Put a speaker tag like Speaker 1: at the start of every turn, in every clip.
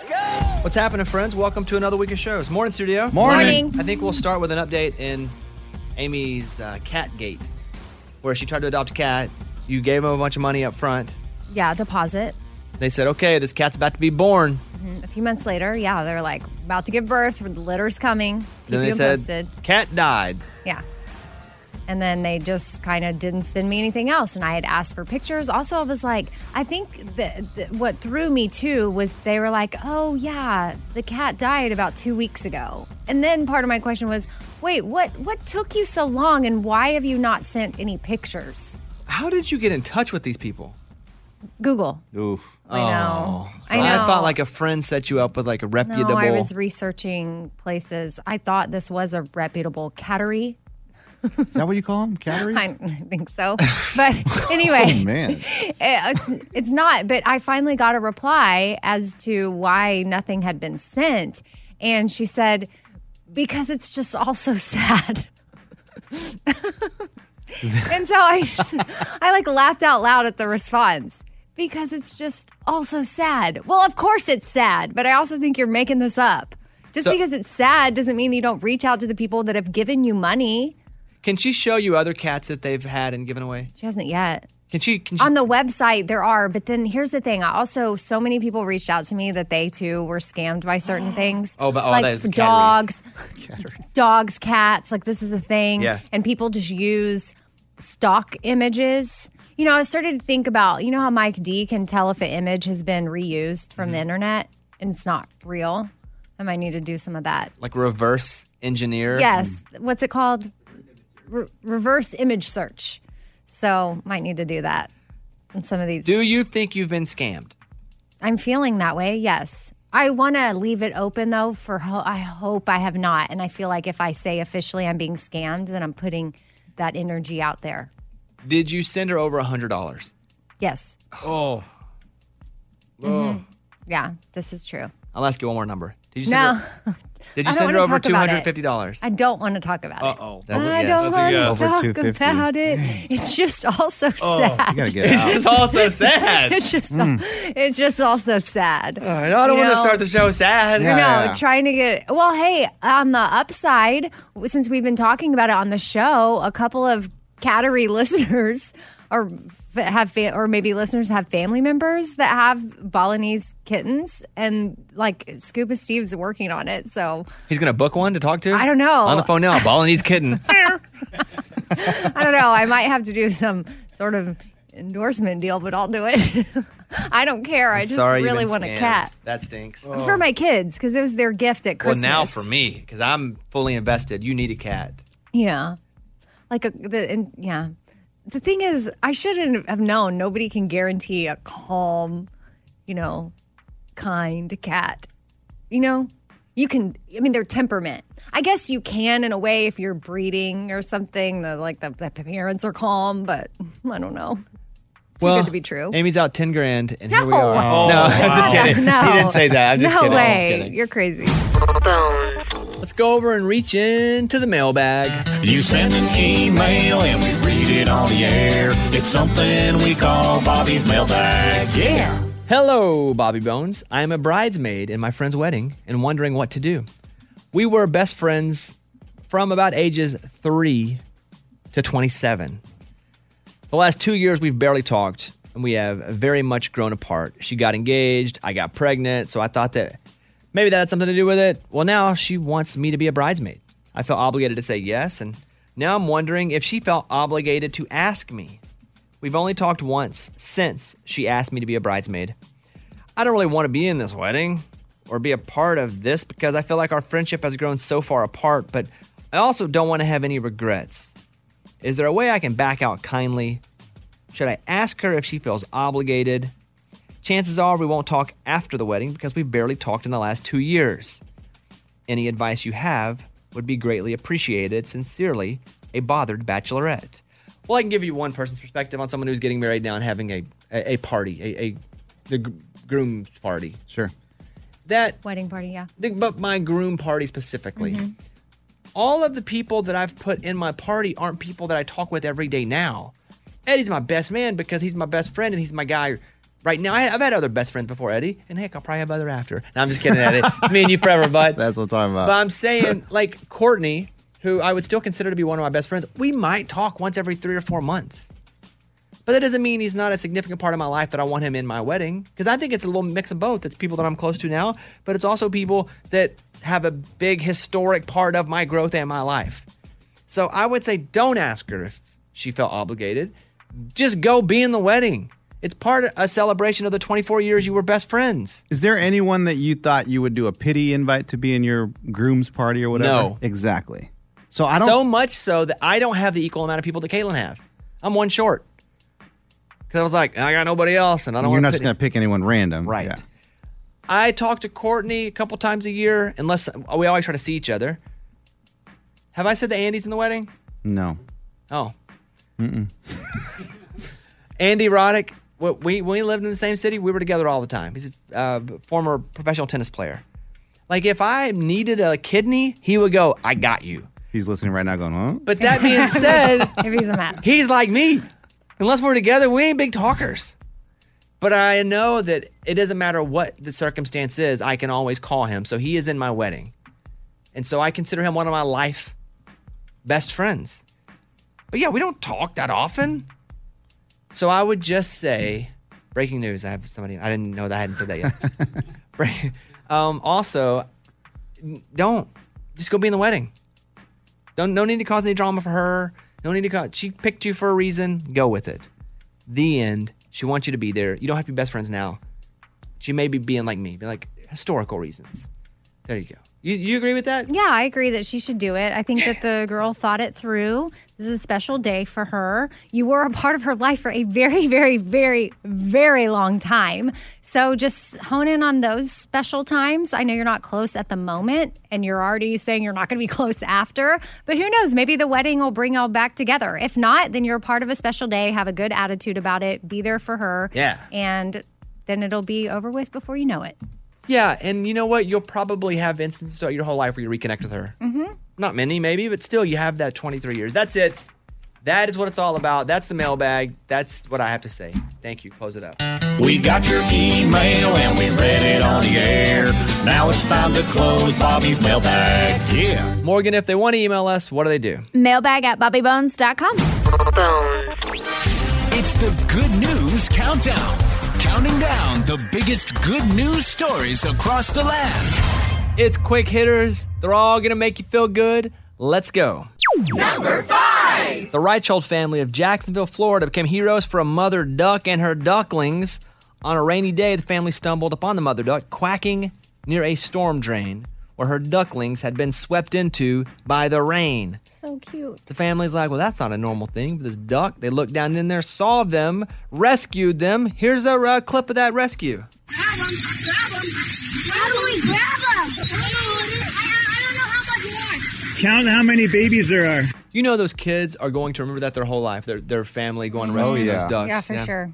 Speaker 1: What's happening, friends? Welcome to another week of shows. Morning, studio.
Speaker 2: Morning.
Speaker 1: I think we'll start with an update in Amy's uh, cat gate, where she tried to adopt a cat. You gave them a bunch of money up front.
Speaker 2: Yeah, deposit.
Speaker 1: They said, okay, this cat's about to be born.
Speaker 2: Mhm. A few months later, yeah, they're like about to give birth. The litter's coming. Keep
Speaker 1: then they
Speaker 2: you
Speaker 1: said,
Speaker 2: posted.
Speaker 1: cat died.
Speaker 2: Yeah. And then they just kind of didn't send me anything else. And I had asked for pictures. Also, I was like, I think that that what threw me too was they were like, oh, yeah, the cat died about two weeks ago. And then part of my question was, wait, what, what took you so long and why have you not sent any pictures?
Speaker 1: How did you get in touch with these people?
Speaker 2: Google.
Speaker 1: Oof.
Speaker 2: I know. I know.
Speaker 1: thought like a friend set you up with like a
Speaker 2: No,
Speaker 1: reputable.
Speaker 2: I was researching places. I thought this was a reputable cattery.
Speaker 3: Is that what you call them? Catteries?
Speaker 2: I think so. But anyway,
Speaker 3: Oh, man.
Speaker 2: Eh, it's it's not. But I finally got a reply as to why nothing had been sent, and she said because it's just all so sad. and so I, just- I like laughed out loud at the response because it's just also sad. Well, of course it's sad, but I also think you're making this up. Just
Speaker 1: So-
Speaker 2: because it's sad doesn't mean you don't reach out to the people that have given you money.
Speaker 1: Can she show you other cats that they've had and given away?
Speaker 2: She hasn't yet.
Speaker 1: Can she? Can she?
Speaker 2: On the website, there are, but then here's the thing. I also, so many people reached out to me that they too were scammed by certain things.
Speaker 1: Oh, but all
Speaker 2: like
Speaker 1: that is
Speaker 2: dogs, dogs, cats. Like this is a thing.
Speaker 1: Yeah.
Speaker 2: And people just use stock images. You know, I started to think about, you know how Mike D can tell if an image has been reused
Speaker 1: Mm-hmm.
Speaker 2: from the internet and it's not real? I might need to do some of that.
Speaker 1: like reverse engineer?
Speaker 2: Yes. What's it called? Re- reverse image search. So, might need to do that. in some of these
Speaker 1: Do you think you've been scammed?
Speaker 2: I'm feeling that way. Yes. I want to leave it open though for ho- I hope I have not and I feel like if I say officially I'm being scammed then I'm putting that energy out there.
Speaker 1: Did you send her over a hundred dollars?
Speaker 2: Yes. Mm-hmm.
Speaker 1: Oh.
Speaker 2: Yeah, this is true.
Speaker 1: I'll ask you one more number. Did you send
Speaker 2: No,
Speaker 1: her, did
Speaker 2: I
Speaker 1: you
Speaker 2: don't
Speaker 1: send her
Speaker 2: wanna
Speaker 1: over
Speaker 2: talk
Speaker 1: two
Speaker 2: about
Speaker 1: hundred
Speaker 2: it.
Speaker 1: and fifty dollars?
Speaker 2: I don't want to talk about
Speaker 1: Uh-oh.
Speaker 2: it.
Speaker 1: That's a
Speaker 2: I
Speaker 1: yes. Oh.
Speaker 2: don't
Speaker 3: That's a
Speaker 2: want
Speaker 3: yes.
Speaker 2: to
Speaker 3: Over
Speaker 2: talk
Speaker 3: 250.
Speaker 2: about it. It's just all so sad.
Speaker 3: You gotta get
Speaker 1: It's
Speaker 3: out.
Speaker 1: just all so sad. Uh,
Speaker 2: It's just
Speaker 3: Hmm.
Speaker 2: it's just all so sad.
Speaker 1: I don't
Speaker 2: You
Speaker 1: want to
Speaker 2: know?
Speaker 1: start the show sad.
Speaker 3: Yeah.
Speaker 2: No, trying to get. Well, hey, on the upside, w- since we've been talking about it on the show, a couple of Cattery listeners or f- have fa- or maybe listeners have family members that have Balinese kittens, and like Scuba Steve's working on it. So
Speaker 1: He's gonna book one to talk to.
Speaker 2: I don't know.
Speaker 1: On the phone now, Balinese kitten.
Speaker 2: I don't know. I might have to do some sort of endorsement deal, but I'll do it. I don't care. I just
Speaker 1: Sorry, you've
Speaker 2: really
Speaker 1: been
Speaker 2: want a
Speaker 1: scammed.
Speaker 2: cat.
Speaker 1: That stinks.
Speaker 2: For my kids, because it was their gift at
Speaker 1: Oh. Well,
Speaker 2: Christmas.
Speaker 1: now for me, because I'm fully invested. You need a cat.
Speaker 2: Yeah. Like a the and yeah. The thing is, I shouldn't have known. Nobody can guarantee a calm, you know, kind cat. You know, you can. I mean, their temperament. I guess you can in a way if you're breeding or something. The like the, the parents are calm, but I don't know. Too
Speaker 1: well,
Speaker 2: good to be true.
Speaker 1: Amy's out ten grand, and here we
Speaker 2: No.
Speaker 1: are.
Speaker 2: Oh,
Speaker 1: no, I'm just
Speaker 2: Yeah,
Speaker 1: kidding.
Speaker 2: No,
Speaker 3: He didn't say that. I'm just
Speaker 2: no
Speaker 3: kidding. I'm just
Speaker 2: way.
Speaker 3: kidding.
Speaker 2: You're crazy.
Speaker 1: Let's go over and reach into the mailbag.
Speaker 4: You send an email and we read it on the air. It's something we call Bobby's mailbag. Yeah.
Speaker 1: Hello, Bobby Bones. I am a bridesmaid in my friend's wedding and wondering what to do. We were best friends from about ages three to 27. The last two years, we've barely talked and we have very much grown apart. She got engaged, I got pregnant, so I thought that maybe that had something to do with it. Well, now she wants me to be a bridesmaid. I felt obligated to say yes, and now I'm wondering if she felt obligated to ask me. We've only talked once since she asked me to be a bridesmaid. I don't really want to be in this wedding or be a part of this because I feel like our friendship has grown so far apart, but I also don't want to have any regrets. Is there a way I can back out kindly? Should I ask her if she feels obligated? Chances are we won't talk after the wedding because we've barely talked in the last two years. Any advice you have would be greatly appreciated. Sincerely, a bothered bachelorette. Well, I can give you one person's perspective on someone who's getting married now and having a a, a party, a, a the gr- groom's party.
Speaker 3: Sure.
Speaker 1: That
Speaker 2: Wedding party, yeah. Mm-hmm.
Speaker 1: think about my groom party specifically. All of the people that I've put in my party aren't people that I talk with every day now. Eddie's my best man because he's my best friend and he's my guy Right now, I, I've had other best friends before Eddie, and heck, I'll probably have other after. No, I'm just kidding, Eddie. It's me and you forever, bud.
Speaker 3: That's what I'm talking about.
Speaker 1: But I'm saying, like Courtney, who I would still consider to be one of my best friends, we might talk once every three or four months. But that doesn't mean he's not a significant part of my life that I want him in my wedding. Because I think it's a little mix of both. It's people that I'm close to now, but it's also people that have a big historic part of my growth and my life. So I would say don't ask her if she felt obligated. Just go be in the wedding. It's part of a celebration of the 24 years you were best friends.
Speaker 5: Is there anyone that you thought you would do a pity invite to be in your groom's party or whatever?
Speaker 1: No.
Speaker 5: Exactly. So I don't.
Speaker 1: so much so that I don't have the equal amount of people that Caitlin have. I'm one short. Because I was like, I got nobody else, and I don't.
Speaker 5: you're
Speaker 1: wanna
Speaker 5: not
Speaker 1: put
Speaker 5: just going to pick anyone random.
Speaker 1: Right.
Speaker 5: Yeah.
Speaker 1: I talk to Courtney a couple times a year, unless we always try to see each other. Have I said that Andy's in the wedding?
Speaker 5: No.
Speaker 1: Oh. Andy Roddick, we, we, when we lived in the same city, we were together all the time. He's a uh, former professional tennis player. Like, if I needed a kidney, he would go, I got you.
Speaker 5: He's listening right now going, huh?
Speaker 1: But that being said,
Speaker 2: If he's a match.
Speaker 1: he's like me. Unless we're together, we ain't big talkers. But I know that it doesn't matter what the circumstance is, I can always call him. So he is in my wedding. And so I consider him one of my life best friends. But yeah, we don't talk that often. So I would just say breaking news. I have somebody, I didn't know that I hadn't said that yet. Break- um, also, n- don't just go be in the wedding. Don't no need to cause any drama for her. No need to cause she picked you for a reason. Go with it. The end. She wants you to be there. You don't have to be best friends now. She may be being like me, be like historical reasons. There you go. You, you agree with that?
Speaker 2: Yeah, I agree that she should do it. I think that the girl thought it through. This is a special day for her. You were a part of her life for a very, very, very, very long time. So just hone in on those special times. I know you're not close at the moment and you're already saying you're not going to be close after, but who knows? Maybe the wedding will bring y'all back together. If not, then you're a part of a special day. Have a good attitude about it. Be there for her.
Speaker 1: Yeah.
Speaker 2: And then it'll be over with before you know it.
Speaker 1: Yeah, and you know what? You'll probably have instances throughout your whole life where you reconnect with her. Mm-hmm. Not many, maybe, but still, you have that 23 years. That's it. That is what it's all about. That's the mailbag. That's what I have to say. Thank you. Close it up.
Speaker 4: We got your email and we read it on the air. Now it's time to close Bobby's mailbag. Yeah.
Speaker 1: Morgan, if they want to email us, what do they do?
Speaker 6: Mailbag at bobbybones.com.
Speaker 7: It's the Good News Countdown. Counting down the biggest good news stories across the land.
Speaker 1: It's quick hitters. They're all going to make you feel good. Let's go. Number five. The Reichhold family of Jacksonville, Florida became heroes for a mother duck and her ducklings. On a rainy day, the family stumbled upon the mother duck quacking near a storm drain where her ducklings had been swept into by the rain.
Speaker 2: So cute.
Speaker 1: The family's like, well, that's not a normal thing. But this duck, they looked down in there, saw them, rescued them. Here's a uh, clip of that rescue.
Speaker 8: Grab 'em, grab 'em. How do we grab 'em? I, I don't know how much more.
Speaker 9: Count how many babies there are.
Speaker 1: You know those kids are going to remember that their whole life. Their their family going rescuing
Speaker 5: yeah.
Speaker 1: those ducks.
Speaker 2: Yeah, for sure.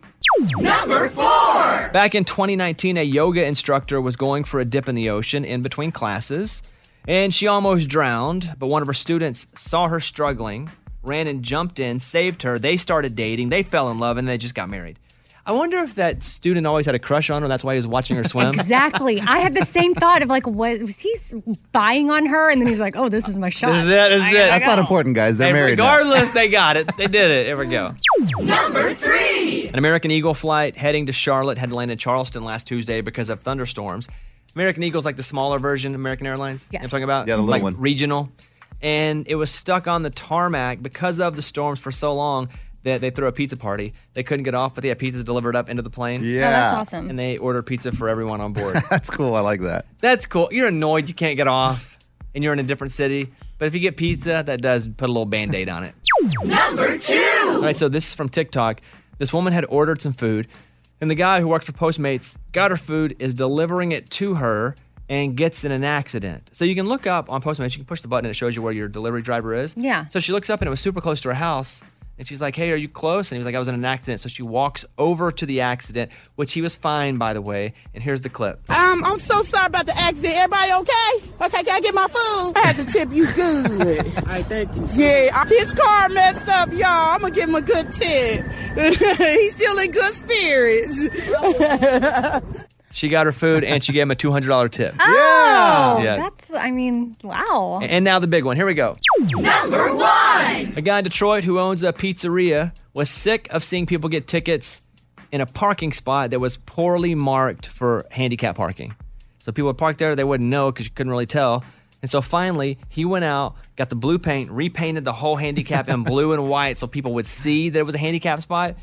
Speaker 1: Back in 2019, a yoga instructor was going for a dip in the ocean in between classes, and she almost drowned. But one of her students saw her struggling, ran and jumped in, saved her. They started dating. They fell in love, and they just got married. I wonder if that student always had a crush on her. That's why he was watching her swim.
Speaker 2: Exactly. I had the same thought of like, what was he s- buying on her? And then he's like, oh, this is my shot.
Speaker 1: This is it. This is it.
Speaker 5: That's not important, guys. They're
Speaker 1: And
Speaker 5: married. now.
Speaker 1: regardless, they got it. They did it. Here we go. Number three. An American Eagle flight heading to Charlotte had landed Charleston last Tuesday because of thunderstorms. American Eagle's like the smaller version of American Airlines. You know what I'm
Speaker 2: Yes.
Speaker 1: talking about?
Speaker 5: Yeah, the little
Speaker 1: like
Speaker 5: one.
Speaker 1: Regional. And it was stuck on the tarmac because of the storms for so long that they threw a pizza party. They couldn't get off, but they had pizzas delivered up into the plane.
Speaker 5: Yeah.
Speaker 6: Oh, that's awesome.
Speaker 1: And they ordered pizza for everyone on board.
Speaker 5: That's cool. I like that.
Speaker 1: That's cool. You're annoyed you can't get off and you're in a different city. But if you get pizza, that does put a little band aid on it. Number two. All right, so this is from TikTok. This woman had ordered some food, and the guy who works for Postmates got her food, is delivering it to her, and gets in an accident. So you can look up on Postmates, you can push the button, and it shows you where your delivery driver is.
Speaker 2: Yeah.
Speaker 1: So she looks up, and it was super close to her house. And she's like, hey, are you close? And he was like, I was in an accident. So she walks over to the accident, which he was fine, by the way. And here's the clip.
Speaker 10: Um, I'm so sorry about the accident. Everybody okay? Okay, can I get my food? I had to tip you good. I thank you. Yeah, I- his car messed up, y'all. I'm gonna give him a good tip.
Speaker 11: He's still in good spirits.
Speaker 1: She got her food and she gave him a $200 tip.
Speaker 2: Oh,
Speaker 1: Yeah.
Speaker 2: that's, I mean, wow.
Speaker 1: And now the big one. Here we go.
Speaker 2: Number one.
Speaker 1: A guy in Detroit who owns a pizzeria was sick of seeing people get tickets in a parking spot that was poorly marked for handicap parking. So people would park there, they wouldn't know because you couldn't really tell. And so finally, he went out, got the blue paint, repainted the whole handicap in blue and white so people would see that it was a handicap spot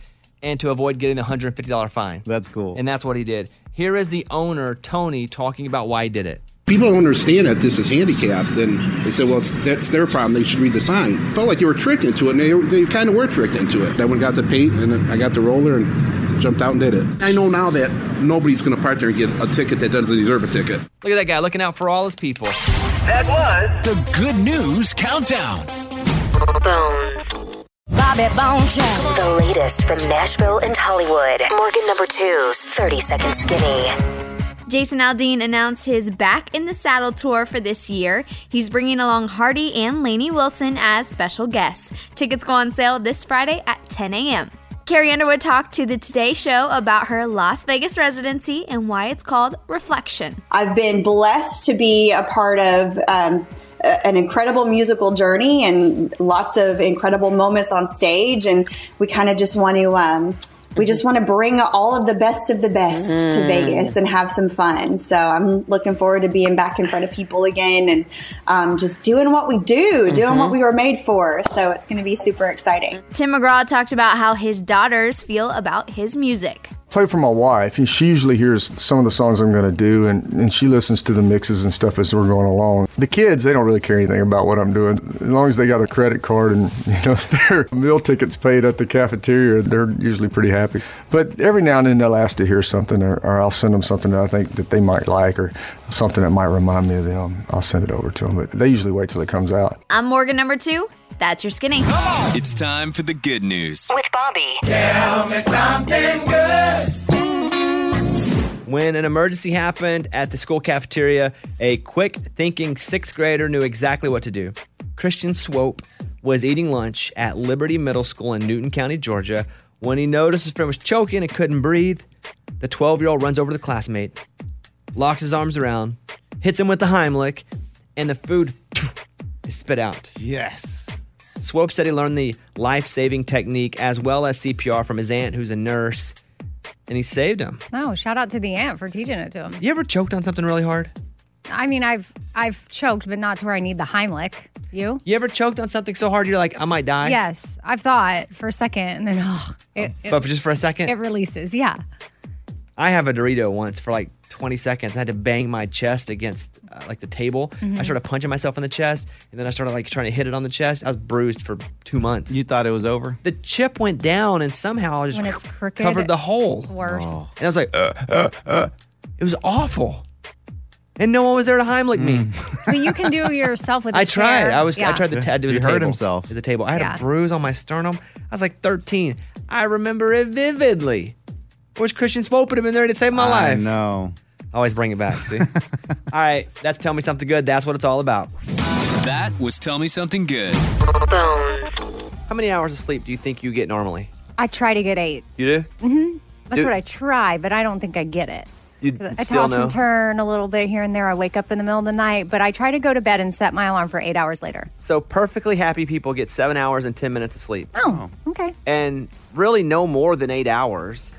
Speaker 1: and to avoid getting the $150 fine. That's cool. And that's what he did. Here is the owner, Tony, talking about why he did it.
Speaker 12: People don't understand that this is handicapped, and they say, "Well, it's, that's their problem. They should read the sign." Felt like you were tricked into it, and they, they kind of were tricked into it. I went and got the paint, and I got the roller, and jumped out and did it. I know now that nobody's going to park there and get a ticket that doesn't deserve a ticket.
Speaker 1: Look at that guy looking out for all his people.
Speaker 13: That was the Good News Countdown.
Speaker 14: Bobby Bones Show. The latest from Nashville and Hollywood. Morgan number two's 30 Second Skinny.
Speaker 15: Jason Aldean announced his Back in the Saddle tour for this year. He's bringing along Hardy and Lainey Wilson as special guests. Tickets go on sale this Friday at 10 a.m. Carrie Underwood talked to The Today Show about her Las Vegas residency and why it's called Reflection.
Speaker 16: I've been blessed to be a part of um, a- an incredible musical journey and lots of incredible moments on stage. And we kind of just want to. Um, we just want to bring all of the best of the best to
Speaker 3: Mhm.
Speaker 16: Vegas and have some fun. So I'm looking forward to being back in front of people again and um, just doing what we do, doing what we were made for. So it's going to be super exciting.
Speaker 15: Tim McGraw talked about how his daughters feel about his music.
Speaker 17: play for my wife, and she usually hears some of the songs I'm going to do, and, and she listens to the mixes and stuff as we're going along. The kids, they don't really care anything about what I'm doing, as long as they got a credit card and you know their meal tickets paid at the cafeteria. They're usually pretty happy. But every now and then they'll ask to hear something, or, or I'll send them something that I think that they might like, or something that might remind me of them. I'll send it over to them, but they usually wait till it comes out.
Speaker 15: I'm Morgan number two. That's your skinny.
Speaker 13: It's time for the good news.
Speaker 14: With Bobby.
Speaker 13: Tell me something good.
Speaker 1: When an emergency happened at the school cafeteria, a quick thinking sixth grader knew exactly what to do. Christian Swope was eating lunch at Liberty Middle School in Newton County, Georgia, when he noticed his friend was choking and couldn't breathe. The 12 year old runs over to the classmate, locks his arms around, hits him with the Heimlich, and the food is spit out. Yes. Swope said he learned the life saving technique as well as CPR from his aunt, who's a nurse, and he saved him.
Speaker 2: No, Oh, shout out to the aunt for teaching it to him.
Speaker 1: You ever choked on something really hard?
Speaker 2: I mean, I've I've choked, but not to where I need the Heimlich. You?
Speaker 1: You ever choked on something so hard you're like, I might die?
Speaker 2: yes, I've thought for a second, and then oh, it, it-
Speaker 1: But for just for a second,
Speaker 2: it releases. Yeah.
Speaker 1: I have a Dorito once for like 20 seconds. I had to bang my chest against uh, like the table. I
Speaker 2: Mhm.
Speaker 1: started punching myself in the chest, and then I started like trying to hit it on the chest. I was bruised for two months. You thought it was over? The chip went down, and somehow I just
Speaker 2: When it's crooked,
Speaker 1: covered the hole.
Speaker 2: worse. Oh.
Speaker 1: And I was like, uh, uh, uh. it was awful. And no one was there to Heimlich me.
Speaker 2: But you can do yourself with. a
Speaker 1: I tried.
Speaker 2: chair.
Speaker 1: I was. I
Speaker 2: Yeah.
Speaker 1: tried the. I did with
Speaker 5: He
Speaker 1: the
Speaker 5: hurt
Speaker 1: table.
Speaker 5: himself.
Speaker 1: With the table. I had
Speaker 2: Yeah.
Speaker 1: a bruise on my sternum. I was like 13. I remember it vividly. Wish Christian Swope would have been there to save my
Speaker 5: I
Speaker 1: life. No. Always bring it back. See. all right. That's tell me something good. That's what it's all about.
Speaker 13: That was Tell Me Something Good.
Speaker 1: How many hours of sleep do you think you get normally?
Speaker 2: I try to get eight.
Speaker 1: You do.
Speaker 2: hmm That's
Speaker 1: Dude.
Speaker 2: what I try, but I don't think I get it.
Speaker 1: You
Speaker 2: I
Speaker 1: still
Speaker 2: toss
Speaker 1: know.
Speaker 2: and turn a little bit here and there. I wake up in the middle of the night, but I try to go to bed and set my alarm for eight hours later.
Speaker 1: So perfectly happy people get seven hours and ten minutes of sleep.
Speaker 2: Oh, okay.
Speaker 1: And really no more than eight hours.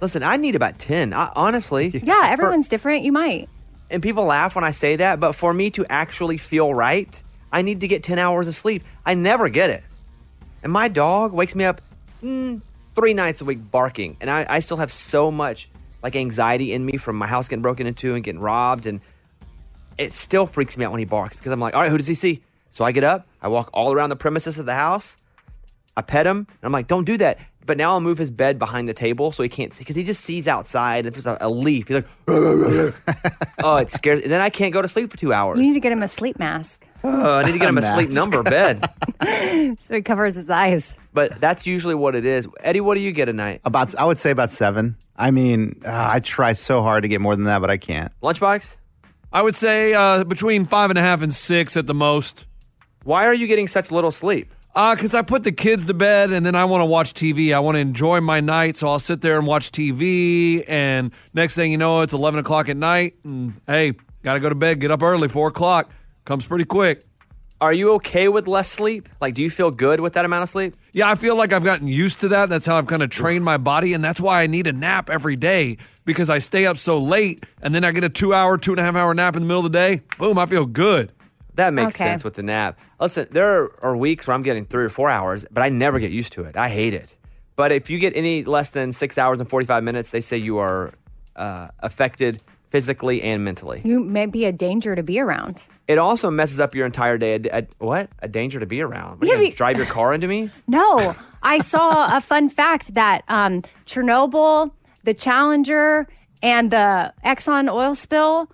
Speaker 1: Listen, I need about ten. I, honestly.
Speaker 2: Yeah, everyone's different. You might.
Speaker 1: And people laugh when I say that, but for me to actually feel right, I need to get 10 hours of sleep. I never get it. And my dog wakes me up mm, three nights a week barking. And I, I still have so much like anxiety in me from my house getting broken into and getting robbed. And it still freaks me out when he barks because I'm like, all right, who does he see? So I get up, I walk all around the premises of the house, I pet him, and I'm like, don't do that. But now I'll move his bed behind the table so he can't see because he just sees outside. If there's a, a leaf, he's like, oh, it scares. And then I can't go to sleep for two hours.
Speaker 2: You need to get him a sleep mask
Speaker 1: Uh, I need to get him a sleep
Speaker 2: Mask.
Speaker 1: number bed.
Speaker 2: so he covers his eyes.
Speaker 1: But that's usually what it is. Eddie, what do you get a night?
Speaker 5: About, I would say about seven. I mean, uh, I try so hard to get more than that, but I can't.
Speaker 1: Lunchbox?
Speaker 18: I would say uh, between five and a half and six at the most.
Speaker 1: Why are you getting such little sleep?
Speaker 18: Uh, cause I put the kids to bed and then I want to watch TV. I want to enjoy my night, so I'll sit there and watch TV. And next thing you know, it's eleven o'clock at night. And hey, gotta go to bed. Get up early. Four o'clock comes pretty quick.
Speaker 1: Are you okay with less sleep? Like, do you feel good with that amount of sleep?
Speaker 18: Yeah, I feel like I've gotten used to that. That's how I've kind of trained my body, and that's why I need a nap every day because I stay up so late, and then I get a two-hour, two and a half-hour nap in the middle of the day. Boom, I feel good.
Speaker 1: That makes
Speaker 18: Okay.
Speaker 1: sense with the nap. Listen, there are- are weeks where I'm getting three or four hours, but I never get used to it. I hate it. But if you get any less than six hours and 45 minutes, they say you are uh, affected physically and mentally.
Speaker 2: You may be a danger to be around.
Speaker 1: It also messes up your entire day. A, a- what? A danger to be around. What, you
Speaker 2: Yeah,
Speaker 1: gonna
Speaker 2: but-
Speaker 1: drive your car into me?
Speaker 2: No, I saw a fun fact that um, Chernobyl, the Challenger, and the Exxon oil spill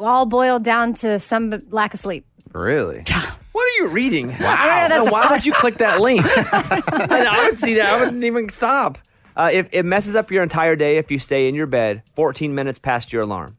Speaker 2: all boiled down to some lack of sleep.
Speaker 1: Really? What are you reading?
Speaker 2: know, that's
Speaker 1: No,
Speaker 2: a
Speaker 1: why
Speaker 2: fun-
Speaker 1: would you click that link? I would see that. I wouldn't even stop. Uh, if it messes up your entire day if you stay in your bed 14 minutes past your alarm.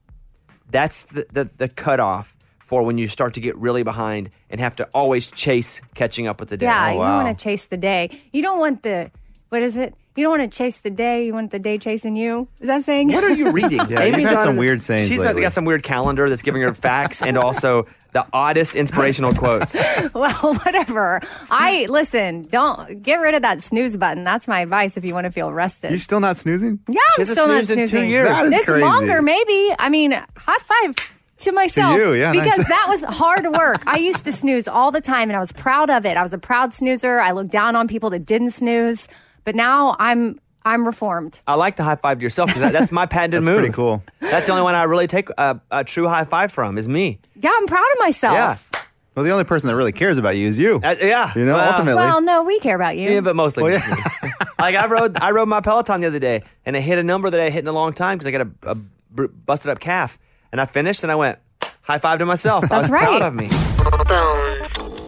Speaker 1: That's the, the, the cutoff for when you start to get really behind and have to always chase catching up with the day. Oh,
Speaker 2: Yeah, you don't want to chase the day. You don't want the what is it? You don't want to chase the day. You want the day chasing you. Is that saying?
Speaker 1: What are you reading? Amy's on- She's
Speaker 2: lately.
Speaker 1: got some weird calendar that's giving her facts and also the oddest inspirational quotes.
Speaker 2: well, whatever. I listen. Don't get rid of that snooze button. That's my advice if you want to feel rested.
Speaker 5: You still not snoozing?
Speaker 2: yeah, I'm still not snoozing.
Speaker 5: That is
Speaker 2: it's
Speaker 5: crazy.
Speaker 2: longer, maybe. I mean, high five to myself
Speaker 5: you, yeah,
Speaker 2: because
Speaker 5: nice.
Speaker 2: that was hard work. I used to snooze all the time, and I was proud of it. I was a proud snoozer. I looked down on people that didn't snooze, but now I'm I'm reformed.
Speaker 1: I like the high five to yourself because that, that's my patented move. Pretty cool. That's the only one I really take a, a true high five from is me.
Speaker 2: Yeah, I'm proud of myself.
Speaker 1: Yeah. Well, the only person that really cares about you is you. yeah.
Speaker 5: You know, ultimately.
Speaker 2: Well, no, we care about you.
Speaker 1: Yeah, but mostly. just me. like I rode, I rode my Peloton the other day, and I hit a number that I hit in a long time because I got a, a br- busted up calf, and I finished, and I went high five to myself. I was
Speaker 2: That's right.
Speaker 1: proud of me.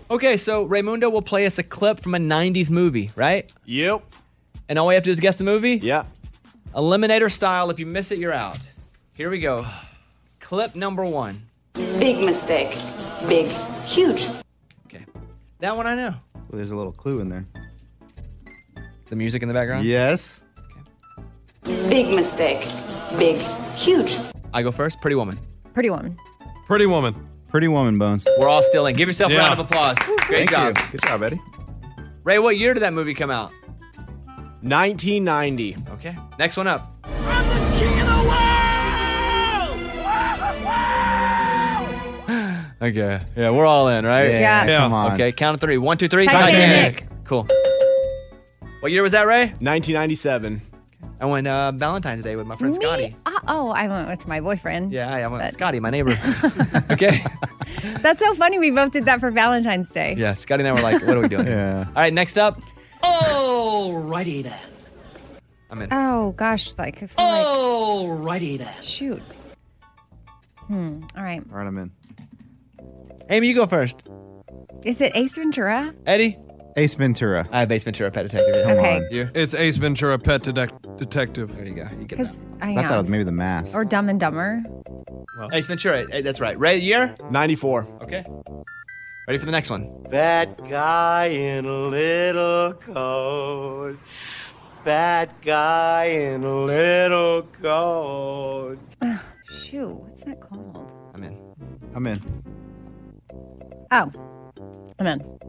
Speaker 1: Okay, so Raymundo will play us a clip from a '90s movie, right? Yep. And all we have to do is guess the movie. Yeah. Eliminator style. If you miss it, you're out. Here we go. Clip number one.
Speaker 19: Big mistake. Big. Huge.
Speaker 1: That one I know.
Speaker 5: Well, there's a little clue in there.
Speaker 1: The music in the background?
Speaker 5: Yes.
Speaker 19: Big mistake. Big. Huge.
Speaker 1: I go first. Pretty Woman.
Speaker 2: Pretty woman.
Speaker 5: Pretty woman. Pretty woman bones.
Speaker 1: We're all still in. Give yourself a
Speaker 5: Yeah.
Speaker 1: round of applause. Great
Speaker 5: Thank
Speaker 1: job.
Speaker 5: you. Good job, Eddie.
Speaker 1: Ray, what year did that movie come out? 1990. Okay. Next one up. Okay. Yeah, we're all in, right?
Speaker 8: Yeah. Yeah. Come on.
Speaker 1: Okay, count of three. One, two, three.
Speaker 8: Titanic.
Speaker 1: Cool. What year was that, Ray? 1997. I went uh, Valentine's Day with my friend Scotty.
Speaker 2: Uh, oh, I went with my boyfriend.
Speaker 1: Yeah, I I went with Scotty, my neighbor. okay.
Speaker 2: That's so funny. We both did that for Valentine's Day.
Speaker 1: Yeah, Scotty and I were like, what are we doing? yeah. All right, next up. Alrighty then. I'm in.
Speaker 2: Oh gosh, like if
Speaker 1: Alrighty then.
Speaker 2: Shoot. Hmm. All right.
Speaker 1: All right, I'm in. Amy, you go first.
Speaker 2: Is it Ace Ventura?
Speaker 1: Eddie?
Speaker 5: Ace Ventura.
Speaker 1: I have Ace Ventura, Pet Detective.
Speaker 5: Come
Speaker 2: Okay.
Speaker 5: on.
Speaker 18: It's Ace Ventura, Pet Detec- Detective. There
Speaker 1: you go. You
Speaker 2: Because I
Speaker 5: I thought
Speaker 2: know.
Speaker 5: that was maybe the mask.
Speaker 2: Or Dumb and Dumber.
Speaker 1: Ace Ventura. eh, That's right. Ray, year? 94. Okay. Ready for the next one.
Speaker 20: That guy in a little coat. That guy in a little coat.
Speaker 2: Shoo. What's that called?
Speaker 1: I'm in.
Speaker 5: I'm in.
Speaker 2: Oh. I'm in.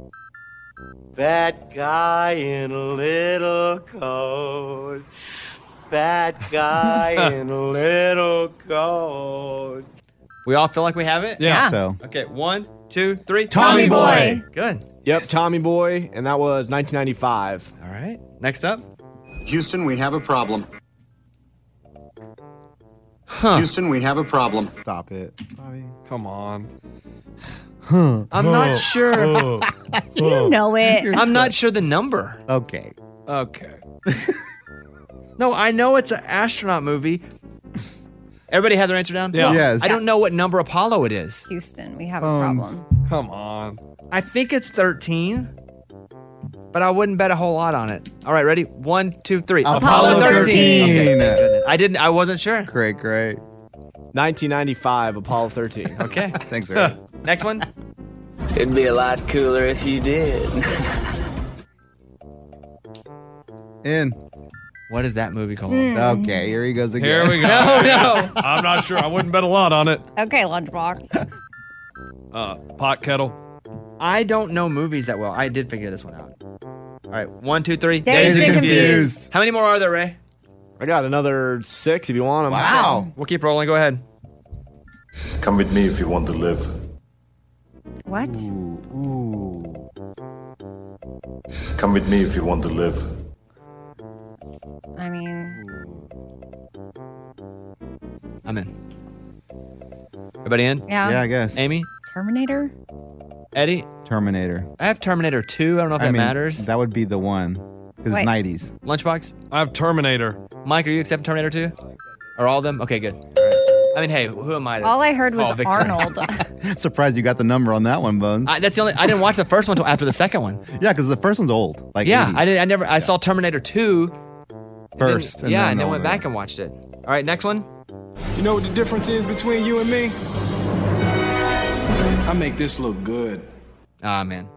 Speaker 20: That guy in a little coat. That guy in a little coat.
Speaker 1: We all feel like we have it?
Speaker 20: Yeah. Yeah. So.
Speaker 1: Okay, one, two, three.
Speaker 20: Tommy Tommy Boy.
Speaker 1: Good.
Speaker 21: Yep, Tommy Boy, and that was 1995.
Speaker 1: All right. Next up.
Speaker 21: Houston, we have a problem.
Speaker 5: Houston, we have a problem. Stop it. Bobby.
Speaker 18: Come on.
Speaker 1: I'm not sure.
Speaker 5: You
Speaker 20: Oh,
Speaker 2: know it.
Speaker 1: I'm not sure the number.
Speaker 5: Okay.
Speaker 18: Okay.
Speaker 1: No, I know it's an astronaut movie. Everybody have their answer down?
Speaker 18: Yeah. Yes.
Speaker 1: I don't know what number Apollo it is.
Speaker 2: Houston, we have a problem.
Speaker 18: Come on.
Speaker 1: I think it's 13, but I wouldn't bet a whole lot on it. All right, ready? One, two, three.
Speaker 21: Apollo 13.
Speaker 1: Okay, thank goodness. I didn't. I wasn't sure.
Speaker 5: Great, great.
Speaker 21: 1995, Apollo 13.
Speaker 1: okay.
Speaker 5: Thanks,
Speaker 21: Eric.
Speaker 1: Next one.
Speaker 22: It'd be a lot cooler if you did.
Speaker 5: In.
Speaker 1: What is that movie called?
Speaker 2: Mm.
Speaker 5: Okay, here he goes
Speaker 18: Here
Speaker 5: again.
Speaker 18: we go.
Speaker 1: Oh,
Speaker 18: I'm not sure. I wouldn't bet a lot on it.
Speaker 2: Okay, lunchbox.
Speaker 18: Uh, pot kettle.
Speaker 1: I don't know movies that well. I did figure this one out. All right, one, two, three.
Speaker 21: Dazed and confused.
Speaker 1: How many more are there, Ray?
Speaker 21: I got another six if you want them.
Speaker 1: Wow. We'll keep rolling. Go ahead.
Speaker 22: Come with me if you want to live.
Speaker 2: What?
Speaker 22: Come with me if you want to live.
Speaker 2: I mean,
Speaker 1: I'm in. Everybody in?
Speaker 2: Yeah. Yeah, I
Speaker 5: guess.
Speaker 1: Amy,
Speaker 2: Terminator?
Speaker 1: Eddie.
Speaker 5: Terminator.
Speaker 1: I have Terminator 2. I don't know if
Speaker 5: I
Speaker 1: that
Speaker 5: mean,
Speaker 1: matters.
Speaker 5: That would be the one because
Speaker 1: Wait.
Speaker 5: it's nineties.
Speaker 1: Lunchbox.
Speaker 18: I have Terminator.
Speaker 1: Mike, are you accepting Terminator 2? Or all of them? Okay, good. I mean, hey, who am I? To
Speaker 2: All I heard
Speaker 1: call
Speaker 2: was
Speaker 1: Victor?
Speaker 2: Arnold.
Speaker 5: Surprised you got the number on that one, Bones.
Speaker 1: I, that's the only. I didn't watch the first one until after the second one.
Speaker 5: yeah, because the first one's old. Like
Speaker 1: yeah,
Speaker 5: 80s.
Speaker 1: I did. I never. I saw Terminator 2
Speaker 5: First,
Speaker 1: Then,
Speaker 5: and
Speaker 1: yeah,
Speaker 5: then
Speaker 1: and then
Speaker 5: all
Speaker 1: went
Speaker 5: the-
Speaker 1: back and watched it. All right, next one.
Speaker 23: You know what the difference is between you and me? I make this look good.
Speaker 1: Ah, man.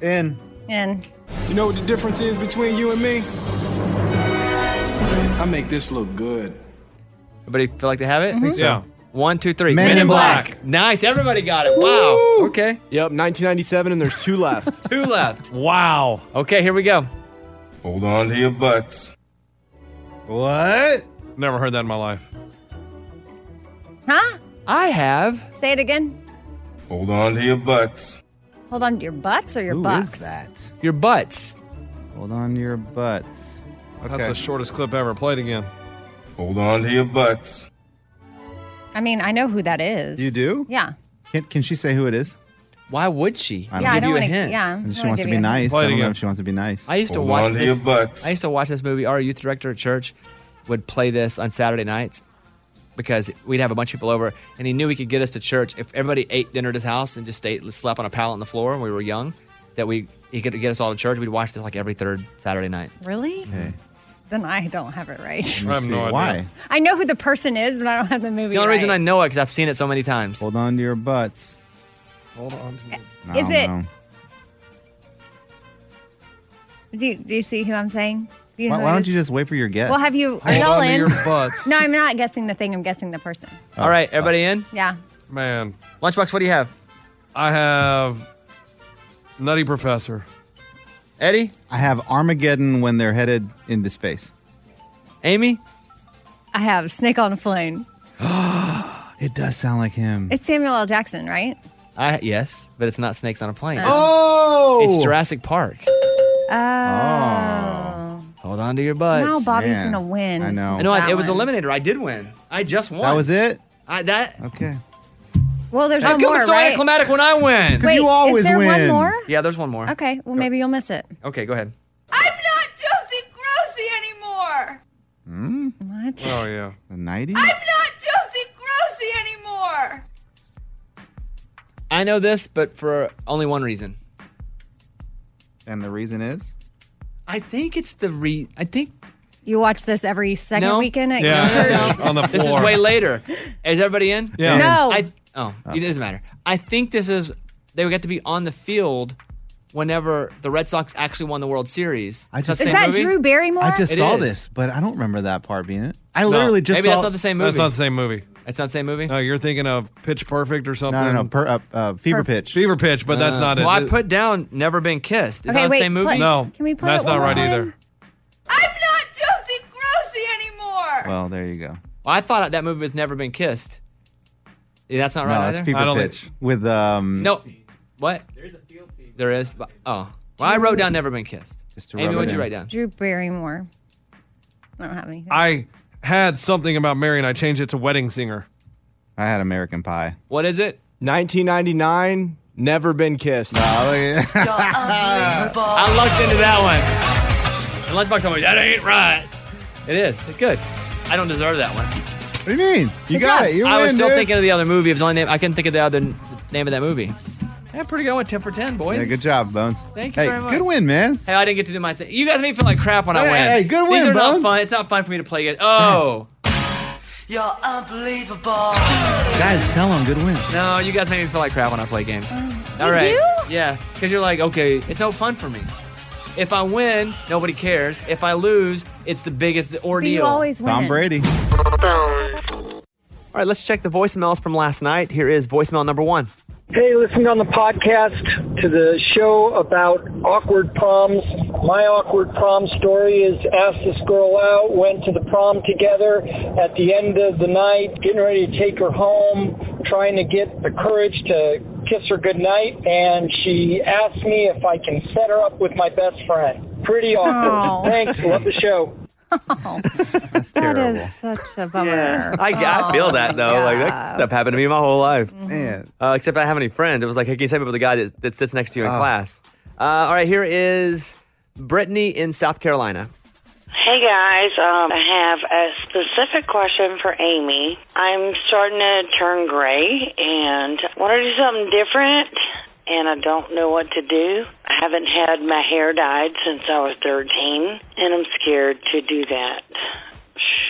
Speaker 5: In.
Speaker 2: In.
Speaker 23: You know what the difference is between you and me? I make this look good.
Speaker 1: Everybody feel like they have
Speaker 2: Mm-hmm.
Speaker 1: it?
Speaker 23: Think so. Yeah.
Speaker 1: One, two, three.
Speaker 21: Men in Black.
Speaker 1: Nice. Everybody got it. Wow. Okay.
Speaker 21: Yep, 1997, and there's two left.
Speaker 1: two left.
Speaker 18: Wow.
Speaker 1: Okay, here we go.
Speaker 22: Hold on to your butts.
Speaker 18: What? Never heard that in my life.
Speaker 2: Huh?
Speaker 1: I have.
Speaker 2: Say it again.
Speaker 22: Hold on to your butts.
Speaker 2: Hold on to your butts or your
Speaker 5: Who
Speaker 2: bucks?
Speaker 5: is that?
Speaker 1: Your butts.
Speaker 5: Hold on to your butts.
Speaker 18: That's the shortest clip ever. Play it again.
Speaker 22: Hold on to your butts.
Speaker 2: I mean, I know who that is.
Speaker 5: You do?
Speaker 2: Yeah.
Speaker 5: Can, can she say who it is?
Speaker 1: Why would she?
Speaker 2: Yeah, I don't wanna- yeah, I don't
Speaker 5: She
Speaker 2: wanna
Speaker 5: wants to
Speaker 2: give
Speaker 5: be
Speaker 2: you a hint.
Speaker 5: nice.
Speaker 1: Play it
Speaker 5: I don't know
Speaker 1: again.
Speaker 5: if she wants to be nice.
Speaker 1: I used to watch this. I used to watch this movie. Our youth director at church would play this on Saturday nights because we'd have a bunch of people over, and he knew he could get us to church if everybody ate dinner at his house and just stayed slept on a pallet on the floor when we were young. That we he could get us all to church. We'd watch this like every third Saturday night.
Speaker 2: Really? Then I don't have it right.
Speaker 1: I have no idea. Why?
Speaker 2: I know who the person is, but I don't have the movie.
Speaker 1: It's the only
Speaker 2: right.
Speaker 1: reason I know it because I've seen it so many times. Hold
Speaker 5: on to your butts.
Speaker 1: Hold on to your
Speaker 5: I
Speaker 2: Is
Speaker 5: don't
Speaker 2: it?
Speaker 5: know.
Speaker 2: Do you, do you see who I'm saying? Do
Speaker 5: Why, why
Speaker 2: know who it
Speaker 5: don't
Speaker 2: is?
Speaker 5: you just wait for your guess?
Speaker 2: Well, have you? Are y'all in?
Speaker 18: butts.
Speaker 2: no, I'm not guessing the thing. I'm guessing the person.
Speaker 1: All right, everybody in?
Speaker 2: Yeah.
Speaker 18: Man.
Speaker 1: Lunchbox, what do you have?
Speaker 18: I have Nutty Professor.
Speaker 1: Eddie?
Speaker 5: I have Armageddon when they're headed into space.
Speaker 1: Amy?
Speaker 2: I have Snake on a Plane.
Speaker 5: it does sound like him.
Speaker 2: It's Samuel L. Jackson, right?
Speaker 1: I yes, but it's not snakes on a plane.
Speaker 2: Oh.
Speaker 1: it's Jurassic Park. Oh.
Speaker 2: Oh.
Speaker 1: Hold on to your butts.
Speaker 2: Now Bobby's Man. gonna win.
Speaker 1: I know.
Speaker 2: This
Speaker 1: I
Speaker 2: is
Speaker 1: know. I-
Speaker 2: that
Speaker 1: It was
Speaker 2: one.
Speaker 1: eliminator. I did win. I just won.
Speaker 5: That was it?
Speaker 1: I, that.
Speaker 5: Okay.
Speaker 2: Well, there's
Speaker 1: How
Speaker 2: one
Speaker 1: come
Speaker 2: more,
Speaker 1: it's so
Speaker 2: right?
Speaker 1: anticlimactic when I win?
Speaker 2: 'Cause Wait, you is always there one win. more?
Speaker 1: Yeah, there's one more.
Speaker 2: Okay. Well, maybe you'll miss it.
Speaker 1: Okay, go ahead.
Speaker 8: I'm not Josie Grossi anymore.
Speaker 5: Hmm?
Speaker 2: What?
Speaker 18: Oh yeah.
Speaker 5: The nineties.
Speaker 8: I'm not Josie Grossi anymore.
Speaker 1: I know this, but for only one reason.
Speaker 5: And the reason is?
Speaker 1: I think it's the re. I think
Speaker 2: You watch this every second
Speaker 1: no.
Speaker 2: weekend at your church.
Speaker 1: This is way later. Is everybody in?
Speaker 2: Yeah. No.
Speaker 1: I, oh, it doesn't matter. I think this is. They would get to be on the field whenever the Red Sox actually won the World Series.
Speaker 5: I
Speaker 1: It's not
Speaker 5: just-
Speaker 1: the
Speaker 5: Is
Speaker 1: same
Speaker 5: that
Speaker 1: movie?
Speaker 2: Drew Barrymore?
Speaker 5: I just
Speaker 1: It
Speaker 5: saw
Speaker 1: is.
Speaker 5: this, but I don't remember that part being it. I
Speaker 18: No.
Speaker 5: literally just
Speaker 18: Maybe
Speaker 5: saw.
Speaker 18: that's not the same
Speaker 5: No,
Speaker 18: That's not the same movie.
Speaker 1: It's not the same movie?
Speaker 18: No, you're thinking of Pitch Perfect or something.
Speaker 5: no, no. Per, uh, uh, fever pitch.
Speaker 18: Fever pitch, but that's
Speaker 1: Uh,
Speaker 18: not it.
Speaker 1: Well, I put down Never Been Kissed. Is
Speaker 8: Okay,
Speaker 1: that
Speaker 8: wait,
Speaker 1: the same movie?
Speaker 8: play-
Speaker 18: no.
Speaker 8: can we play
Speaker 18: That's
Speaker 8: it
Speaker 18: not
Speaker 8: one
Speaker 18: right
Speaker 8: more time?
Speaker 18: either.
Speaker 8: I'm not Josie Grossi anymore.
Speaker 5: Well, there you go.
Speaker 1: Well, I thought that movie was Never Been Kissed. Yeah, that's not
Speaker 5: No,
Speaker 1: right
Speaker 5: it's
Speaker 1: either.
Speaker 5: fever pitch with um.
Speaker 1: No. What? There's a field scene. There is. but- Oh. Well, I wrote down Never Been Kissed.
Speaker 5: Just
Speaker 18: to rub
Speaker 1: Amy,
Speaker 18: it
Speaker 1: what'd you
Speaker 18: in.
Speaker 1: write down?
Speaker 2: Drew Barrymore. I don't have anything.
Speaker 18: I had something about Mary and I changed it to Wedding Singer.
Speaker 5: I had American Pie.
Speaker 1: What is it?
Speaker 21: 1999. Never been kissed.
Speaker 1: I lucked into that one. And Lunchbox told me, that ain't right. It is. It's good. I don't deserve that one.
Speaker 5: What do you mean? You
Speaker 1: Good
Speaker 5: got
Speaker 1: job.
Speaker 5: it. You
Speaker 1: I
Speaker 5: win,
Speaker 1: was still
Speaker 5: dude.
Speaker 1: thinking of the other movie. It was the only name. I couldn't think of the other n- name of that movie. Yeah, pretty good one. 10 for 10, boys.
Speaker 5: Yeah, good job, Bones.
Speaker 1: Thank you
Speaker 5: Hey,
Speaker 1: very much.
Speaker 5: good win, man.
Speaker 1: Hey, I didn't get to do my thing. You guys make me feel like crap when I
Speaker 5: Hey,
Speaker 1: win.
Speaker 5: hey, good
Speaker 1: These
Speaker 5: win,
Speaker 1: are not
Speaker 5: bro.
Speaker 1: fun. It's not fun for me to play against. Oh.
Speaker 20: You're unbelievable.
Speaker 5: Guys, tell them good win.
Speaker 1: No, you guys make me feel like crap when I play games. All
Speaker 20: you
Speaker 1: right. Yeah, because you're like, okay, it's no fun for me.
Speaker 18: If I win, nobody cares. If I lose, it's the biggest ordeal.
Speaker 2: always Tom win. Brady.
Speaker 18: All right, let's check the voicemails from last night. Here is voicemail number one.
Speaker 24: Hey, listening on the podcast to the show about awkward proms. My awkward prom story is asked this girl out, went to the prom together. At the end of the night, getting ready to take her home, trying to get the courage to kiss her goodnight, and she asked me if I can set her up with my best friend. Pretty awkward.
Speaker 2: Oh.
Speaker 24: Thanks. Love the show.
Speaker 2: That's
Speaker 1: terrible.
Speaker 2: such a bummer. Oh,
Speaker 1: I, I feel that though. Like that stuff happened to me my whole life.
Speaker 18: Man.
Speaker 1: Uh, except I don't have any friends. It was like, hey, can you set me up with a guy that, that sits next to you in
Speaker 18: Oh.
Speaker 1: class? Uh, all right, here is Brittany in South Carolina.
Speaker 25: Hey guys, um, I have a specific question for Amy. I'm starting to turn gray and want to do something different, and I don't know what to do. I haven't had my hair dyed since I was 13, and I'm scared to do that.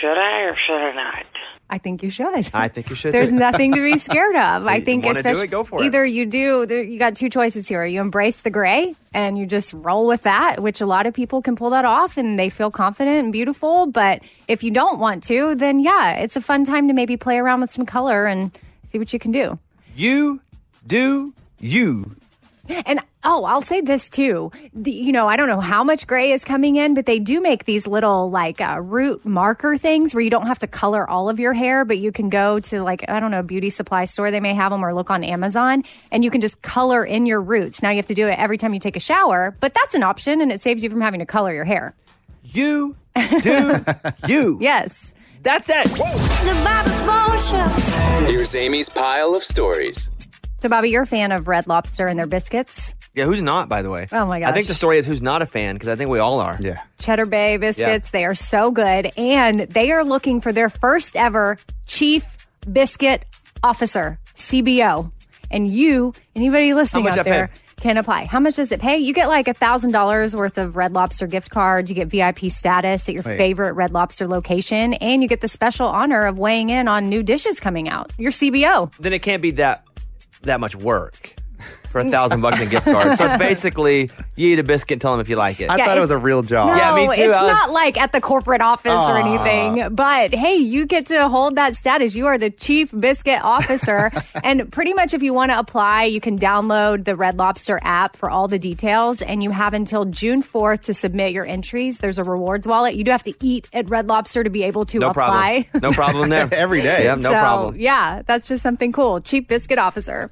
Speaker 25: Should I or should I not?
Speaker 2: I think you should.
Speaker 1: I think you should.
Speaker 2: There's
Speaker 1: too.
Speaker 2: nothing to be scared of. I
Speaker 1: You
Speaker 2: think
Speaker 1: wanna do
Speaker 2: especially
Speaker 1: it? Go for it.
Speaker 2: either you do there, you got two choices here. You embrace the gray and you just roll with that, which a lot of people can pull that off and they feel confident and beautiful, but if you don't want to, then yeah, it's a fun time to maybe play around with some color and see what you can do.
Speaker 1: You do you.
Speaker 2: And oh, I'll say this too. The, you know, I don't know how much gray is coming in, but they do make these little like uh, root marker things where you don't have to color all of your hair, but you can go to like, I don't know, a beauty supply store. They may have them or look on Amazon and you can just color in your roots. Now you have to do it every time you take a shower, but that's an option and it saves you from having to color your hair.
Speaker 1: You do you.
Speaker 2: Yes.
Speaker 18: That's it.
Speaker 13: Here's Amy's pile of stories.
Speaker 2: So, Bobby, you're a fan of Red Lobster and their biscuits,
Speaker 1: Yeah, who's not, by the way?
Speaker 2: Oh my
Speaker 1: I think
Speaker 2: gosh.
Speaker 1: the story is who's not a fan because I think we all are. Yeah.
Speaker 2: Cheddar Bay biscuits. They are so good. And they are looking for their first ever chief biscuit officer, CBO. And you, anybody listening
Speaker 1: much
Speaker 2: out
Speaker 1: I pay?
Speaker 2: there, can apply. How much does it pay? You get like a $1,000 worth of Red Lobster gift cards. You get VIP status at your
Speaker 1: Wait.
Speaker 2: favorite Red Lobster location. And you get the special honor of weighing in on new dishes coming out. Your CBO.
Speaker 1: Then it can't be that that much work for a thousand bucks in gift cards. So it's basically you eat a biscuit, tell them if you like it.
Speaker 2: I Yeah, thought it was it's- a
Speaker 1: real job.
Speaker 2: No,
Speaker 1: yeah, me too.
Speaker 2: it's
Speaker 1: I was-
Speaker 2: not like at the corporate office or
Speaker 1: Aw.
Speaker 2: anything. But hey, you get to hold that status. You are the chief biscuit officer. and pretty much if you want to apply, you can download the Red Lobster app for all the details. And you have until June 4th to submit your entries. There's a rewards wallet. You do have to eat at Red Lobster to be able to
Speaker 1: no
Speaker 2: apply.
Speaker 1: problem. No problem there. Every day. Yeah, no
Speaker 2: so,
Speaker 1: problem.
Speaker 2: Yeah, that's just something cool. Chief biscuit officer.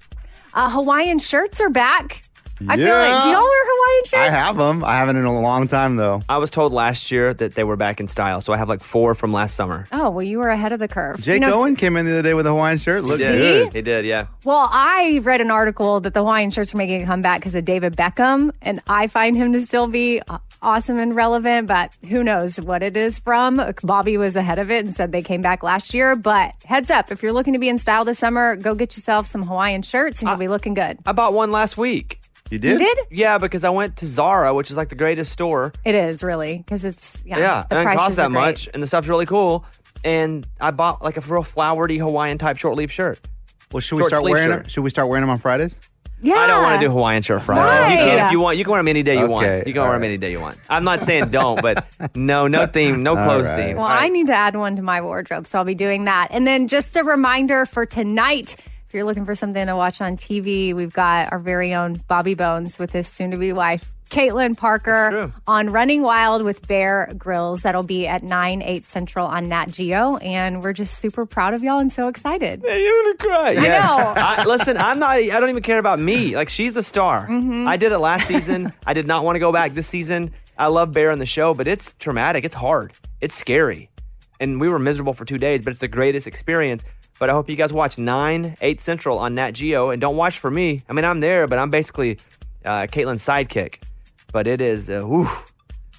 Speaker 2: Uh, Hawaiian shirts are back. I feel like, do
Speaker 1: Yeah.
Speaker 2: y'all wear Hawaiian shirts?
Speaker 1: them. I haven't in a long time though. I was told last year that they were back in style, so I have like four from last summer.
Speaker 2: Oh, well, you were ahead of the curve.
Speaker 5: Jake
Speaker 2: You know,
Speaker 5: Owen came in the other day with a Hawaiian shirt. Looked
Speaker 1: He
Speaker 5: good.
Speaker 1: did. He did. Yeah.
Speaker 2: Well, I read an article that the Hawaiian shirts were making a comeback because of David Beckham, and I find him to still be uh, awesome and relevant, but who knows what it is from. Uh, Bobby was ahead of it and said they came back last year. But heads up, if you're looking to be in style this summer, go get yourself some Hawaiian shirts and you'll be looking good.
Speaker 1: I bought one last week. You
Speaker 2: did? You did?
Speaker 1: Yeah, because I went to Zara, which is like the greatest store.
Speaker 2: It is really because it's, yeah,
Speaker 1: Yeah,
Speaker 2: the
Speaker 1: and it
Speaker 2: prices
Speaker 1: costs that
Speaker 2: are great.
Speaker 1: much, and the stuff's really cool. And I bought like a real flowery Hawaiian type short sleeve shirt.
Speaker 5: Well, should we start wearing them? Should we start wearing them on Fridays?
Speaker 2: Yeah.
Speaker 1: I don't want to do Hawaiian shirt Friday.
Speaker 5: Why?
Speaker 1: You can if you want. You can wear them any day you want.
Speaker 5: Okay,
Speaker 1: You can wear them any day you want. I'm not saying don't, but no, no theme, no
Speaker 5: All
Speaker 1: clothes
Speaker 5: right.
Speaker 1: theme.
Speaker 2: Well, I need to add one to my wardrobe, so I'll be doing that. And then just a reminder for tonight. If you're looking for something to watch on TV, we've got our very own Bobby Bones with his soon to be wife, Caitlin Parker, on Running Wild with Bear Grills. That'll be at 9, 8 central on Nat Geo. And we're just super proud of y'all and so excited.
Speaker 1: you're going to cry. Yes. I, listen, I'm not. I don't even care about me. Like she's the star.
Speaker 2: Mhm.
Speaker 1: I did it last season. I did not want to go back this season. I love Bear on the show, but it's traumatic. It's hard. It's scary, and we were miserable for two days. But it's the greatest experience. But I hope you guys watch nine eight central on Nat Geo, and don't watch for me. I mean, I'm there, but I'm basically uh, Caitlin's sidekick. But it is. Uh, whew.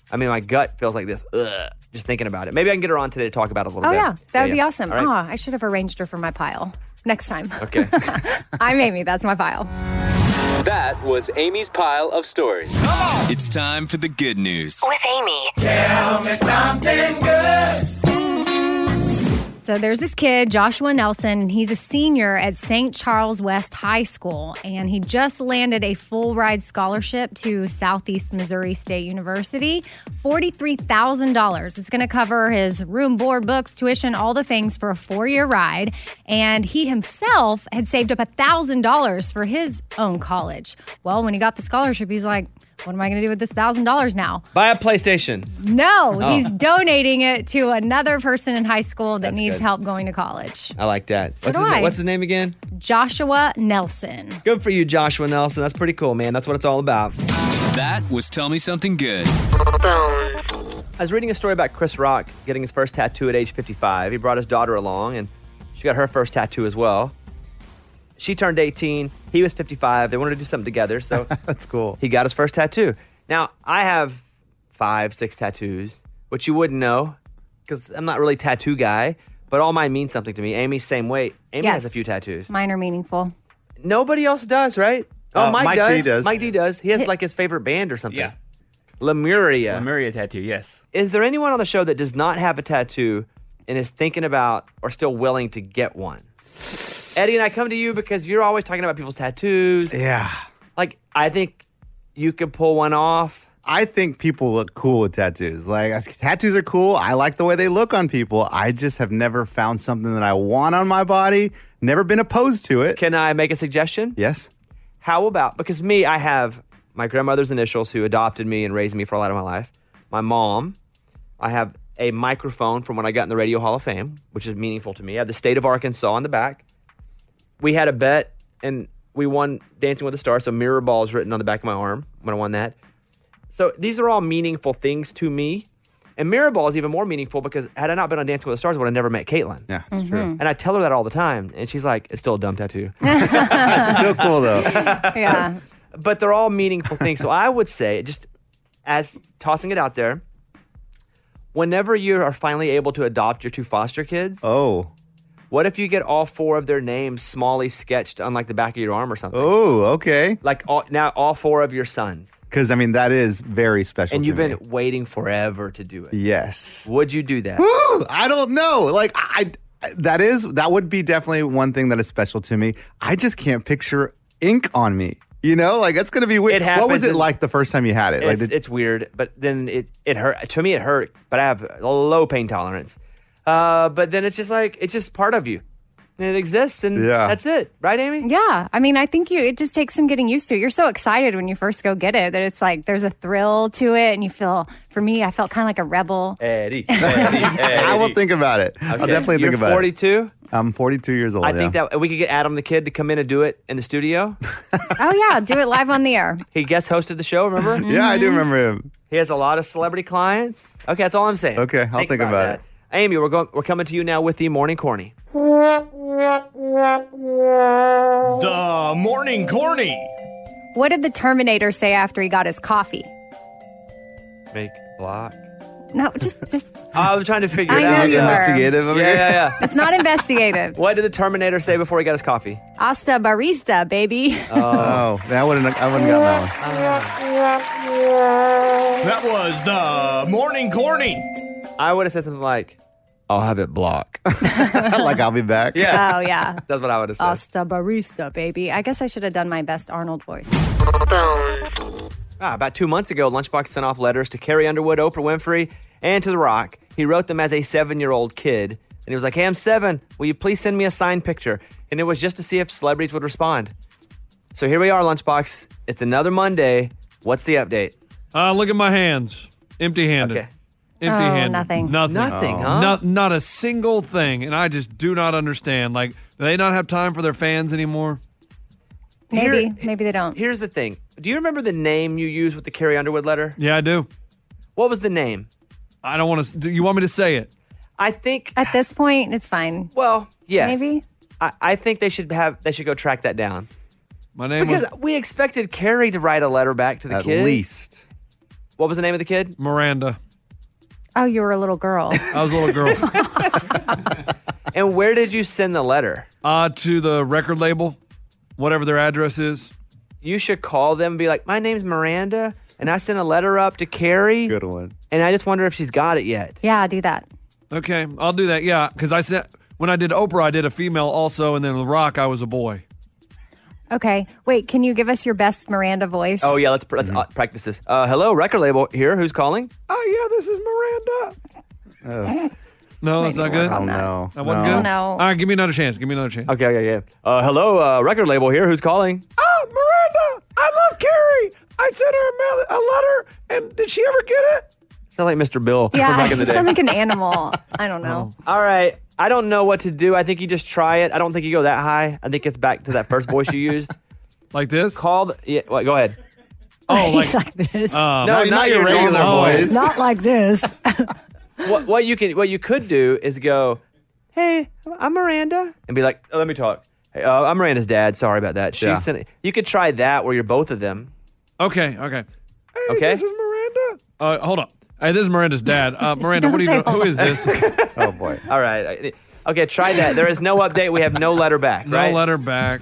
Speaker 1: I mean, my gut feels like this. Ugh, just thinking about it. Maybe I can get her on today to talk about it a little
Speaker 2: Oh,
Speaker 1: bit.
Speaker 2: yeah. That would be
Speaker 1: yeah.
Speaker 2: awesome.
Speaker 1: All right.
Speaker 2: Aw, I should have arranged her for my pile. Next time.
Speaker 1: Okay.
Speaker 2: I'm Amy. That's my pile.
Speaker 13: That was Amy's pile of stories. It's time for the good news.
Speaker 20: With Amy.
Speaker 14: Tell me something good.
Speaker 2: So there's this kid, Joshua Nelson, and he's a senior at St. Charles West High School, and he just landed a full ride scholarship to Southeast Missouri State University, forty-three thousand dollars. It's going to cover his room, board, books, tuition, all the things for a four-year ride. And he himself had saved up thousand dollars for his own college. Well, when he got the scholarship, he's like, "What am I going to do with this thousand dollars now?"
Speaker 1: Buy a PlayStation.
Speaker 2: No,
Speaker 1: Oh.
Speaker 2: he's donating it to another person in high school that
Speaker 1: That's
Speaker 2: needs
Speaker 1: good.
Speaker 2: help going to college.
Speaker 1: I like that. What's
Speaker 2: do
Speaker 1: his,
Speaker 2: I.
Speaker 1: name? What's his name again?
Speaker 2: Joshua Nelson.
Speaker 1: Good for you, Joshua Nelson. That's pretty cool, man. That's what it's all about.
Speaker 13: That was Tell Me Something Good.
Speaker 1: I was reading a story about Chris Rock getting his first tattoo at age 55. He brought his daughter along, and she got her first tattoo as well. She turned 18. He was 55. They wanted to do something together, so that's cool. He got his first tattoo. Now I have five, six tattoos, which you wouldn't know because I'm not really a tattoo guy. But all mine mean something to me. Amy, same way. Amy has
Speaker 2: Yes.
Speaker 1: a few tattoos.
Speaker 2: Mine are meaningful.
Speaker 1: Nobody else does, right? Oh, Mike, does. Mike D does. He has
Speaker 2: Hit-
Speaker 1: like his favorite band or something. Yeah. Lemuria. Lemuria tattoo, yes. Is there anyone on the show that does not have a tattoo and is thinking about or still willing to get one? Eddie and I come to you because you're always talking about people's tattoos. Yeah. Like, I think you could pull one off.
Speaker 5: I think people look cool with tattoos. Like tattoos are cool. I like the way they look on people. I just have never found something that I want on my body. Never been opposed to it.
Speaker 1: Can I make a suggestion?
Speaker 5: Yes.
Speaker 1: How about because me, I have my grandmother's initials who adopted me and raised me for a lot of my life. My mom, I have a microphone from when I got in the Radio Hall of Fame, which is meaningful to me. I have the state of Arkansas on the back. We had a bet and we won Dancing with the Stars, so mirror balls written on the back of my arm when I won that. So these are all meaningful things to me. And mirror ball is even more meaningful because had I not been on Dancing with the Stars, I would have never met Caitlin.
Speaker 5: Yeah.
Speaker 1: That's
Speaker 2: true.
Speaker 14: Hmm.
Speaker 2: Mhm.
Speaker 1: And I tell her that all the time. And she's like, it's still a dumb tattoo.
Speaker 5: It's still cool though.
Speaker 2: yeah.
Speaker 1: But they're all meaningful things. So I would say, just as tossing it out there, whenever you are finally able to adopt your two foster kids,
Speaker 5: oh,
Speaker 1: what if you get all four of their names smallly sketched on like the back of your arm or something?
Speaker 5: Oh, okay.
Speaker 1: Like all, now, all four of your sons,
Speaker 5: Because I mean that is very special.
Speaker 1: and
Speaker 5: to
Speaker 1: you've
Speaker 5: me.
Speaker 1: been waiting forever to do it.
Speaker 5: Yes.
Speaker 1: Would you do that?
Speaker 5: Woo! I don't know. Like I that is that would be definitely one thing that is special to me. I just can't picture ink on me. You know, like that's gonna be weird.
Speaker 1: It
Speaker 5: what was
Speaker 1: happens
Speaker 5: it
Speaker 1: in-
Speaker 5: like the first time you had it? Like
Speaker 1: It's,
Speaker 5: did-
Speaker 1: it's weird, but then it it hurt to me. It hurt, but I have a low pain tolerance. Uh, but then it's just like it's just part of you, and it exists, and
Speaker 5: Yeah.
Speaker 1: that's it, right, Amy?
Speaker 2: Yeah. I mean, I think you it just takes some getting used to. You're so excited when you first go get it that it's like there's a thrill to it and you feel for me, I felt kind of like a rebel.
Speaker 1: Eddie.
Speaker 5: I will think about it. I'll
Speaker 1: Okay.
Speaker 5: definitely
Speaker 1: You're
Speaker 5: think about it.
Speaker 1: 42?
Speaker 5: I'm 42 years old.
Speaker 1: I think that we could get Adam the kid to come in and do it in the studio.
Speaker 2: oh yeah, do it live on the air.
Speaker 1: He guest hosted the show, remember?
Speaker 5: Yeah, I do remember him.
Speaker 1: He has a lot of celebrity clients. Okay, that's all I'm saying.
Speaker 5: Okay, I'll think about it.
Speaker 1: that. Amy, we're going we're coming to you now with the morning corny.
Speaker 2: The
Speaker 21: morning corny.
Speaker 2: What did the Terminator say after he got his coffee?
Speaker 1: Make block.
Speaker 2: No, just just
Speaker 1: I was trying to figure
Speaker 2: I
Speaker 1: it
Speaker 2: know
Speaker 1: out.
Speaker 2: you were. Investigative
Speaker 1: Yeah,
Speaker 2: over
Speaker 1: yeah,
Speaker 2: here.
Speaker 1: yeah.
Speaker 2: it's not investigative.
Speaker 1: What did the Terminator say before he got his coffee?
Speaker 2: Asta barista, baby.
Speaker 5: Oh, that wouldn't I wouldn't got that one.
Speaker 21: That was the morning corny.
Speaker 1: I would have said something like, I'll have it block.
Speaker 5: like I'll be back.
Speaker 2: Oh yeah.
Speaker 1: That's what I would have said.
Speaker 2: Asta barista, baby. I guess I should have done my best Arnold voice.
Speaker 1: Ah, about two months ago, Lunchbox sent off letters to Carrie Underwood, Oprah Winfrey, and to The Rock. He wrote them as a seven year old kid. And he was like, Hey, I'm seven. Will you please send me a signed picture? And it was just to see if celebrities would respond. So here we are, Lunchbox. It's another Monday. What's the update?
Speaker 18: Uh, look at my hands. Empty handed. Okay. Empty handed.
Speaker 2: Oh, nothing.
Speaker 18: Nothing.
Speaker 2: Nothing, Oh. huh?
Speaker 18: Not, not a single thing. And I just do not understand. Like, do they not have time for their fans anymore?
Speaker 2: Maybe, maybe they don't.
Speaker 1: Here's the thing Do you remember the name you used with the Carrie Underwood letter?
Speaker 18: Yeah, I do.
Speaker 1: What was the name?
Speaker 18: I don't want to. Do you want me to say it?
Speaker 1: I think
Speaker 2: at this point it's fine.
Speaker 1: Well, yes.
Speaker 2: Maybe.
Speaker 1: I, I think they should have they should go track that down.
Speaker 18: My name
Speaker 1: Because
Speaker 18: was
Speaker 1: we expected Carrie to write a letter back to the
Speaker 18: At
Speaker 1: kid.
Speaker 18: least.
Speaker 1: What was the name of the kid?
Speaker 18: Miranda.
Speaker 2: Oh, you were a little girl.
Speaker 18: I was a little girl.
Speaker 1: and where did you send the letter?
Speaker 18: Uh, to the record label, whatever their address is.
Speaker 1: You should call them and be like, My name's Miranda, and I sent a letter up to Carrie. Good
Speaker 5: one.
Speaker 1: And I just wonder if she's got it yet.
Speaker 2: Yeah, do that.
Speaker 18: Okay, I'll do that. Yeah, because I said when I did Oprah, I did a female also, and then The Rock, I was a boy.
Speaker 2: Okay. Wait, can you give us your best Miranda voice?
Speaker 1: Oh yeah, let's pr- let's uh, practice this. Uh, hello, record label here. Who's calling?
Speaker 18: Oh yeah, this is Miranda. No, that's not good.
Speaker 1: on that.
Speaker 18: no, that wasn't good.
Speaker 1: Oh, No.
Speaker 18: All right, give me another chance. Give me another chance.
Speaker 1: Okay, okay, yeah. Uh, hello, uh, record label here. Who's calling?
Speaker 18: Oh, Miranda, I love Carrie. I sent her a, mail- a letter, and did she ever get it?
Speaker 1: Sound like Mr. Bill from back in the
Speaker 2: Yeah,
Speaker 1: day.
Speaker 2: sound like an animal. I don't know.
Speaker 1: All right. I don't know what to do. I think you just try it. I don't think you go that high. I think it's back to that first voice you used.
Speaker 18: Like this?
Speaker 1: Called. Yeah, well, go ahead.
Speaker 18: Oh, uh,
Speaker 1: like,
Speaker 2: this.
Speaker 1: No, not, your regular voice.
Speaker 2: Not like this.
Speaker 1: what, what you can, what you could do is go Hey, I'm Miranda. and be like, oh, "Let me talk." Hey, uh, I'm Miranda's dad. Sorry about that. She
Speaker 18: Yeah.
Speaker 1: sent it. You could try that where you're both of them.
Speaker 18: Okay, okay.
Speaker 1: okay.
Speaker 18: This is Miranda. Uh, hold up. Hey, this is Miranda's dad. Uh, Miranda, what do you know? Who is this?
Speaker 1: oh boy. All right. Okay, try that. There is no update. We have no letter back.
Speaker 18: No
Speaker 1: right?
Speaker 18: letter back.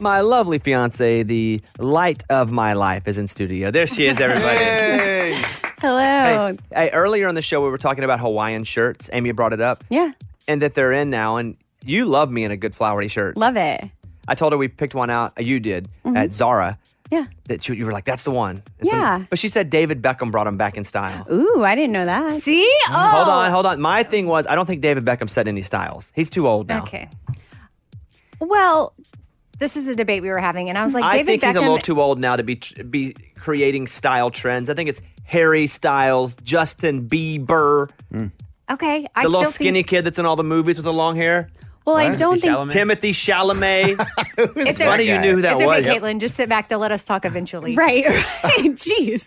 Speaker 1: My lovely fiance, the light of my life, is in studio. There she is, everybody.
Speaker 2: Hello.
Speaker 1: Hey, earlier on the show, we were talking about Hawaiian shirts. Amy brought it up.
Speaker 2: Yeah.
Speaker 1: And that they're in now. And you love me in a good flowery shirt.
Speaker 2: Love it.
Speaker 1: I told her we picked one out. uh, You did
Speaker 2: Mhm.
Speaker 1: at Zara.
Speaker 3: Yeah.
Speaker 1: That you, you were like, that's the one.
Speaker 3: Yeah.
Speaker 1: But she said David Beckham brought him back in style.
Speaker 3: Ooh, I didn't know that.
Speaker 2: See? Oh.
Speaker 1: Mm, Hold on, hold on. My thing was, I don't think David Beckham set any styles. He's too old now.
Speaker 2: Okay. Well, this is a debate we were having, and I was like,
Speaker 1: I
Speaker 2: David
Speaker 1: think
Speaker 2: Beckham.
Speaker 1: he's a little too old now to be tr- be creating style trends. I think it's Harry Styles, Justin Bieber,
Speaker 2: okay, I
Speaker 1: the
Speaker 2: still
Speaker 1: little skinny kid that's in all the movies with the long hair.
Speaker 2: Well, I What? don't think-
Speaker 1: Timothy Chalamet.
Speaker 2: think it's
Speaker 1: funny
Speaker 2: okay.
Speaker 1: you knew who that
Speaker 2: it's
Speaker 1: was.
Speaker 2: okay, Caitlin. Just sit back. They'll let us talk eventually.
Speaker 3: Right. right. Jeez.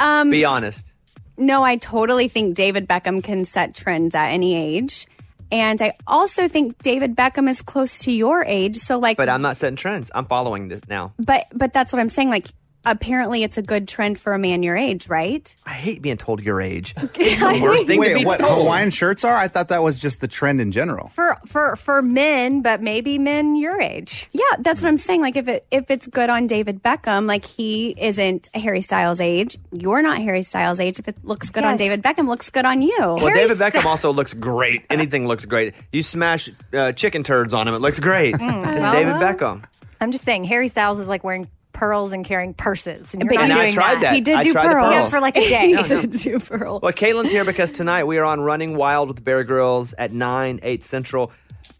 Speaker 3: um,
Speaker 1: be honest.
Speaker 3: No, I totally think David Beckham can set trends at any age. And I also think David Beckham is close to your age. So, like,
Speaker 1: But I'm not setting trends. I'm following this now.
Speaker 3: but, but that's what I'm saying. Like, apparently it's a good trend for a man your age, right?
Speaker 1: I hate being told your age.
Speaker 3: It's
Speaker 1: the worst thing
Speaker 5: Wait,
Speaker 1: to be
Speaker 5: what
Speaker 1: told.
Speaker 5: Hawaiian shirts are? I thought that was just the trend in general.
Speaker 2: for for for men, but maybe men your age.
Speaker 3: Yeah, that's what I'm saying. Like if it if it's good on David Beckham, like he isn't Harry Styles age, you're not Harry Styles age. If it looks good on
Speaker 2: Yes.
Speaker 3: David Beckham, looks good on you.
Speaker 1: Well, David Beckham also looks great. Anything looks great. You smash uh, chicken turds on him, it looks great.
Speaker 2: Mm,
Speaker 1: it's
Speaker 2: well,
Speaker 1: David
Speaker 2: uh,
Speaker 1: Beckham.
Speaker 2: I'm just saying, Harry Styles is like wearing pearls and carrying purses, and you're
Speaker 1: But
Speaker 2: not
Speaker 1: And I
Speaker 2: doing
Speaker 1: tried that.
Speaker 2: He did
Speaker 1: I
Speaker 2: do
Speaker 1: tried the
Speaker 2: pearls. Yeah,
Speaker 1: pearls.
Speaker 2: for like a day.
Speaker 1: No, no.
Speaker 3: do pearl.
Speaker 1: Well, Caitlin's here because tonight we are on Running Wild with Bear Grylls at 9, 8 Central.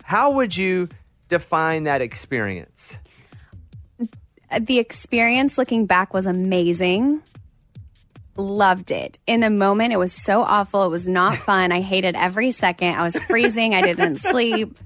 Speaker 1: How would you define that experience?
Speaker 3: Uh, the experience looking back was amazing. Loved it. In the moment, it was so awful. It was not fun. I hated every second. I was freezing. I didn't sleep.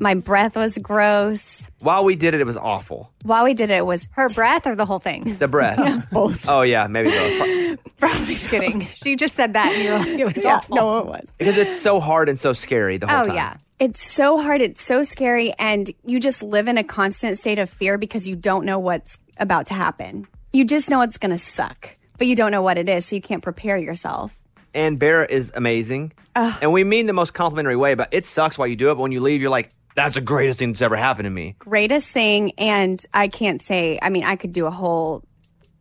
Speaker 3: My breath was gross.
Speaker 1: While we did it, it was awful.
Speaker 3: While we did it, it was
Speaker 2: her breath or the whole thing.
Speaker 1: The breath. Oh, yeah, maybe both.
Speaker 2: Just kidding. She just said that, and you're like, it was
Speaker 3: Yeah,
Speaker 2: awful.
Speaker 3: No, it was.
Speaker 1: Because it's so hard and so scary the whole
Speaker 3: oh
Speaker 1: time.
Speaker 3: yeah it's so hard it's so scary and you just live in a constant state of fear because you don't know what's about to happen you just know it's going to suck but you don't know what it is so you can't prepare yourself
Speaker 1: And Bear is amazing. And we mean the most complimentary way, but it sucks while you do it. But when you leave, you're like, that's the greatest thing that's ever happened to me.
Speaker 3: greatest thing and i can't say i mean i could do a whole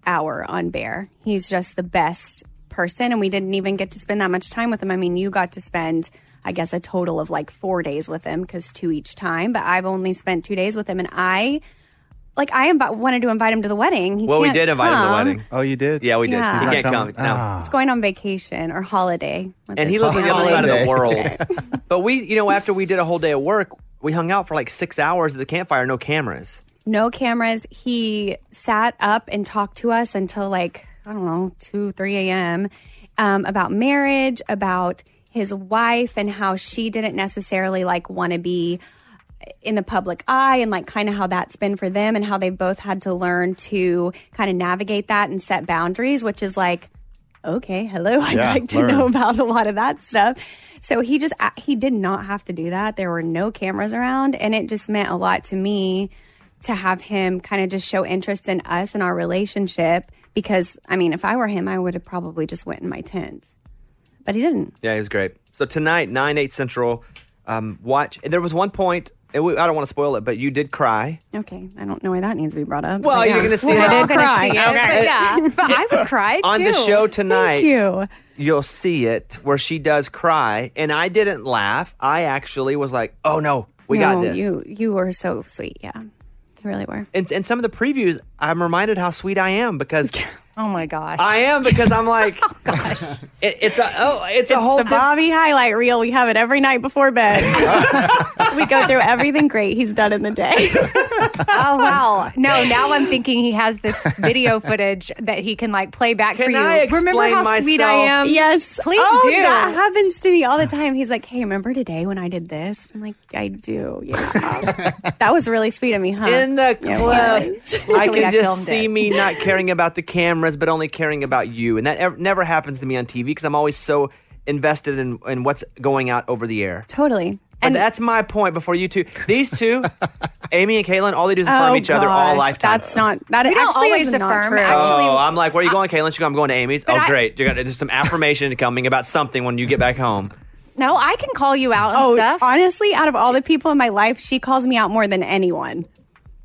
Speaker 3: hour on bear he's just the best person and we didn't even get to spend that much time with him i mean you got to spend i guess a total of like four days with him because two each time but i've only spent two days with him and i like i inv- wanted to invite him to the wedding He
Speaker 1: well, we
Speaker 3: can't
Speaker 1: did invite him to the
Speaker 3: come.
Speaker 1: wedding.
Speaker 5: Oh, you did?
Speaker 1: Yeah, we did.
Speaker 3: Yeah.
Speaker 1: He
Speaker 3: He's
Speaker 1: can't
Speaker 3: not
Speaker 1: come.
Speaker 3: coming.
Speaker 1: No.
Speaker 3: He's going on vacation or holiday. with
Speaker 1: and he
Speaker 3: his
Speaker 1: lives on the other side of the family.
Speaker 3: world.
Speaker 1: But we, you know, after we did a whole day of work, we hung out for like six hours at the campfire, no cameras.
Speaker 3: no cameras. He sat up and talked to us until like, I don't know, 2, 3 a.m. Um, about marriage, about his wife and how she didn't necessarily like want to be in the public eye and like kind of how that's been for them and how they've both had to learn to kind of navigate that and set boundaries, which is like, okay, hello, I'd
Speaker 26: Yeah,
Speaker 3: like to
Speaker 26: learn.
Speaker 3: know about a lot of that stuff. So he just he did not have to do that. There were no cameras around, and it just meant a lot to me to have him kind of just show interest in us and our relationship. Because I mean, if I were him, I would have probably just went in my tent, but he didn't.
Speaker 1: Yeah, he was great. So tonight, 9, 8 central, um, watch. And there was one point it, we, I don't want to spoil it, but you did cry.
Speaker 3: Okay, I don't know why that needs to be brought up.
Speaker 1: Well,
Speaker 3: but
Speaker 1: you're
Speaker 3: yeah.
Speaker 1: gonna see
Speaker 3: I
Speaker 1: it.
Speaker 3: did
Speaker 1: We're
Speaker 3: cry.
Speaker 1: all gonna see it,
Speaker 3: Okay.
Speaker 1: but
Speaker 3: yeah, but I would cry
Speaker 1: on the show tonight
Speaker 3: you.
Speaker 1: will see it where she does cry and i didn't laugh i actually was like oh no we got this
Speaker 3: You you were so sweet. Yeah, you really were.
Speaker 1: and, and some of the previews i'm reminded how sweet i am because
Speaker 3: Oh my gosh.
Speaker 1: i am because i'm like oh gosh it, it's a oh it's, a whole
Speaker 3: the Bobby highlight reel. We have it every night before bed. we go through everything great he's done in the day.
Speaker 2: oh wow! No, now I'm thinking he has this video footage that he can like play back for
Speaker 3: Can
Speaker 2: you.
Speaker 3: I
Speaker 2: Remember how
Speaker 3: explain
Speaker 2: sweet I
Speaker 3: myself?
Speaker 2: am?
Speaker 3: Yes,
Speaker 2: please
Speaker 3: oh,
Speaker 2: do.
Speaker 3: That happens to me all the time. He's like, "Hey, remember today when I did this?" I'm like, "I do." Oh, Yeah, that was really sweet of me, huh?
Speaker 1: In the
Speaker 3: Yeah,
Speaker 1: club,
Speaker 3: he's like-
Speaker 1: I can just see me not caring about the cameras, but only caring about you, and that ev- never happens to me on TV because I'm always so invested in, in what's going out over the air.
Speaker 3: Totally.
Speaker 1: But that's my point before you two. These two, Amy and Caitlin, all they do is affirm
Speaker 3: Oh,
Speaker 1: each other all
Speaker 3: gosh,
Speaker 1: lifetime.
Speaker 3: That's not that
Speaker 2: We don't
Speaker 3: actually
Speaker 2: always
Speaker 3: is not
Speaker 2: affirm,
Speaker 3: true.
Speaker 1: oh, I'm like, where are you going, Caitlin? She goes, I'm going to Amy's. Oh,
Speaker 2: I-
Speaker 1: great. You're gonna, there's some affirmation coming about something when you get back home.
Speaker 2: No, I can call you out
Speaker 3: oh, honestly, out of all the people in my life, she calls me out more than anyone.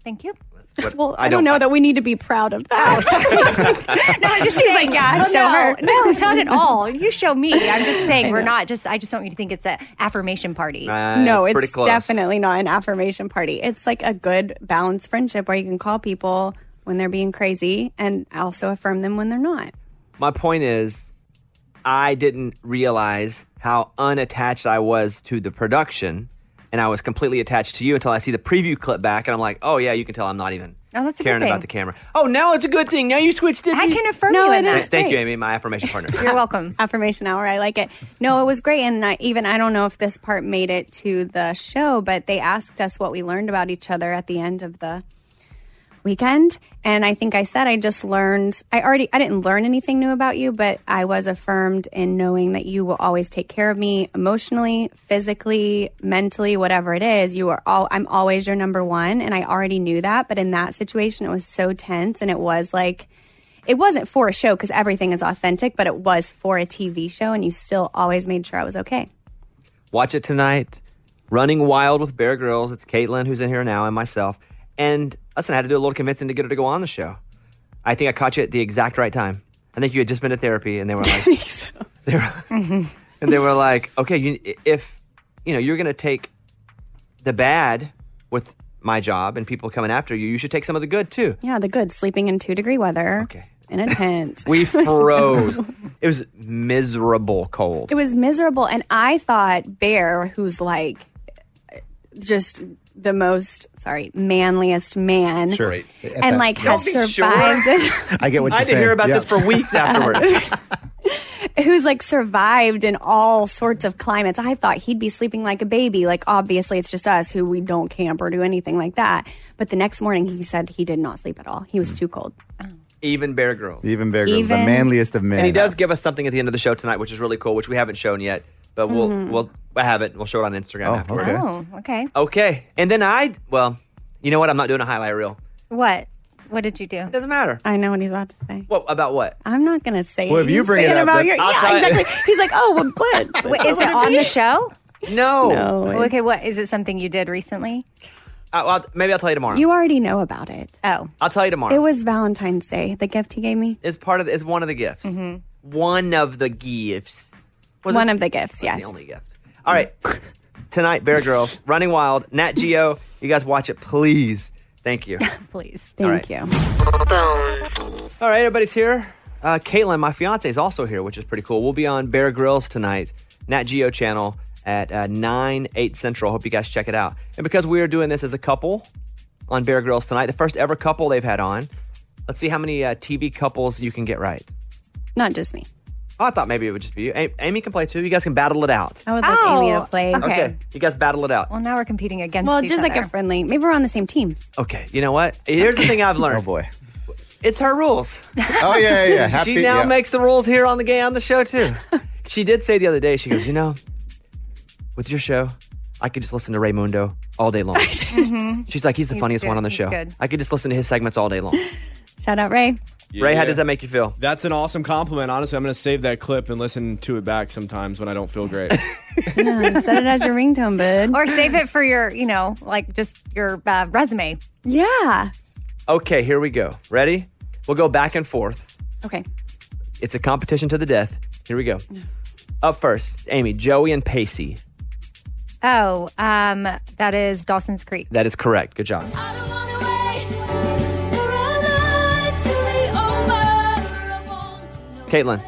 Speaker 2: Thank you.
Speaker 1: But
Speaker 3: Well, I, don't, know that we need to be proud of that.
Speaker 2: No, I'm just
Speaker 3: She's
Speaker 2: saying.
Speaker 3: like, yeah,
Speaker 2: Well,
Speaker 3: show
Speaker 2: no,
Speaker 3: her.
Speaker 2: No, not at all. You show me. I'm just saying
Speaker 3: I
Speaker 2: we're
Speaker 3: know.
Speaker 2: not just. I just don't think it's an affirmation party.
Speaker 3: no, it's, definitely not an affirmation party. It's like a good balanced friendship where you can call people when they're being crazy and also affirm them when they're not.
Speaker 1: My point is, I didn't realize how unattached I was to the production, and I was completely attached to you until I see the preview clip back, and I'm like, oh yeah, you can tell I'm not even
Speaker 2: Oh, that's a
Speaker 1: caring
Speaker 2: good thing. Oh,
Speaker 1: about the camera. Oh, now it's a good thing. Now you switched it.
Speaker 2: I can affirm you in that.
Speaker 1: Thank you, Amy, my affirmation partner.
Speaker 3: You're
Speaker 2: welcome.
Speaker 3: Affirmation hour. I like it. No, it was great. And I, even I don't know if this part made it to the show, but they asked us what we learned about each other at the end of the weekend. And I think I said I just learned, I already, I didn't learn anything new about you, but I was affirmed in knowing that you will always take care of me emotionally, physically, mentally, whatever it is. You are all, I'm always your number one. And I already knew that. But in that situation, it was so tense and it was like, it wasn't for a show because everything is authentic, but it was for a TV show, and you still always made sure I was okay.
Speaker 1: Watch it tonight. Running Wild with Bear Grylls. It's Caitlin who's in here now and myself. And listen, I had to do a little convincing to get her to go on the show. I think I caught you at the exact right time. I think you had just been to therapy, and they were like,
Speaker 14: Mm-hmm.
Speaker 1: and they were like, okay, you, if you know you're going to take the bad with my job and people coming after you, you should take some of the good too.
Speaker 3: Yeah, the good sleeping in two degree weather. Okay. In a tent.
Speaker 1: We froze. it was miserable cold.
Speaker 3: It was miserable. And I thought Bear, who's like just the most, sorry, manliest man.
Speaker 5: Sure. Right. At
Speaker 3: And
Speaker 5: that-
Speaker 3: like
Speaker 5: Don't
Speaker 3: has
Speaker 5: be sure.
Speaker 3: survived.
Speaker 5: I get what you're
Speaker 1: I didn't
Speaker 5: saying.
Speaker 1: hear about
Speaker 5: Yeah.
Speaker 1: this for weeks afterwards.
Speaker 3: who's like survived in all sorts of climates. I thought he'd be sleeping like a baby. Like, obviously, it's just us who we don't camp or do anything like that. But the next morning, he said he did not sleep at all. He was too cold.
Speaker 1: Even Bear Grylls.
Speaker 5: Even Bear Grylls, the
Speaker 3: Even
Speaker 5: manliest of men.
Speaker 1: And he does give us something at the end of the show tonight, which is really cool, which we haven't shown yet, but we'll
Speaker 3: Mm-hmm.
Speaker 2: Mhm.
Speaker 1: we'll I have it. We'll show it on Instagram afterward.
Speaker 2: Oh, okay.
Speaker 1: Okay. And then I well, you know what? I'm not doing a highlight reel.
Speaker 2: What? What did you do? It
Speaker 1: doesn't matter.
Speaker 3: I know what he's about to say.
Speaker 1: Well, about what?
Speaker 3: I'm not going to say
Speaker 1: Well,
Speaker 3: it.
Speaker 1: if you
Speaker 3: He's
Speaker 1: bring it
Speaker 3: saying
Speaker 1: up,
Speaker 3: about
Speaker 1: then
Speaker 3: your,
Speaker 1: I'll
Speaker 3: yeah,
Speaker 1: tell you.
Speaker 3: exactly. He's like, oh, well, good.
Speaker 2: Wait, is it on the show?
Speaker 1: No.
Speaker 3: No, it's-
Speaker 2: okay. What is it? Something you did recently?
Speaker 1: I, well, maybe I'll tell you tomorrow.
Speaker 3: You already know about it.
Speaker 2: Oh.
Speaker 1: I'll tell you tomorrow.
Speaker 3: It was Valentine's Day, the gift he gave me.
Speaker 1: it's part of the, it's one of the gifts.
Speaker 2: Mm-hmm.
Speaker 3: Mhm.
Speaker 1: One of the gifts.
Speaker 3: One of the gifts, yes.
Speaker 1: The only gift. All right. Tonight, Bear Girls, Running Wild, Nat Geo. You guys watch it, please. Thank you.
Speaker 2: Please.
Speaker 1: All
Speaker 3: Thank you.
Speaker 1: All right, everybody's here. Uh, Caitlin, my fiance, is also here, which is pretty cool. We'll be on Bear Grylls tonight, Nat Geo channel at uh, 9, 8 central. Hope you guys check it out. And because we are doing this as a couple on Bear Grylls tonight, the first ever couple they've had on, let's see how many uh, TV couples you can get right.
Speaker 3: Not just me.
Speaker 1: Oh, I thought maybe it would just be you. A- Amy can play too. You guys can battle it out.
Speaker 3: I would like
Speaker 2: Oh,
Speaker 3: Amy to play.
Speaker 2: okay.
Speaker 1: You guys battle it out.
Speaker 2: Well, now we're competing against.
Speaker 3: Well,
Speaker 2: each
Speaker 3: just like
Speaker 2: other.
Speaker 3: a friendly. Maybe we're on the same team.
Speaker 1: Okay. You know what? Here's the thing I've learned. oh, boy. It's her rules.
Speaker 5: Oh yeah, yeah. yeah. Happy,
Speaker 1: she now
Speaker 5: yeah.
Speaker 1: makes the rules here on the game on the show too. she did say the other day, she goes, you know, with your show, I could just listen to Raymundo all day long.
Speaker 2: Mm-hmm.
Speaker 1: She's like, he's the funniest one on the show. I could just listen to his segments all day long.
Speaker 3: Shout out Ray.
Speaker 1: Ray, how does that make you feel?
Speaker 4: That's an awesome compliment. Honestly, I'm going to save that clip and listen to it back sometimes when I don't feel great.
Speaker 3: Yeah, set it as your ringtone, bud.
Speaker 2: Or save it for your, you know, like just your uh, resume.
Speaker 3: Yeah.
Speaker 1: Okay, here we go. Ready? We'll go back and forth.
Speaker 3: Okay.
Speaker 1: It's a competition to the death. Here we go. Up first, Amy, Joey, and Pacey.
Speaker 2: Oh, um, that is Dawson's Creek.
Speaker 1: That is correct. Good job. Caitlin,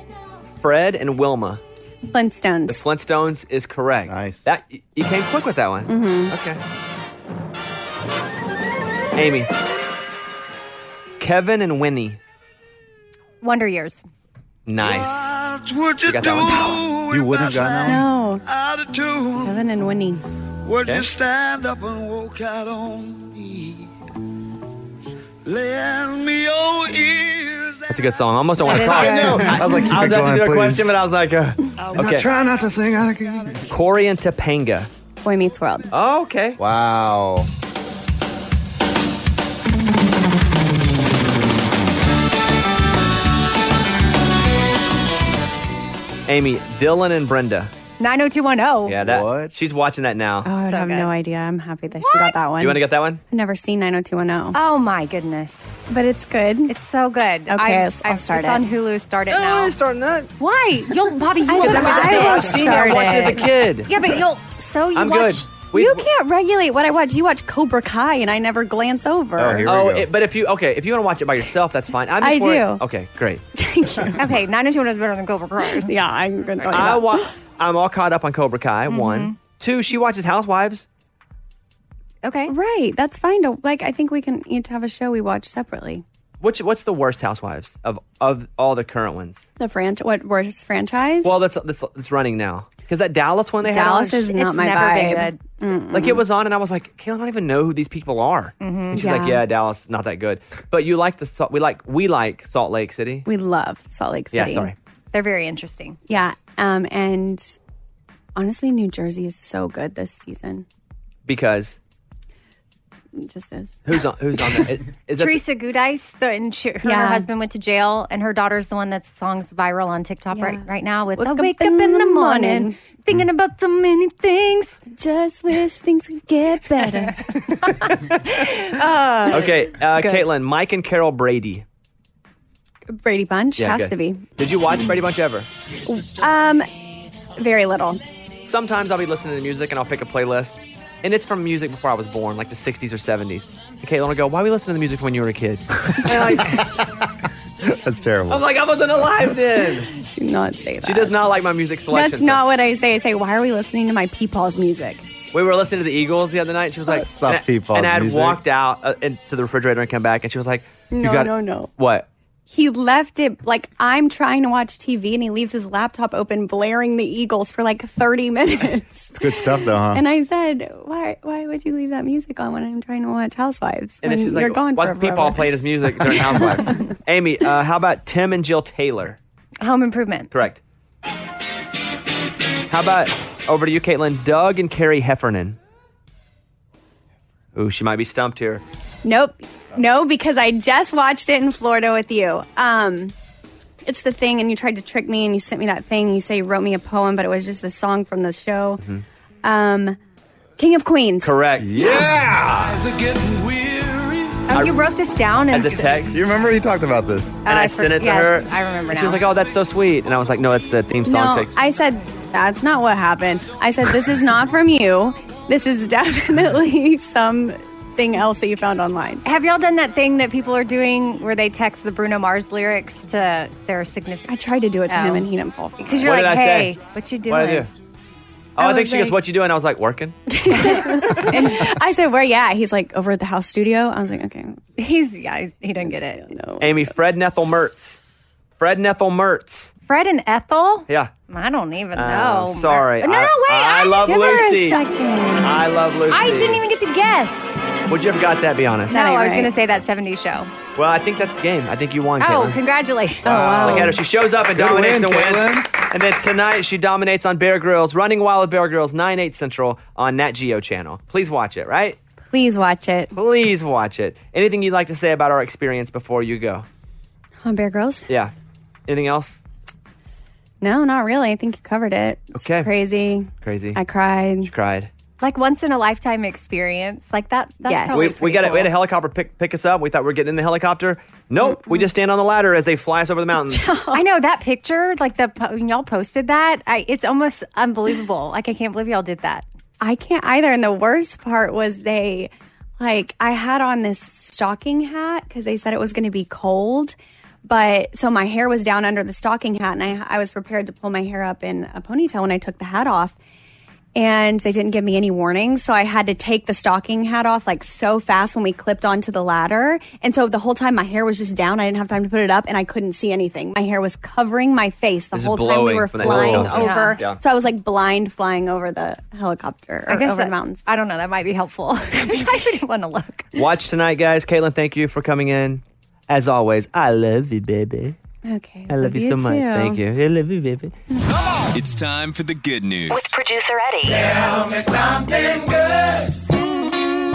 Speaker 1: Fred and Wilma.
Speaker 3: Flintstones.
Speaker 1: The Flintstones is correct. Nice. That y- you came quick with that one.
Speaker 3: Mm-hmm.
Speaker 1: Okay. Amy, Kevin and Winnie.
Speaker 2: Wonder Years.
Speaker 1: Nice.
Speaker 2: would you
Speaker 1: got that one.
Speaker 5: You wouldn't have gotten that
Speaker 3: No. Kevin and Winnie.
Speaker 20: Would you stand up and walk out on me? Lend me your ears.
Speaker 1: That's a good song. I almost don't want to talk.
Speaker 20: That is good. I know.
Speaker 1: I was like, I was
Speaker 20: Keep it
Speaker 1: after
Speaker 20: going,
Speaker 1: their
Speaker 20: please.
Speaker 1: question, but I was like, uh,
Speaker 5: one.
Speaker 1: okay.
Speaker 5: I try not to sing out again.
Speaker 1: Corey and Topanga.
Speaker 3: Boy Meets World.
Speaker 1: Oh, okay. Wow. Amy, Dylan and Brenda.
Speaker 2: 90210.
Speaker 1: Yeah, that she's watching that now.
Speaker 3: Oh, I have no idea. I'm happy that she got that Oh, one.
Speaker 1: You want to get that one?
Speaker 3: I've never seen 90210.
Speaker 2: Oh my goodness.
Speaker 3: But it's good.
Speaker 2: It's so good. Okay,
Speaker 3: I'll- I'll start
Speaker 2: it's
Speaker 3: it.
Speaker 2: on Hulu. Start it
Speaker 3: I don't
Speaker 2: now.
Speaker 3: wanna
Speaker 1: starting that.
Speaker 2: Why? You'll Bobby. You
Speaker 3: I
Speaker 2: will
Speaker 3: don't
Speaker 2: not
Speaker 3: know.
Speaker 2: do
Speaker 3: I've
Speaker 2: it.
Speaker 3: seen it. I watched it as a kid.
Speaker 2: Yeah, but you'll. So you
Speaker 1: I'm
Speaker 2: watch.
Speaker 1: good.
Speaker 3: you can't regulate what I watch. You watch Cobra Kai, and I never glance over.
Speaker 1: Oh, it- but if you okay, if you want to watch it by yourself, that's fine. I'm
Speaker 3: I
Speaker 1: for it.
Speaker 3: do.
Speaker 1: Okay, great.
Speaker 2: Okay, 90210 is better than Cobra Kai.
Speaker 3: yeah, I'm gonna.
Speaker 1: I wa- I'm all caught up on Cobra Kai.
Speaker 3: Mm-hmm.
Speaker 1: One, two. She watches Housewives.
Speaker 2: Okay.
Speaker 3: Right. That's fine. To, like, I think we can each have a show we watch separately.
Speaker 1: Which what's the worst Housewives of of all the current ones?
Speaker 3: The franchise. What worst franchise?
Speaker 1: Well, that's that's, that's running now because that Dallas one they
Speaker 3: Dallas
Speaker 1: had on,
Speaker 3: is not
Speaker 1: it's
Speaker 3: my
Speaker 1: never been
Speaker 3: vibe. Mm-mm.
Speaker 1: Like it was on, and I was like, Kayla, I don't even know who these people are.
Speaker 2: Mm-hmm.
Speaker 3: Mhm.
Speaker 1: And she's like,
Speaker 3: Yeah.
Speaker 1: Yeah, Dallas, not that good. But you like the Sa- we like we like Salt Lake City.
Speaker 3: We love Salt Lake City.
Speaker 1: Yeah, sorry.
Speaker 2: They're very interesting.
Speaker 3: Yeah. Um, and honestly, New Jersey is so good this season.
Speaker 1: Because
Speaker 3: It just is.
Speaker 1: who's on who's on that? Is, is that the-
Speaker 2: Teresa Gudice, the, and she, her, and her
Speaker 3: Yeah.
Speaker 2: husband went to jail, and her daughter's the one that's songs viral on TikTok right, right now with
Speaker 3: Wake
Speaker 2: "I
Speaker 3: up
Speaker 2: wake up
Speaker 3: in
Speaker 2: in,
Speaker 3: the
Speaker 2: the morning,
Speaker 3: morning.
Speaker 2: thinking about so many things.
Speaker 3: Just wish things could get better.
Speaker 2: Uh,
Speaker 1: okay, uh,
Speaker 3: good.
Speaker 1: Caitlin, Mike and Carol Brady.
Speaker 3: Brady Bunch
Speaker 1: Yeah,
Speaker 3: has
Speaker 1: good.
Speaker 3: to be.
Speaker 1: Did you watch Brady Bunch ever?
Speaker 3: Um, very little.
Speaker 1: Sometimes I'll be listening to music and I'll pick a playlist, and it's from music before I was born, like the 60s or 70s. And Caitlin will go, Why are we listening to the music from when you were a kid?
Speaker 5: That's terrible.
Speaker 1: I'm like, I wasn't alive then.
Speaker 3: Do not say that.
Speaker 1: She does not like my music selection.
Speaker 3: That's not what I say. I say, why are we listening to my people's music?
Speaker 1: We were listening to the Eagles the other night. She was like,
Speaker 5: not
Speaker 1: and I-
Speaker 5: people's
Speaker 1: And I had
Speaker 5: music.
Speaker 1: walked out uh, into the refrigerator and come back, and she was like, you
Speaker 3: No,
Speaker 1: got
Speaker 3: no, no.
Speaker 1: What?
Speaker 3: He left it like I'm trying to watch TV and he leaves his laptop open, blaring the Eagles for like 30 minutes.
Speaker 5: It's good stuff though,
Speaker 1: Uh-huh.
Speaker 5: huh?
Speaker 3: And I said, why Why would you leave that music on when I'm trying to watch Housewives?
Speaker 1: And then
Speaker 3: when
Speaker 1: she's
Speaker 3: you're
Speaker 1: like,
Speaker 3: gone
Speaker 1: Why's
Speaker 3: for
Speaker 1: Peepaw
Speaker 3: forever?"
Speaker 1: playing his music during Housewives? Amy, uh, how about Tim and Jill Taylor?
Speaker 2: Home Improvement.
Speaker 1: Correct. How about over to you, Caitlin? Doug and Carrie Heffernan. Ooh, she might be stumped here.
Speaker 3: Nope. No, because I just watched it in Florida with you. Um, it's the thing, and you tried to trick me, and you sent me that thing. You say you wrote me a poem, but it was just the song from the show. Um, King of Queens.
Speaker 1: Mm-hmm. Correct.
Speaker 5: Yeah.
Speaker 2: Oh, you wrote this down and
Speaker 1: As a text.
Speaker 5: You remember he talked about
Speaker 3: Oh,
Speaker 5: this?
Speaker 1: And I, sent it to
Speaker 2: yes,
Speaker 1: her.
Speaker 2: I remember
Speaker 1: and She was
Speaker 2: now.
Speaker 1: like, "Oh, that's so sweet," and I was like, "No, it's the theme
Speaker 3: No,
Speaker 1: song." text.
Speaker 3: I said that's not what happened. I said this is not from you. This is definitely something else that you found online.
Speaker 2: Have y'all done that thing that people are doing where they text the Bruno Mars lyrics to their significant? I
Speaker 3: tried to do it to him and he didn't fall for it.
Speaker 2: Oh. Because you're
Speaker 1: What
Speaker 2: like,
Speaker 1: did I
Speaker 2: hey,
Speaker 1: say?
Speaker 2: what you doing?
Speaker 1: What I do? Oh,
Speaker 3: I
Speaker 1: I, think
Speaker 3: was
Speaker 1: she goes,
Speaker 3: like-
Speaker 1: "What you doing?" I was like, "Working."
Speaker 3: I said where? Yeah, he's like over at the house studio. I was like, okay,
Speaker 2: He's yeah, he's, he didn't get it.
Speaker 3: No.
Speaker 1: Amy, Fred Nethel Mertz. Fred Nethel Mertz.
Speaker 2: Fred and Ethel.
Speaker 1: Yeah.
Speaker 2: I don't even
Speaker 1: Oh,
Speaker 2: know.
Speaker 1: sorry.
Speaker 2: No, no,
Speaker 1: I-
Speaker 2: wait.
Speaker 1: I
Speaker 2: I,
Speaker 1: love
Speaker 2: give her a
Speaker 1: Lucy.
Speaker 2: second.
Speaker 1: I love Lucy.
Speaker 2: I didn't even get to guess.
Speaker 1: Would you have got that? Be honest.
Speaker 2: No, I was going to say that 70s show.
Speaker 1: Well, I think that's the game. I think you won.
Speaker 2: Oh,
Speaker 1: Caitlin.
Speaker 2: congratulations.
Speaker 1: Look at her. She shows up and
Speaker 5: Good
Speaker 1: dominates
Speaker 5: win,
Speaker 1: and wins. And then tonight she dominates on Bear Grylls, Running Wild with Bear Grylls, 9 8 Central on Nat Geo channel. Please watch it, right?
Speaker 3: please watch it.
Speaker 1: Please watch it. Anything you'd like to say about our experience before you go?
Speaker 3: on Bear Girls?
Speaker 1: Yeah. Anything else?
Speaker 3: No, not really. I think you covered it.
Speaker 1: Okay.
Speaker 3: Crazy.
Speaker 1: Crazy.
Speaker 3: I cried.
Speaker 1: She cried.
Speaker 2: Like once in a lifetime experience. Like that. That's
Speaker 3: Yes.
Speaker 2: probably
Speaker 1: We, we got a, we had a helicopter pick, pick us up. We thought we were getting in the helicopter. Nope. We just stand on the ladder as they fly us over the mountain.
Speaker 2: I know that picture, like the po- when y'all posted that, I, it's almost unbelievable. Like I can't believe y'all did that.
Speaker 3: I can't either. And the worst part was they, like, I had on this stocking hat because they said it was going to be cold. But so my hair was down under the stocking hat, and I, I was prepared to pull my hair up in a ponytail when I took the hat off. And they didn't give me any warning. So I had to take the stocking hat off like so fast when we clipped onto the ladder. And so the whole time my hair was just down. I didn't have time to put it up and I couldn't see anything. My hair was covering my face the
Speaker 1: This is
Speaker 3: whole time we
Speaker 1: blowing
Speaker 3: were
Speaker 1: from that
Speaker 3: flying
Speaker 1: helicopter. Yeah.
Speaker 3: over.
Speaker 1: Yeah.
Speaker 3: So I was like blind flying over the helicopter or
Speaker 2: I guess
Speaker 3: over the
Speaker 2: that-
Speaker 3: mountains.
Speaker 2: I don't know. That might be helpful. 'Cause I didn't want to look.
Speaker 1: Watch tonight, guys. Caitlin, thank you for coming in. As always, I love you, baby.
Speaker 3: Okay.
Speaker 1: I love, you, so much. Thank you. I love you, baby.
Speaker 13: It's time for the good news.
Speaker 14: With producer Eddie.
Speaker 13: Tell me something
Speaker 14: good.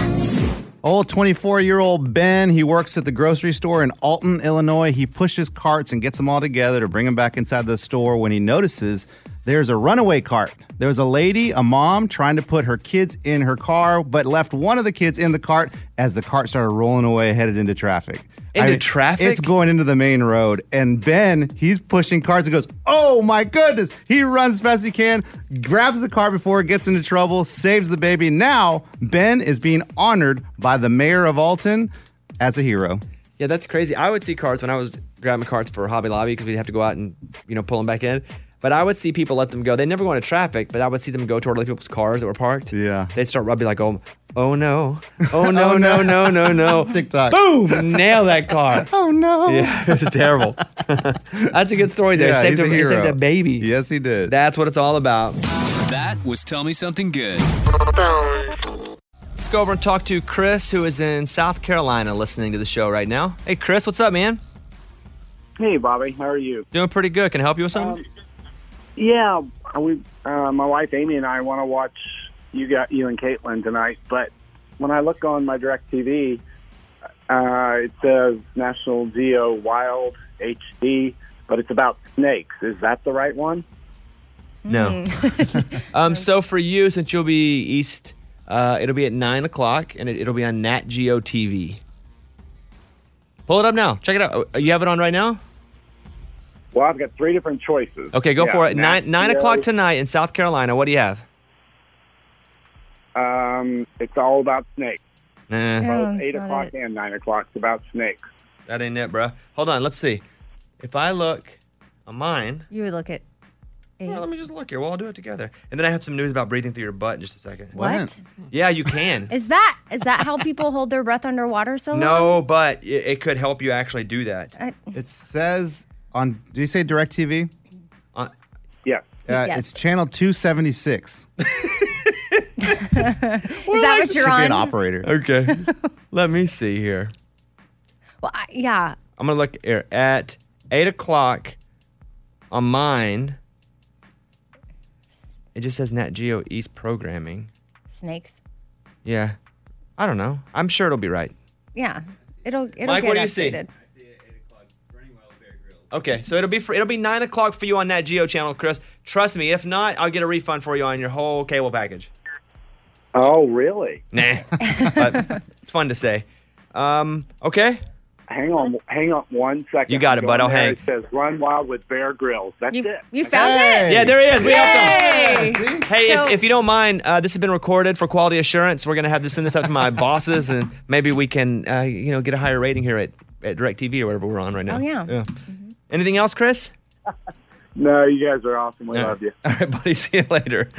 Speaker 5: Old 24 year old Ben, he works at the grocery store in Alton, Illinois. He pushes carts and gets them all together to bring them back inside the store when he notices there's a runaway cart. There was a lady, a mom, trying to put her kids in her car, but left one of the kids in the cart as the cart started rolling away, headed into traffic.
Speaker 10: Into traffic?
Speaker 5: It's going into the main road, and Ben, he's pushing carts and goes, Oh my goodness. He runs as fast as he can, grabs the car before it gets into trouble, saves the baby. Now, Ben is being honored by the mayor of Alton as a hero.
Speaker 1: Yeah, that's crazy. I would see carts when I was grabbing carts for Hobby Lobby because we'd have to go out and you know pull them back in. But I would see people let them go. They never go into traffic, but I would see them go toward other people's cars that were parked. Yeah, they'd start rubbing like, oh, oh no, oh no, no,
Speaker 5: Oh, no.
Speaker 1: no, no, no.
Speaker 5: TikTok.
Speaker 1: Boom! Nail that car.
Speaker 5: Oh no.
Speaker 1: Yeah, it was terrible. That's a good story there.
Speaker 5: Yeah,
Speaker 1: saved,
Speaker 5: he's a
Speaker 1: a, he saved
Speaker 5: hero.
Speaker 1: a baby.
Speaker 5: Yes, he did.
Speaker 1: That's what it's all about.
Speaker 13: That was Tell Me Something Good.
Speaker 1: Let's go over and talk to Chris, who is in South Carolina listening to the show right now. Hey, Chris, what's up, man?
Speaker 9: Hey, Bobby, how are you?
Speaker 1: Doing pretty good. Can I help you with something?
Speaker 9: Um, Yeah, we, uh, my wife Amy and I want to watch you got you and Caitlin tonight. But when I look on my DirecTV, uh, it says National Geo Wild HD, but it's about snakes. Is that the right one?
Speaker 1: No.
Speaker 9: mm.
Speaker 1: um, so for you, since you'll be east, uh, it'll be at nine o'clock, and it, it'll be on Nat Geo TV. Pull it up now. Check it out. Oh, You have it on right now.
Speaker 9: Well, I've got three different choices.
Speaker 1: Okay, go
Speaker 9: Yeah,
Speaker 1: for it.
Speaker 9: Nat
Speaker 1: Nine nine
Speaker 9: Geo.
Speaker 1: o'clock tonight in South Carolina. What do you have?
Speaker 9: Um, it's all about snakes.
Speaker 1: Eh.
Speaker 9: Both eight o'clock and nine o'clock. It's about snakes.
Speaker 1: That ain't it, bruh. Hold on. Let's see. If I look on mine,
Speaker 2: You would look at.
Speaker 1: Well, let me just look here. We'll all do it together. and then I have some news about breathing through your butt in just a second.
Speaker 2: What?
Speaker 1: Yeah, you can.
Speaker 2: Is that is that how people hold their breath underwater so long?
Speaker 1: no, but it, it could help you actually do that.
Speaker 2: I-
Speaker 5: It says on, do you say DirecTV?
Speaker 1: Uh,
Speaker 9: yeah.
Speaker 5: Uh,
Speaker 2: Yes.
Speaker 5: It's channel 276.
Speaker 2: Is that what you're
Speaker 5: Should be
Speaker 2: on?
Speaker 5: an operator.
Speaker 1: Okay. Let me see here.
Speaker 2: well, I, yeah.
Speaker 1: I'm gonna look here at eight o'clock on mine. It just says Nat Geo East programming.
Speaker 2: Snakes.
Speaker 1: Yeah, I don't know. I'm sure it'll be right.
Speaker 2: Yeah. It'll it'll
Speaker 1: Mike,
Speaker 2: get
Speaker 1: what do you see?
Speaker 2: updated.
Speaker 1: Okay, so it'll be for, it'll be nine o'clock for you on Nat Geo channel, Chris. Trust me. If not, I'll get a refund for you on your whole cable package.
Speaker 9: Oh, really?
Speaker 1: Nah, but it's fun to say. Um, okay.
Speaker 9: Hang on, hang on one second.
Speaker 1: You got it,
Speaker 9: Go
Speaker 1: bud.
Speaker 9: in
Speaker 1: I'll
Speaker 9: there.
Speaker 1: hang.
Speaker 9: It says Run Wild with Bear Grylls. That's it.
Speaker 2: You found it?
Speaker 1: Yeah, there he is. We
Speaker 2: Yay!
Speaker 1: helped him. Hey, if,
Speaker 2: So-
Speaker 1: if you don't mind, uh, this has been recorded for quality assurance. We're gonna have to send this out to my bosses, and maybe we can, uh, you know, get a higher rating here at at Directv or whatever we're on right now.
Speaker 9: Oh, yeah.
Speaker 1: Anything else, Chris?
Speaker 9: No, you guys are awesome. We love you.
Speaker 1: All right, buddy. See you later.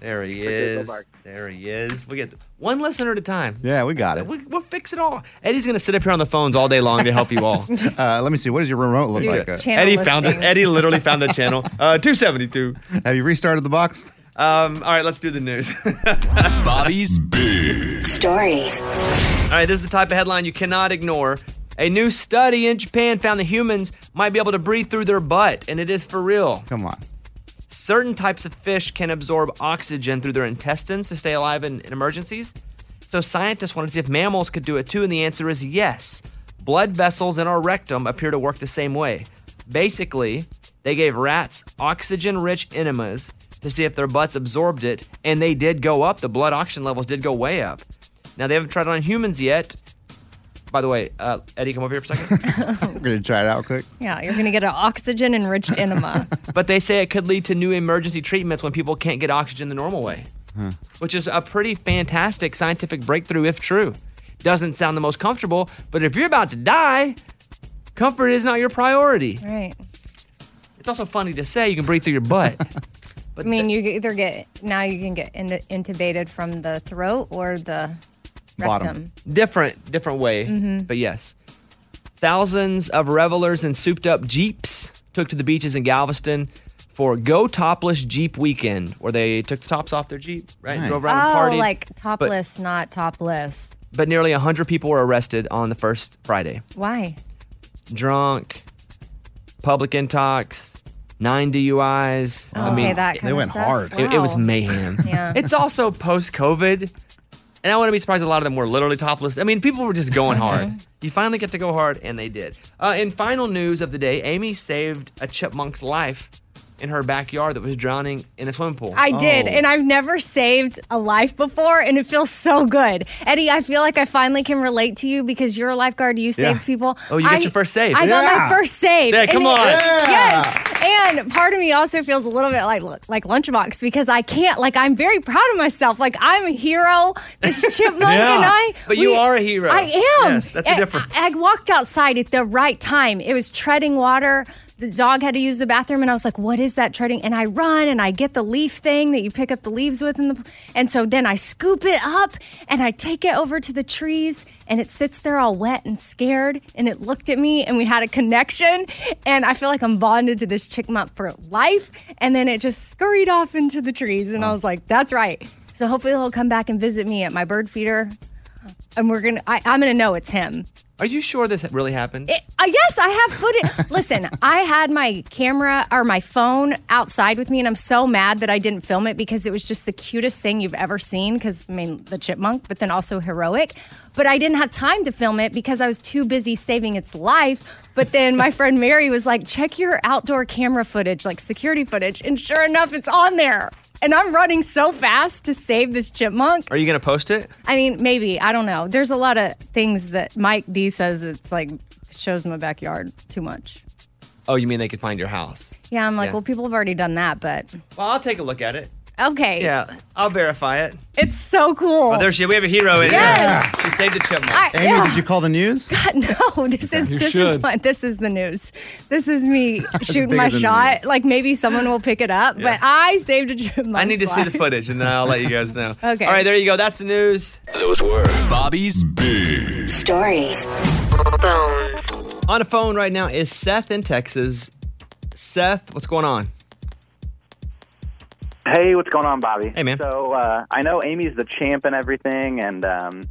Speaker 1: There he
Speaker 9: Okay,
Speaker 1: is.
Speaker 9: bye-bye.
Speaker 1: There he is. We get one listener at a time.
Speaker 5: Yeah, we got it.
Speaker 1: We, we'll fix it all. Eddie's gonna sit up here on the phones all day long to help you all.
Speaker 5: Uh, let me see. What does your remote look
Speaker 1: Do
Speaker 5: like? Uh,
Speaker 1: it. Channel Eddie found it. listings. Eddie literally found the channel. Uh, 272.
Speaker 5: Have you restarted the box?
Speaker 1: Um, all right, let's do the news. Bobby's big
Speaker 14: stories.
Speaker 1: All right, this is the type of headline you cannot ignore. A new study in Japan found that humans might be able to breathe through their butt, and it is for real.
Speaker 5: Come on.
Speaker 1: Certain types of fish can absorb oxygen through their intestines to stay alive in, in emergencies. So scientists wanted to see if mammals could do it too, and the answer is yes. Blood vessels in our rectum appear to work the same way. Basically, they gave rats oxygen rich enemas to see if their butts absorbed it, and they did go up. The blood oxygen levels did go way up. Now, they haven't tried it on humans yet. By the way, uh, Eddie, come over here for a second.
Speaker 5: We're going to try it out quick.
Speaker 2: Yeah, you're going to get an oxygen enriched enema.
Speaker 1: but they say it could lead to new emergency treatments when people can't get oxygen the normal way.
Speaker 14: Hmm.
Speaker 5: Huh.
Speaker 1: which is a pretty fantastic scientific breakthrough if true. Doesn't sound the most comfortable, but if you're about to die, comfort is not your priority.
Speaker 2: right.
Speaker 1: It's also funny to say you can breathe through your butt.
Speaker 2: I mean, you either get, now you can get in, intubated from the throat or the rectum.
Speaker 1: Different, different way,
Speaker 2: Mhm.
Speaker 1: but yes. Thousands of revelers in souped up Jeeps took to the beaches in Galveston for Go Topless Jeep Weekend, where they took the tops off their Jeep, right? and Drove around
Speaker 2: oh,
Speaker 1: and partied.
Speaker 2: like topless, not topless.
Speaker 1: But, but nearly 100 people were arrested on the first Friday.
Speaker 2: Why?
Speaker 1: drunk, public intox, nine DUIs. I
Speaker 2: Oh, Okay,
Speaker 1: mean,
Speaker 2: that kind They of went stuff. hard.
Speaker 1: It, it was
Speaker 2: Wow.
Speaker 1: mayhem.
Speaker 2: Yeah.
Speaker 1: It's also post COVID, and I wouldn't be surprised if a lot of them were literally topless. I mean, people were just going
Speaker 2: Mm-hmm.
Speaker 1: hard. you finally get to go hard, and they did. Uh, in final news of the day, Amy saved a chipmunk's life in her backyard that was drowning in a swimming pool.
Speaker 2: I did, and I've never saved a life before, and it feels so good. Eddie, I feel like I finally can relate to you because you're a lifeguard. You
Speaker 1: Yeah.
Speaker 2: save people.
Speaker 1: Oh, you got
Speaker 2: I-
Speaker 1: your first save.
Speaker 2: I got
Speaker 1: Yeah.
Speaker 2: my first save.
Speaker 1: Yeah, come
Speaker 2: And it-
Speaker 1: on. Yeah.
Speaker 2: Yes. And part of me also feels a little bit like like Lunchbox because I can't. Like I'm very proud of myself. Like I'm a hero. This chipmunk
Speaker 1: Yeah.
Speaker 2: and I.
Speaker 1: But you are a hero.
Speaker 2: I am.
Speaker 1: Yes, that's the
Speaker 2: And
Speaker 1: difference.
Speaker 2: I, I walked outside at the right time. It was treading water. The dog had to use the bathroom, and I was like, "What is that treading?" And I run and I get the leaf thing that you pick up the leaves with, in the and so then I scoop it up and I take it over to the trees, and it sits there all wet and scared, and it looked at me, and we had a connection, and I feel like I'm bonded to this chipmunk for life. And then it just scurried off into the trees, and I was like, "That's right." So hopefully he'll come back and visit me at my bird feeder, and we're gonna. I, I'm gonna know it's him.
Speaker 1: Are you sure this really happened?
Speaker 2: I guess I have footage. Listen, I had my camera or my phone outside with me, and I'm so mad that I didn't film it because it was just the cutest thing you've ever seen. Because, I mean, the chipmunk, but then also heroic. But I didn't have time to film it because I was too busy saving its life. But then my friend Mary was like, check your outdoor camera footage, like security footage. And sure enough, it's on there. And I'm running so fast to save this chipmunk.
Speaker 1: Are you going to post it?
Speaker 2: I mean, maybe. I don't know. There's a lot of things that Mike D says it's like shows my backyard too much.
Speaker 1: Oh, you mean they could find your house?
Speaker 2: Yeah, I'm like,
Speaker 1: Yeah.
Speaker 2: well, people have already done that, but
Speaker 1: Well, I'll take a look at it.
Speaker 2: okay.
Speaker 1: Yeah, I'll verify it.
Speaker 2: It's so cool.
Speaker 1: Oh, there she We have a hero in
Speaker 2: Yes.
Speaker 1: here. She saved a chipmunk.
Speaker 2: I-
Speaker 5: Amy,
Speaker 2: yeah.
Speaker 5: did you call the news?
Speaker 2: God, no, this is
Speaker 5: You
Speaker 2: this is
Speaker 5: should.
Speaker 2: fun. This is the news. This is me shooting
Speaker 5: bigger
Speaker 2: my
Speaker 5: than the
Speaker 2: shot. Like maybe someone will pick it up,
Speaker 1: Yeah.
Speaker 2: but I saved a chipmunk.
Speaker 1: I need to see the footage and then I'll let you guys know.
Speaker 2: Okay.
Speaker 1: All right, there you go. That's the news. Those were Bobby's Big
Speaker 27: Stories.
Speaker 1: On the phone right now is Seth in Texas. Seth, what's going on?
Speaker 10: Hey, what's going on, Bobby?
Speaker 1: Hey, man.
Speaker 10: So uh, I know Amy's the champ and everything, and um,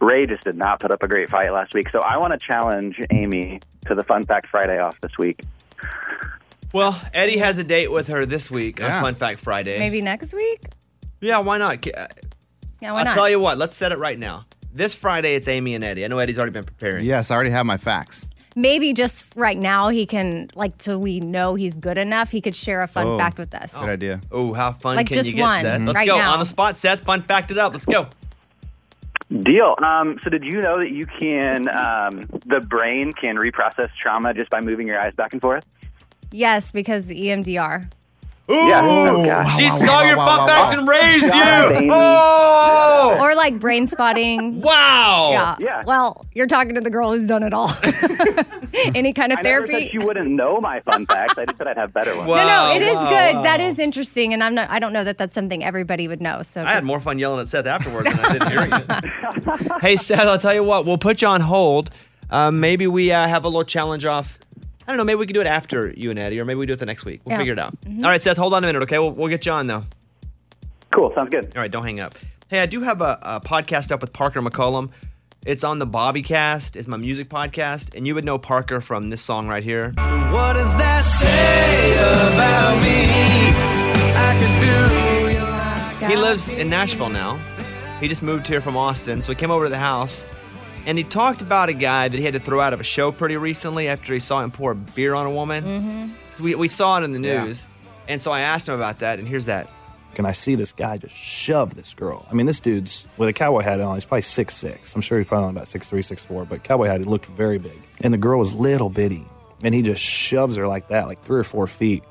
Speaker 10: Ray just did not put up a great fight last week. So I want to challenge Amy to the Fun Fact Friday off this week.
Speaker 1: Well, Eddie has a date with her this week on Fun Fact Friday.
Speaker 2: Maybe next week.
Speaker 1: Yeah, why not? K- uh,
Speaker 2: Yeah, why
Speaker 1: I'll
Speaker 2: not?
Speaker 1: tell you what, let's set it right now. This Friday, it's Amy and Eddie. I know Eddie's already been preparing.
Speaker 5: Yes, I already have my facts.
Speaker 2: Maybe just right now he can like till we know he's good enough. He could share a fun
Speaker 1: Oh.
Speaker 2: fact with us.
Speaker 1: Good idea. Oh, how fun
Speaker 2: Like
Speaker 1: can
Speaker 2: just
Speaker 1: you get,
Speaker 2: one,
Speaker 1: Seth? Let's
Speaker 2: right
Speaker 1: go.
Speaker 2: now.
Speaker 1: On the spot, Seth. Fun fact it up. Let's go.
Speaker 10: Deal. Um, so did you know that you can um, the brain can reprocess trauma just by moving your eyes back and forth?
Speaker 2: Yes, because E EMDR.
Speaker 1: Ooh, she saw your
Speaker 10: Oh, wow,
Speaker 1: fun
Speaker 10: wow,
Speaker 1: fact
Speaker 10: wow.
Speaker 1: and raised
Speaker 10: Yeah,
Speaker 1: you.
Speaker 10: baby.
Speaker 1: Oh,
Speaker 2: Or like brain spotting.
Speaker 1: Wow.
Speaker 2: Yeah.
Speaker 10: Yeah.
Speaker 2: Well, you're talking to the girl who's done it all. Any kind of
Speaker 10: I never
Speaker 2: therapy.
Speaker 10: said you wouldn't know my fun facts. I just said I'd have better ones.
Speaker 2: no, no, it is good. That is interesting, and I'm not. I don't know that that's something everybody would know. So
Speaker 1: I had more fun yelling at Seth afterwards than I did hearing it. hey, Seth, I'll tell you what. We'll put you on hold. Uh, maybe we uh, have a little challenge off. I don't know. Maybe we can do it after you and Eddie, or maybe we do it the next week. We'll
Speaker 10: Yeah.
Speaker 1: figure it out.
Speaker 2: Mm-hmm.
Speaker 10: Mhm.
Speaker 1: All right, Seth, hold on a minute, okay? We'll, we'll get you on, though.
Speaker 10: Cool. Sounds good.
Speaker 1: All right, don't hang up. Hey, I do have a, a podcast up with Parker McCollum. It's on the Bobbycast. It's my music podcast, and you would know Parker from this song right here.
Speaker 14: What does that say about me? I could do you like
Speaker 1: He lives in Nashville now. He just moved here from Austin, so he came over to the house And he talked about a guy that he had to throw out of a show pretty recently after he saw him pour beer on a woman. We, we saw it in the
Speaker 6: Yeah.
Speaker 1: news. And so I asked him about that, and here's that.
Speaker 6: And I see this guy just shove this girl. I mean, this dude's with a cowboy hat on. He's probably six six. I'm sure he's probably only about six three, six four. But cowboy hat, it looked very big. And the girl was little bitty, and he just shoves her like that, like three or four feet.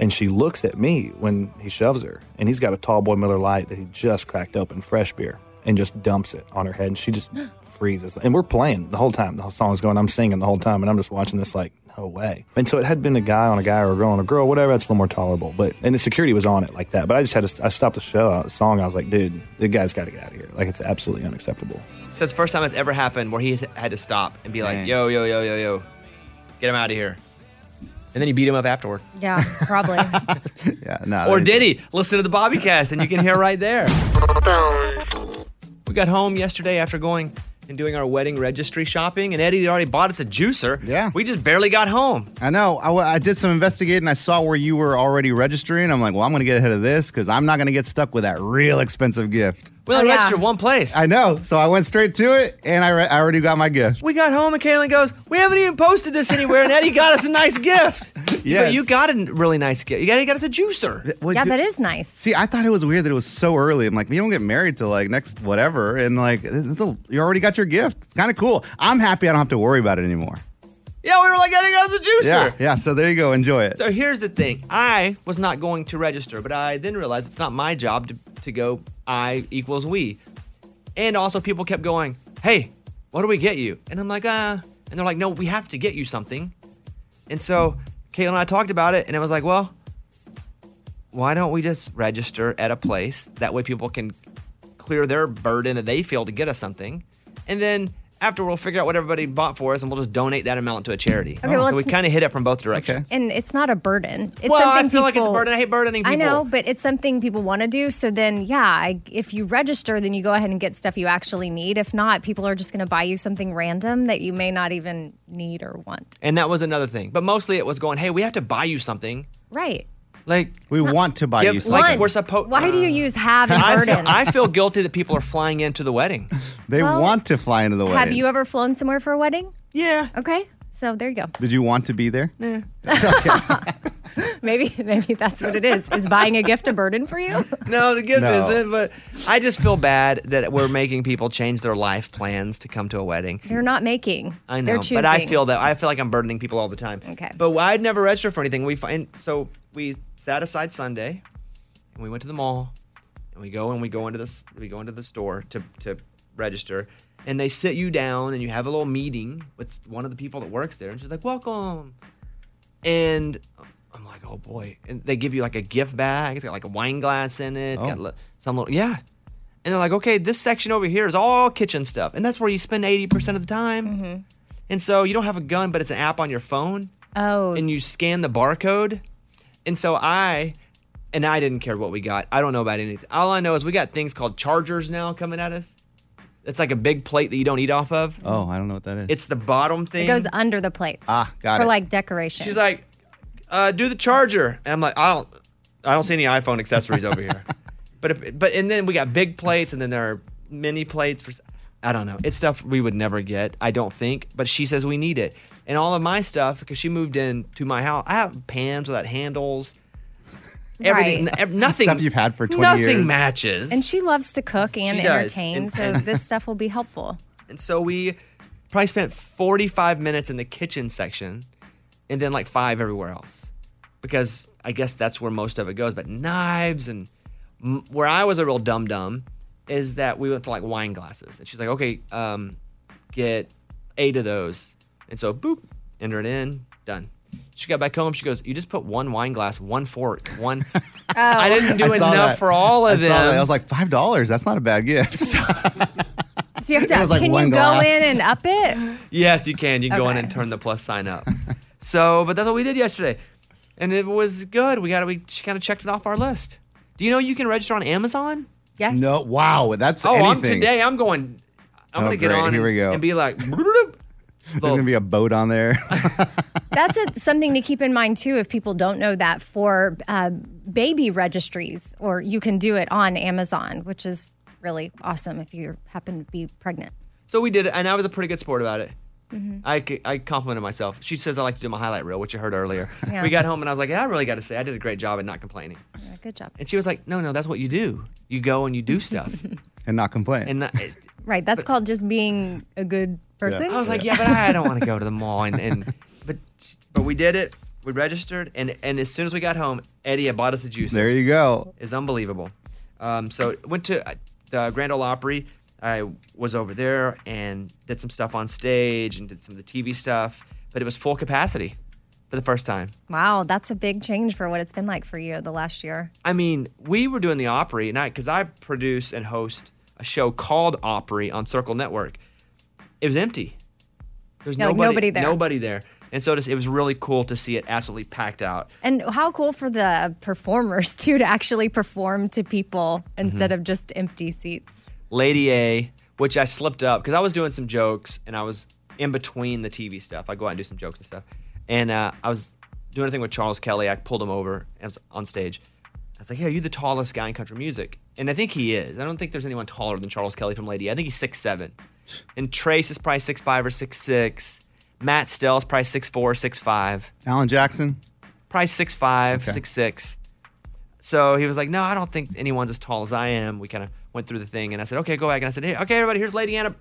Speaker 6: And she looks at me when he shoves her, and he's got a tall boy Miller Light that he just cracked open, fresh beer, and just dumps it on her head, and she just freezes. And we're playing the whole time. The whole song's going. I'm singing the whole time, and I'm just watching this like. No way. And so it had been a guy on a guy or a girl on a girl, whatever. That's a little more tolerable. But and the security was on it like that. But I just had to. I stopped the show, uh, the song. I was like, dude, the guy's got to get out of here. Like it's absolutely unacceptable.
Speaker 1: So it's the first time it's ever happened where he has- had to stop and be like, yo, yo, yo, yo, yo, get him out of here. And then he beat him up afterward.
Speaker 2: Yeah, probably.
Speaker 5: Yeah, no.
Speaker 1: or did he? Listen to the Bobbycast, and you can hear right there. We got home yesterday after going and doing our wedding registry shopping, and Eddie had already bought us a juicer. Yeah. We just barely got home.
Speaker 5: I know. I, w- I did some investigating. I saw where you were already registering. I'm like, well, I'm going to get ahead of this because I'm not going to get stuck with that real expensive gift.
Speaker 1: Well, Oh, register yeah. one place.
Speaker 5: I know. So I went straight to it and I, re- I already got my gift.
Speaker 1: We got home, and Kaylin goes, We haven't even posted this anywhere, and Eddie got us a nice gift.
Speaker 5: Yes.
Speaker 1: But you got a really nice gift. You got, he got us a juicer.
Speaker 2: yeah, that is nice.
Speaker 5: See, I thought it was weird that it was so early. I'm like, you don't get married till like next whatever. And like, this is a, you already got your gift. It's kind of cool. I'm happy I don't have to worry about it anymore.
Speaker 1: Yeah, we were like, Eddie got us a juicer.
Speaker 5: Yeah. Yeah. So there you go. Enjoy it.
Speaker 1: So here's the thing. I was not going to register, but I then realized it's not my job to, to go I equals we. And also people kept going, Hey, what do we get you? And I'm like, uh, and they're like, No, we have to get you something. And so Kayla and I talked about it, and it was like, Well, why don't we just register at a place? That way people can clear their burden that they feel to get us something. And then after we'll figure out what everybody bought for us and we'll just donate that amount to a charity. Oh,
Speaker 2: Okay, well,
Speaker 1: so we
Speaker 2: it's-
Speaker 1: kind of hit it from both directions.
Speaker 2: And it's not a burden. It's
Speaker 1: Well, I
Speaker 2: something
Speaker 1: feel like it's a
Speaker 2: people-
Speaker 1: burden. I hate burdening
Speaker 2: I know,
Speaker 1: people.
Speaker 2: but it's something people want to do. So then, yeah, I, if you register, then you go ahead and get stuff you actually need. If not, people are just going to buy you something random that you may not even need or want.
Speaker 1: And that was another thing. But mostly it was going, hey, we have to buy you something.
Speaker 2: Right.
Speaker 1: Like
Speaker 5: we want to buy you
Speaker 1: Like
Speaker 5: something.
Speaker 1: we're supposed.
Speaker 2: Why do you use have and
Speaker 1: I feel,
Speaker 2: burden?
Speaker 1: I feel guilty that people are flying into the wedding.
Speaker 5: They
Speaker 2: Well,
Speaker 5: want to fly into the wedding.
Speaker 2: Have you ever flown somewhere for a wedding?
Speaker 1: Yeah.
Speaker 2: Okay. So there you go.
Speaker 5: Did you want to be there?
Speaker 2: Maybe maybe that's what it is. Is buying a gift a burden for you?
Speaker 1: No, the gift
Speaker 2: No.
Speaker 1: isn't. But I just feel bad that we're making people change their life plans to come to a wedding.
Speaker 2: They're not making.
Speaker 1: I
Speaker 2: They're
Speaker 1: know,
Speaker 2: choosing.
Speaker 1: but I feel that I feel like I'm burdening people all the time.
Speaker 2: Okay.
Speaker 1: But I'd never register for anything. We find so we sat aside Sunday, and we went to the mall, and we go and we go into this we go into the store to to register, and they sit you down and you have a little meeting with one of the people that works there, and she's like, "Welcome," and I'm like, "Oh boy!" And they give you like a gift bag. It's got like a wine glass in it. Got li- some little yeah. And they're like, okay, this section over here is all kitchen stuff. And that's where you spend 80% of the time.
Speaker 2: Mm-hmm.
Speaker 1: And so you don't have a gun, but it's an app on your phone.
Speaker 2: Oh.
Speaker 1: And you scan the barcode. And so I, and I didn't care what we got. I don't know about anything. All I know is we got things called chargers now coming at us. It's like a big plate that you don't eat off of.
Speaker 5: Oh, I don't know what that is.
Speaker 1: It's the bottom thing.
Speaker 2: It goes under the plates.
Speaker 1: Ah, got
Speaker 2: for
Speaker 1: it.
Speaker 2: like decoration.
Speaker 1: She's like, uh, do the charger. And I'm like, I don't, I don't see any iPhone accessories over here. But if, but and then we got big plates, and then there are mini plates for. s- I don't know. It's stuff we would never get, I don't think. But she says we need it, and all of my stuff because she moved in to my house. I have pans without handles. Everything,
Speaker 2: Right.
Speaker 1: n- ev- nothing.
Speaker 5: Stuff you've had for 20
Speaker 1: nothing
Speaker 5: years.
Speaker 1: matches.
Speaker 2: and she loves to cook and
Speaker 1: She does.
Speaker 2: entertain,
Speaker 1: And-
Speaker 2: so this stuff will be helpful.
Speaker 1: And so we probably spent 45 minutes in the kitchen section and then like five everywhere else because I guess that's where most of it goes. But knives and m- where I was a real dum dum is that we went to like wine glasses. And she's like, okay, um, get eight of those. And so boop, enter it in, done. She got back home. She goes, "You just put one wine glass, one fork, one." I didn't do
Speaker 5: I saw
Speaker 1: enough
Speaker 5: that.
Speaker 1: for all of
Speaker 5: I saw
Speaker 1: them.
Speaker 5: that. I was like, five dollars. That's not a bad gift.
Speaker 2: So you have
Speaker 5: It
Speaker 2: to.
Speaker 5: was like
Speaker 2: can
Speaker 5: one
Speaker 2: you
Speaker 5: glass.
Speaker 2: go in and up it?
Speaker 1: Yes, you can. You can go in and turn the plus sign up. so, but that's what we did yesterday, and it was good. We got we she kind of checked it off our list. Do you know you can register on Amazon?
Speaker 2: Yes.
Speaker 5: No. Wow. That's
Speaker 1: oh, I'm
Speaker 5: anything.
Speaker 1: today. I'm going. I'm
Speaker 5: Oh,
Speaker 1: gonna get
Speaker 5: great.
Speaker 1: on
Speaker 5: Here
Speaker 1: and,
Speaker 5: we go.
Speaker 1: and be like,
Speaker 5: There's gonna be a boat on there.
Speaker 2: That's a, something to keep in mind too. If people don't know that for uh, baby registries, or you can do it on Amazon, which is really awesome if you happen to be pregnant.
Speaker 1: So we did it, and I was a pretty good sport about it.
Speaker 28: Mhm.
Speaker 1: I, c- I complimented myself. She says I like to do my highlight reel, which you heard earlier.
Speaker 28: Yeah.
Speaker 1: We got home, and I was like, yeah, I really got to say, I did a great job at not complaining.
Speaker 2: Yeah, good job.
Speaker 1: And she was like, no, no, that's what you do. You go and you do stuff.
Speaker 5: and not complain.
Speaker 1: And not,
Speaker 2: Right. That's called just being a good person.
Speaker 1: I was like, yeah, but I don't want to go to the mall. And, and but but we did it. We registered, and and as soon as we got home, Eddie had bought us a juice.
Speaker 5: There you go.
Speaker 1: It's unbelievable. Um, so went to uh, the Grand Ole Opry. I was over there and did some stuff on stage and did some of the TV stuff, but it was full capacity for the first time.
Speaker 2: Wow, that's a big change for what it's been like for you the last year.
Speaker 1: I mean, we were doing the Opry, and I because I produce and host a show called Opry on Circle Network. It was empty. There's
Speaker 2: Yeah, like
Speaker 1: nobody,
Speaker 2: nobody there.
Speaker 1: Nobody there. And so just, it was really cool to see it absolutely packed out.
Speaker 2: And how cool for the performers too to actually perform to people
Speaker 1: Mm-hmm.
Speaker 2: instead of just empty seats.
Speaker 1: Lady A, which I slipped up because I was doing some jokes and I was in between the TV stuff. I go out and do some jokes and stuff. And uh, I was doing a thing with Charles Kelly. I pulled him over and I was on stage. I was like, "Yeah, you're the tallest guy in country music," and I think he is. I don't think there's anyone taller than Charles Kelly from Lady. A. I think he's six seven, and Trace is probably six five or six six. Matt Stell's probably six four, six five.
Speaker 5: Alan Jackson.
Speaker 1: Probably six five,
Speaker 5: Okay.
Speaker 1: six six. So he was like, "No, I don't think anyone's as tall as I am." We kind of went through the thing, and I said, "Okay, go back." And I said, "Hey, okay, everybody, here's Lady Anna."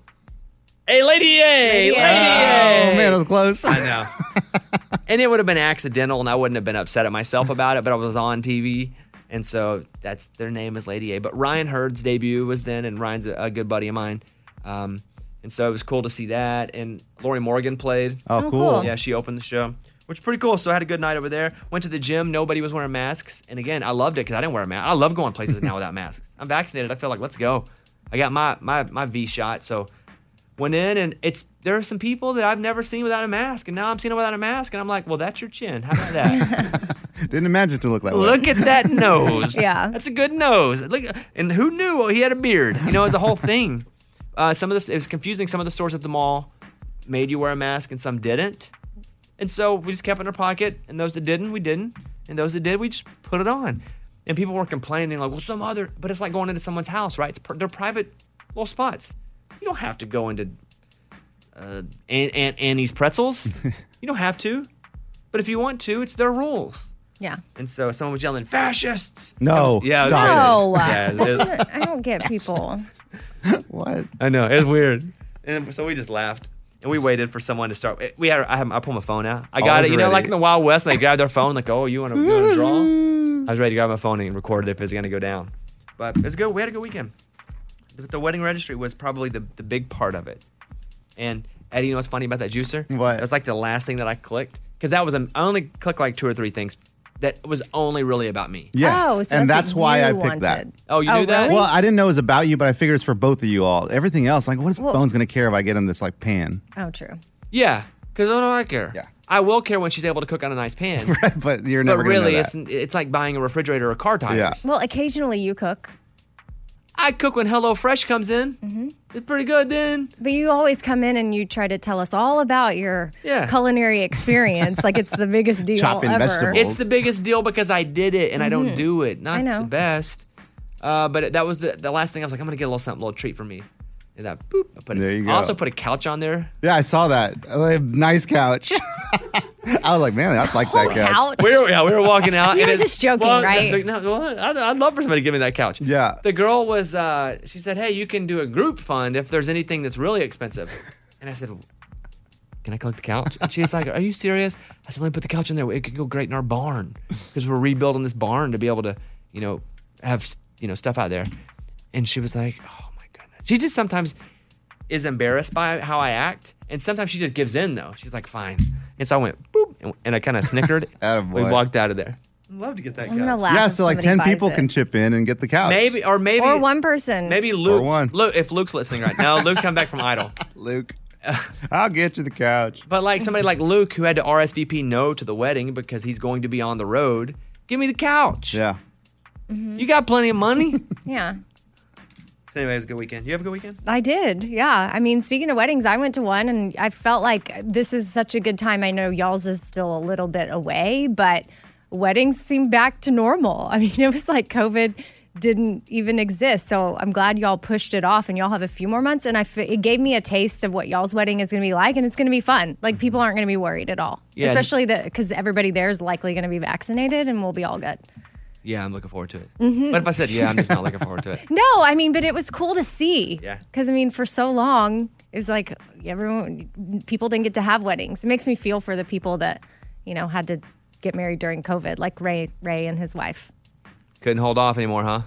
Speaker 1: Hey, Lady A, Lady,
Speaker 20: A.
Speaker 1: A.
Speaker 5: Oh man, that was close.
Speaker 1: I know. and it would have been accidental, and I wouldn't have been upset at myself about it. But I was on TV, and so that's their name is Lady A. But Ryan Hurd's debut was then, and Ryan's a, a good buddy of mine. Um, and so it was cool to see that. And Lori Morgan played.
Speaker 5: Oh, Oh, cool. cool.
Speaker 1: Yeah, she opened the show, which is pretty cool. So I had a good night over there. Went to the gym. Nobody was wearing masks. And again, I loved it because I didn't wear a mask. I love going places now without masks. I'm vaccinated. I feel like, let's go. I got my, my, my V shot. So went in and it's there are some people that I've never seen without a mask, and now I'm seeing them without a mask, and I'm like, well, that's your chin. How about that?
Speaker 5: Didn't imagine it to look like
Speaker 1: Look at that nose.
Speaker 5: Yeah.
Speaker 1: that's a good nose. Look, and who knew Oh, he had a beard? You know, it's a whole thing. Uh, some of this it was confusing. Some of the stores at the mall made you wear a mask, and some didn't. And so we just kept it in our pocket, and those that didn't, we didn't, and those that did, we just put it on. And people were complaining like, well, some other, but it's like going into someone's house, right? It's pr- they're private little spots. You don't have to go into uh, Aunt, Aunt Annie's pretzels. you don't have to, but if you want to, it's their rules.
Speaker 2: Yeah.
Speaker 1: And so someone was yelling, "Fascists!"
Speaker 5: No.
Speaker 1: Yeah. it was
Speaker 2: No.
Speaker 1: great. Yeah, it was-
Speaker 2: That's what- I don't get people.
Speaker 5: What?
Speaker 1: I know it's weird. And so we just laughed. And we waited for someone to start. eh, We had, I, had, I pulled my phone out. I got
Speaker 5: Always
Speaker 1: it. You know,
Speaker 5: ready.
Speaker 1: like in the Wild West, they grab their phone, like, oh, you want to draw? I was ready to grab my phone and record it if it's going to go down. But it was good. We had a good weekend. But the wedding registry was probably the, the big part of it. And Eddie, you know what's funny about that juicer? What? It was like the last thing that I clicked. Because that was, um, I only clicked like two or three things that was only really about me.
Speaker 5: Yes, and Oh, that's why I picked that.
Speaker 1: Oh, you knew that?
Speaker 5: Well, I didn't know it was about you, but I figured it's for both of you all. Everything else, like, what is
Speaker 1: Well-
Speaker 5: Bones gonna care if I get him this like pan?
Speaker 2: Oh, true.
Speaker 1: Yeah, because I don't care. Yeah. I will care when she's able to cook on a nice pan.
Speaker 5: right, but you're never
Speaker 1: But
Speaker 5: gonna know
Speaker 1: really,
Speaker 5: that.
Speaker 1: it's it's like buying a refrigerator or car tires.
Speaker 2: Well, occasionally you cook,
Speaker 1: I cook when Hello Fresh comes in. Mm-hmm. It's pretty good then.
Speaker 2: but you always come in and you try to tell us all about your
Speaker 1: Yeah.
Speaker 2: culinary experience. like it's the biggest deal ever.
Speaker 1: It's the biggest deal because I did it and I don't
Speaker 2: Mhm.
Speaker 5: Mm-hmm.
Speaker 1: do it. Not
Speaker 2: I know.
Speaker 1: the best. Uh, but it- that was the, the last thing I was like, I'm gonna get a little something, a little treat for me. And that boop, I put it.
Speaker 5: There you
Speaker 1: I
Speaker 5: go.
Speaker 1: also put a couch on there.
Speaker 5: yeah, I saw that. Uh, nice couch. I was like, man, I like that couch.
Speaker 1: We were, yeah, we were walking out.
Speaker 5: You
Speaker 1: and
Speaker 5: were
Speaker 1: it's-
Speaker 5: just joking,
Speaker 1: well,
Speaker 5: right?
Speaker 1: the- no, well, I'd, I'd love for somebody to give me that couch.
Speaker 5: Yeah.
Speaker 1: The girl was, uh, she said, hey, you can do a group fund if there's anything that's really expensive. And I said, can I collect the couch? And she's like, are you serious? I said, let me put the couch in there. It could go great in our barn because we're rebuilding this barn to be able to, you know, have, you know, stuff out there. And she was like, oh my goodness. She just sometimes is embarrassed by how I act. And sometimes she just gives in though. She's like, fine. And so I went, boop. And, and I kind of snickered. we
Speaker 5: boy.
Speaker 1: walked out of there. I'd love to get that
Speaker 2: I'm gonna laugh.
Speaker 5: yeah,
Speaker 2: if
Speaker 5: so like ten
Speaker 2: somebody buys
Speaker 5: people
Speaker 2: it.
Speaker 5: can chip in and get the couch.
Speaker 1: Maybe, or maybe,
Speaker 2: or one person.
Speaker 1: maybe Luke. Luke, if Luke's listening right now, Luke's come back from Idol.
Speaker 5: Luke, I'll get you the couch.
Speaker 1: But like somebody like Luke who had to RSVP no to the wedding because he's going to be on the road, give me the couch.
Speaker 5: Yeah.
Speaker 1: You got plenty of money.
Speaker 2: Yeah.
Speaker 1: so anyway, it was a good weekend. You have a good weekend?
Speaker 2: I did. Yeah. I mean, speaking of weddings, I went to one and I felt like this is such a good time. I know y'all's is still a little bit away, but weddings seem back to normal. I mean, it was like COVID didn't even exist. So I'm glad y'all pushed it off and y'all have a few more months. And I f- it gave me a taste of what y'all's wedding is going to be like, and it's going to be fun. Like people aren't going to be worried at all,
Speaker 1: Yeah.
Speaker 2: especially that because everybody there is likely going to be vaccinated, and we'll be all good.
Speaker 1: Yeah, I'm looking forward to it.
Speaker 2: Mhm.
Speaker 1: But if I said yeah, I'm just not looking forward to it.
Speaker 2: No, I mean, but it was cool to see.
Speaker 1: Yeah.
Speaker 2: Because I mean, for so long, it was like everyone, people didn't get to have weddings. It makes me feel for the people that, you know, had to get married during COVID, like Ray, Ray and his wife.
Speaker 1: Couldn't hold off anymore, huh?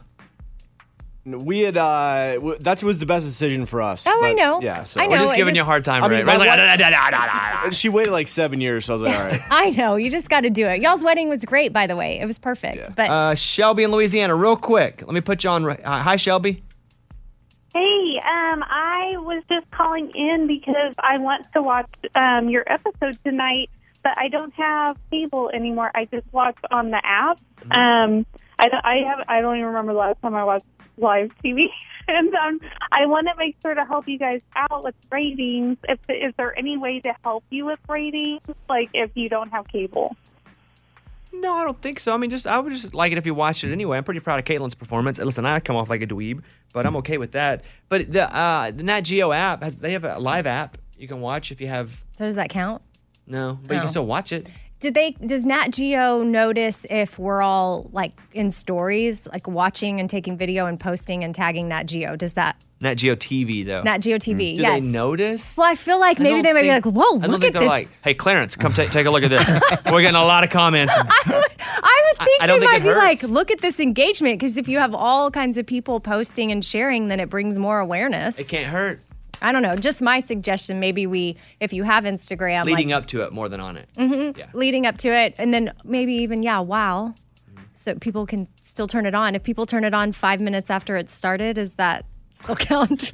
Speaker 4: We had uh, w- that was the best decision for us.
Speaker 2: Oh, I
Speaker 4: but,
Speaker 2: know.
Speaker 4: Yeah, so
Speaker 2: I know, We're just it giving you a just-
Speaker 1: hard time, Ray.
Speaker 4: my
Speaker 1: Ray's like,
Speaker 4: wife-
Speaker 1: "Da, da, da, da, da,
Speaker 4: She waited like seven years, so I was like, all right.
Speaker 2: I know. You just got to do it. Y'all's wedding was great, by the way. It was perfect. But
Speaker 1: Uh, Shelby in Louisiana, real quick. Let me put you on. Uh, hi, Shelby.
Speaker 7: Hey, um, I was just calling in because I want to watch um, your episode tonight, but I don't have cable anymore. I just watch on the app.
Speaker 29: Mm-hmm.
Speaker 7: Um, I, don't- I have I don't even remember the last time I watched live TV, and um, I want to make sure to help you guys out with ratings. If is there any way to help you with ratings, like if you don't have cable?
Speaker 1: No, I don't think so. I mean, just I would just like it if you watched it anyway. I'm pretty proud of Caitlin's performance. And Listen, I come off like a dweeb, but I'm okay with that. But the uh, the Nat Geo app has they have a live app you can watch if you have
Speaker 2: so does that count?
Speaker 1: no, but you
Speaker 2: No.
Speaker 1: can still watch it.
Speaker 2: Did they? Does Nat Geo notice if we're all like in stories, like watching and taking video and posting and tagging Nat Geo? Does that
Speaker 1: Nat Geo TV though.
Speaker 2: Nat Geo TV?
Speaker 1: Mm. Do
Speaker 2: yes.
Speaker 1: they notice?
Speaker 2: Well, I feel like
Speaker 1: I
Speaker 2: maybe
Speaker 1: don't
Speaker 2: they might be like,
Speaker 1: think-
Speaker 2: "Whoa,
Speaker 1: I don't
Speaker 2: look
Speaker 1: think
Speaker 2: at
Speaker 1: they're like,
Speaker 2: this."
Speaker 1: hey, Clarence, come ta take a look at this. We're getting a lot of comments.
Speaker 2: I would think
Speaker 1: I
Speaker 2: they
Speaker 1: don't think
Speaker 2: might
Speaker 1: it
Speaker 2: be like,
Speaker 1: hurts.
Speaker 2: "Look at this engagement," because if you have all kinds of people posting and sharing, then it brings more awareness.
Speaker 1: It can't hurt.
Speaker 2: I don't know. Just my suggestion. Maybe we, if you have Instagram,
Speaker 1: leading
Speaker 2: like,
Speaker 1: up to it more than on it.
Speaker 2: Mhm. leading up to it, and then maybe even yeah, wow, so people can still turn it on. If people turn it on five minutes after it started, is that still count?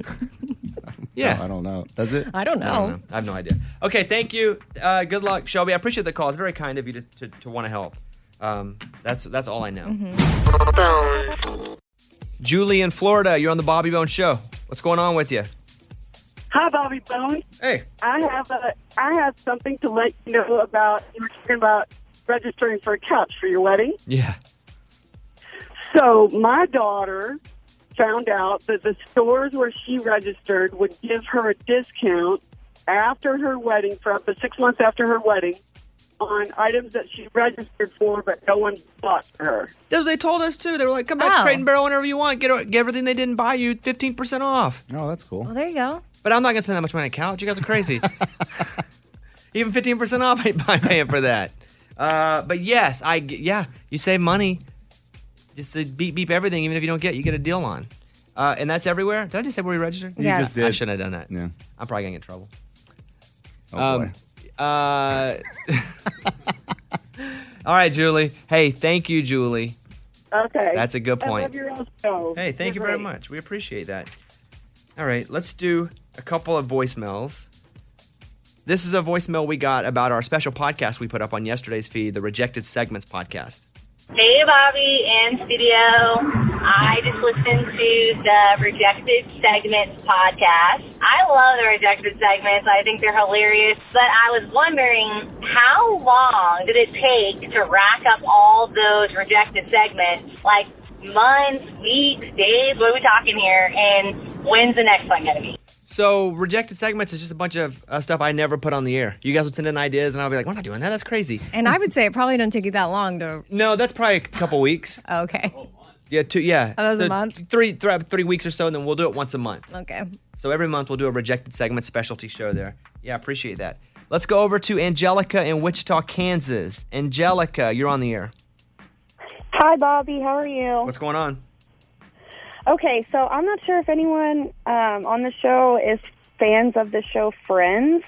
Speaker 1: Yeah.
Speaker 5: I don't know. Does it?
Speaker 2: I don't know.
Speaker 1: I have no idea. Okay, thank you. Uh, good luck, Shelby. I appreciate the call. It's very kind of you to, to, to want to help. Um, that's that's all I know.
Speaker 2: Mm-hmm.
Speaker 1: Julie in Florida, you're on the Bobby Bone Show. What's going on with you?
Speaker 12: Hi, Bobby Bones.
Speaker 1: Hey.
Speaker 12: I have a, I have something to let you know about. You were talking about registering for a couch for your wedding.
Speaker 1: Yeah.
Speaker 12: So my daughter found out that the stores where she registered would give her a discount after her wedding, for up to six months after her wedding, on items that she registered for, but no one bought for her.
Speaker 1: That's what they told us too. They were like, come
Speaker 2: Oh.
Speaker 1: back to Crate and Barrel whenever you want. Get, get everything they didn't buy you 15% off.
Speaker 5: Oh, that's cool.
Speaker 2: Well, there you go.
Speaker 1: But I'm not going to spend that much money on a couch. You guys are crazy. Even 15% off I by paying for that. Uh, but yes, I g- yeah, you save money. Just to beep beep everything, even if you don't get, you get a deal on, uh, and that's everywhere. Did I just say where we registered?
Speaker 5: You Yes. just did.
Speaker 1: I shouldn't have done that.
Speaker 5: Yeah.
Speaker 1: I'm probably gonna get in trouble. Um,
Speaker 5: Oh, boy.
Speaker 1: uh, all right, Julie. Hey, thank you, Julie.
Speaker 12: Okay.
Speaker 1: That's a good
Speaker 12: I
Speaker 1: point.
Speaker 12: love your own show.
Speaker 1: Hey, thank you
Speaker 12: You're
Speaker 1: very
Speaker 12: great.
Speaker 1: much. We appreciate that. All right, let's do a couple of voicemails. This is a voicemail we got about our special podcast we put up on yesterday's feed, the Rejected Segments podcast.
Speaker 16: Hey, Bobby and studio. I just listened to the Rejected Segments podcast. I love the Rejected Segments. I think they're hilarious. But I was wondering, how long did it take to rack up all those Rejected Segments? Like months, weeks, days? What are we talking here? And when's the next one going to be?
Speaker 1: So, Rejected Segments is just a bunch of uh, stuff I never put on the air. You guys would send in ideas, and I'll be like, we're not doing that. That's crazy.
Speaker 2: And I would say it probably don't take you that long to.
Speaker 1: No, that's probably a couple weeks.
Speaker 2: Okay.
Speaker 1: Yeah, two. Yeah,
Speaker 2: Oh, that was a
Speaker 1: So
Speaker 2: month?
Speaker 1: Three, three, three weeks or so, and then we'll do it once a month.
Speaker 2: Okay.
Speaker 1: So every month we'll do a rejected segment specialty show there. Yeah, I appreciate that. Let's go over to Angelica in Wichita, Kansas. Angelica, you're on the air.
Speaker 29: Hi, Bobby. How are you?
Speaker 1: What's going on?
Speaker 29: Okay, so I'm not sure if anyone um, on the show is fans of the show Friends,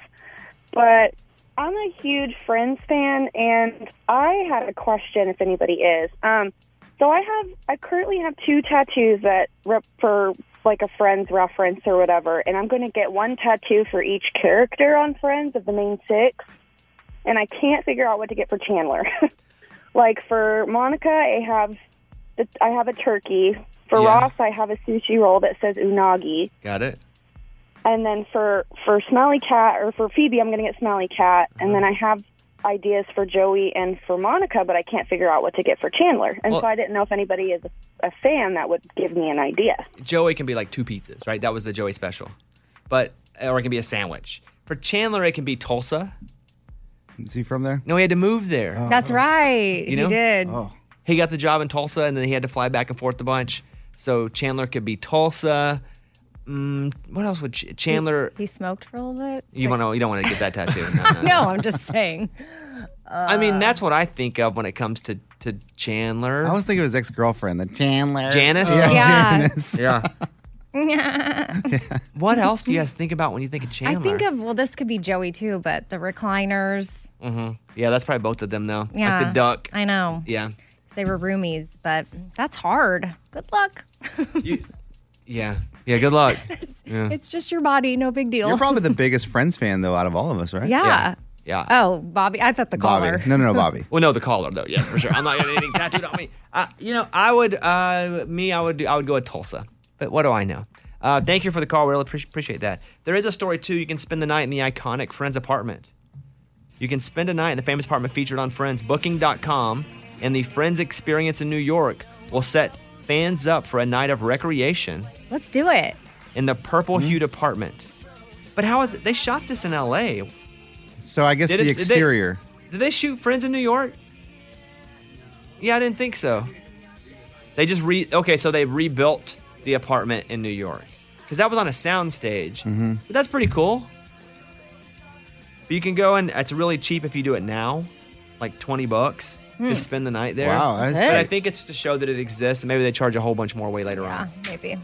Speaker 29: but I'm a huge Friends fan, and I had a question if anybody is. Um, so I have, I currently have two tattoos that rep for like a Friends reference or whatever, and I'm going to get one tattoo for each character on Friends of the main six, and I can't figure out what to get for Chandler. like for Monica, I have the, I have a turkey. For Ross, I have a sushi roll that says unagi.
Speaker 1: Got it.
Speaker 29: And then for for Smelly Cat or for Phoebe, I'm going to get Smelly Cat. And then I have ideas for Joey and for Monica, but I can't figure out what to get for Chandler. And
Speaker 1: Well-
Speaker 29: so I didn't know if anybody is a fan that would give me an idea.
Speaker 1: Joey can be like two pizzas, right? That was the Joey special. But or it can be a sandwich. For Chandler, it can be Tulsa.
Speaker 5: Is he from there? Oh.
Speaker 1: No, he had to move there.
Speaker 2: That's right.
Speaker 1: You know?
Speaker 2: He did.
Speaker 1: Oh. He got the job in Tulsa and then he had to fly back and forth a bunch. So Chandler could be Tulsa. Mm, what else would Ch- Chandler?
Speaker 2: He, he smoked for a little bit.
Speaker 1: You want to? You don't want to get that tattoo. No, no, no.
Speaker 2: no, I'm just saying. Uh,
Speaker 1: I mean, that's what I think of when it comes to to Chandler. I
Speaker 5: was thinking of his ex girlfriend, the Chandler.
Speaker 1: Janice.
Speaker 5: Yeah, Yeah. Janice.
Speaker 1: yeah.
Speaker 2: I
Speaker 1: What else do you guys think about when you think of Chandler?
Speaker 2: think of well, this could be Joey too, but the recliners.
Speaker 1: hmm Yeah, that's probably both of them though.
Speaker 2: Yeah,
Speaker 1: Like the duck.
Speaker 2: I know
Speaker 1: Yeah.
Speaker 2: 'cause they were roomies, but that's hard. Good luck.
Speaker 1: Yeah. Yeah. Good luck.
Speaker 5: Yeah.
Speaker 2: It's just your body. No big deal.
Speaker 5: You're probably the biggest Friends fan though out of all of us, right?
Speaker 2: Yeah.
Speaker 1: Yeah.
Speaker 2: Oh, Bobby. I thought the caller.
Speaker 5: Bobby. No, no, no, Bobby.
Speaker 1: well, no, the caller though. Yes, for sure. I'm not getting anything tattooed on me. Uh, you know, I would. Uh, me, I would. do- I would go with Tulsa. But what do I know? Uh, thank you for the call. We really appreci- appreciate that. There is a story too. You can spend the night in the iconic Friends apartment. You can spend a night in the famous apartment featured on Friends. Booking.com and the Friends Experience in New York will set fans up for a night of recreation
Speaker 2: Let's do it.
Speaker 1: in the
Speaker 5: Mm-hmm.
Speaker 1: purple hued apartment. But how is it? They shot this in L.A.
Speaker 5: So I guess
Speaker 1: Did it-
Speaker 5: the
Speaker 1: did they-
Speaker 5: exterior.
Speaker 1: Did they shoot Friends in New York? Yeah, I didn't think so. They just re okay, so they rebuilt the apartment in New York because that was on a soundstage.
Speaker 5: hmm
Speaker 1: But that's pretty cool. But you can go and it's really cheap if you do it now, like twenty bucks.
Speaker 2: Hmm.
Speaker 1: Just spend the night there.
Speaker 5: Wow, That's that's
Speaker 1: but I
Speaker 5: great.
Speaker 1: think it's to show that it exists, and maybe they charge a whole bunch more way later on.
Speaker 2: Maybe.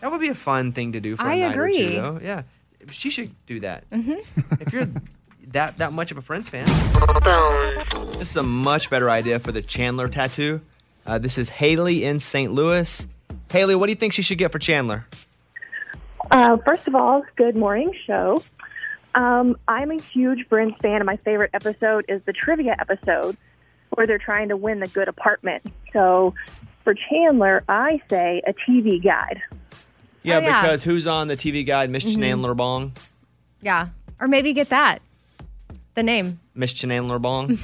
Speaker 1: That would be a fun thing to do for a
Speaker 2: I
Speaker 1: night or two,
Speaker 2: agree.
Speaker 1: though. Yeah, she should do that.
Speaker 2: hmm
Speaker 1: If you're that that much of a Friends fan, this is a much better idea for the Chandler tattoo. Uh, this is Haley in St. Louis. Haley, what do you think she should get for Chandler?
Speaker 19: Uh, first of all, good morning, show. Um, I'm a huge Friends fan, and my favorite episode is the trivia episode where they're trying to win the good apartment. So for Chandler, I say a TV guide.
Speaker 1: Yeah,
Speaker 2: Oh, yeah.
Speaker 1: because who's on the TV guide? Miss
Speaker 2: Mhm.
Speaker 1: Chandler Bong.
Speaker 2: Yeah. Or maybe get that. The name.
Speaker 1: Miss Chandler Bong.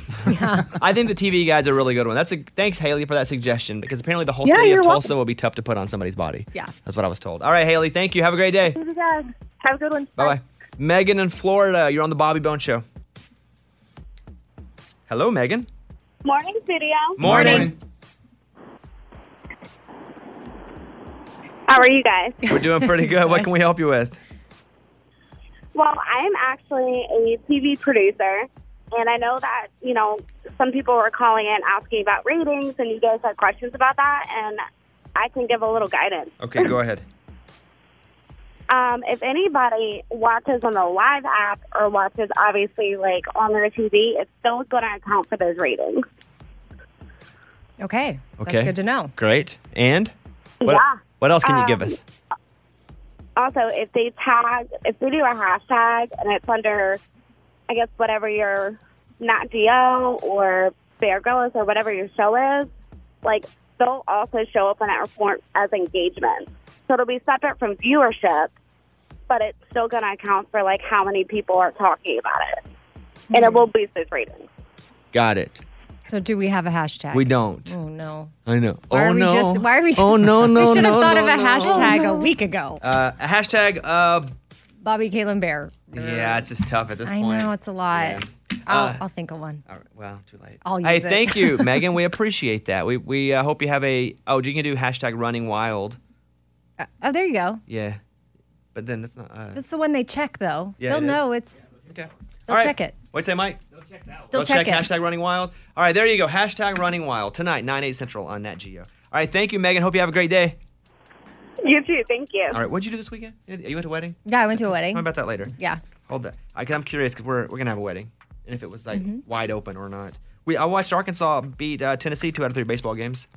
Speaker 1: I think the TV guide's a really good one. That's a thanks Haley for that suggestion because apparently the whole
Speaker 19: Yeah,
Speaker 1: city of
Speaker 19: you're
Speaker 1: Tulsa
Speaker 19: welcome.
Speaker 1: will be tough to put on somebody's body.
Speaker 19: Yeah.
Speaker 1: That's what I was told. All right, Haley, thank you. Have a great day.
Speaker 19: TV guide. Have a good one.
Speaker 1: Bye bye. Megan in Florida, you're on the Bobby Bone Show. Hello, Megan.
Speaker 22: Morning, studio. How are you guys?
Speaker 1: We're doing pretty good. What can we help you with?
Speaker 22: Well, I am actually a TV producer, and I know that, you know, some people were calling in asking about ratings, and you guys had questions about that, and I can give a little guidance.
Speaker 1: Okay, go ahead.
Speaker 22: Um, if anybody watches on the live app or watches, obviously, like on their TV, it's still going to account for those ratings.
Speaker 2: Okay.
Speaker 1: Okay.
Speaker 2: That's good to know.
Speaker 1: Great. And what,
Speaker 22: Yeah.
Speaker 1: what else can you give
Speaker 22: Um,
Speaker 1: us?
Speaker 22: also if they tag if they do a hashtag and it's under I guess whatever your Nat Geo or Bear Grylls or whatever your show is, like they'll also show up on that report as engagement. So it'll be separate from viewership, but it's still gonna account for like how many people are talking about it. And it will boost those ratings.
Speaker 1: Got it.
Speaker 2: So do we have a hashtag?
Speaker 1: We don't.
Speaker 2: Oh no.
Speaker 1: I know.
Speaker 2: Why
Speaker 1: oh
Speaker 2: are we
Speaker 1: no.
Speaker 2: just why are we just
Speaker 1: Oh no no
Speaker 2: We should have
Speaker 1: no,
Speaker 2: thought
Speaker 1: no,
Speaker 2: of a
Speaker 1: no.
Speaker 2: hashtag a week ago.
Speaker 1: Uh, hashtag. Uh,
Speaker 2: Bobby Caitlin Bear.
Speaker 1: yeah, it's just tough at this
Speaker 2: I
Speaker 1: point. Uh,
Speaker 2: know it's a lot. I'll, I'll think of one.
Speaker 1: Well, too late.
Speaker 2: I'll use
Speaker 1: Hey,
Speaker 2: it.
Speaker 1: thank you, Megan. We appreciate that. We we uh, hope you have a. Oh, you can do hashtag running wild.
Speaker 2: oh, there you go.
Speaker 1: Yeah, but then that's not. Uh,
Speaker 2: That's the one they check though.
Speaker 1: Yeah,
Speaker 2: They'll
Speaker 1: it is.
Speaker 2: know it's.
Speaker 1: Okay. All
Speaker 2: They'll
Speaker 1: right.
Speaker 2: check it.
Speaker 1: What'd you say, Mike?
Speaker 2: They'll
Speaker 1: Let's
Speaker 2: check, it.
Speaker 1: Hashtag running wild. All right, there you go. Hashtag running wild tonight, 9 8 Central on Nat Geo. All right, thank you, Megan. Hope you have a great day.
Speaker 22: You too, thank you.
Speaker 1: All right, what'd you do this weekend? You went to a wedding?
Speaker 2: Yeah, I went to a
Speaker 1: Tell me
Speaker 2: wedding.
Speaker 1: about that later.
Speaker 2: Yeah.
Speaker 1: Hold that. I, I'm curious because we're, we're going to have a wedding and if it was like
Speaker 2: Mm-hmm.
Speaker 1: wide open or not. We I watched Arkansas beat uh, Tennessee two out of three baseball games.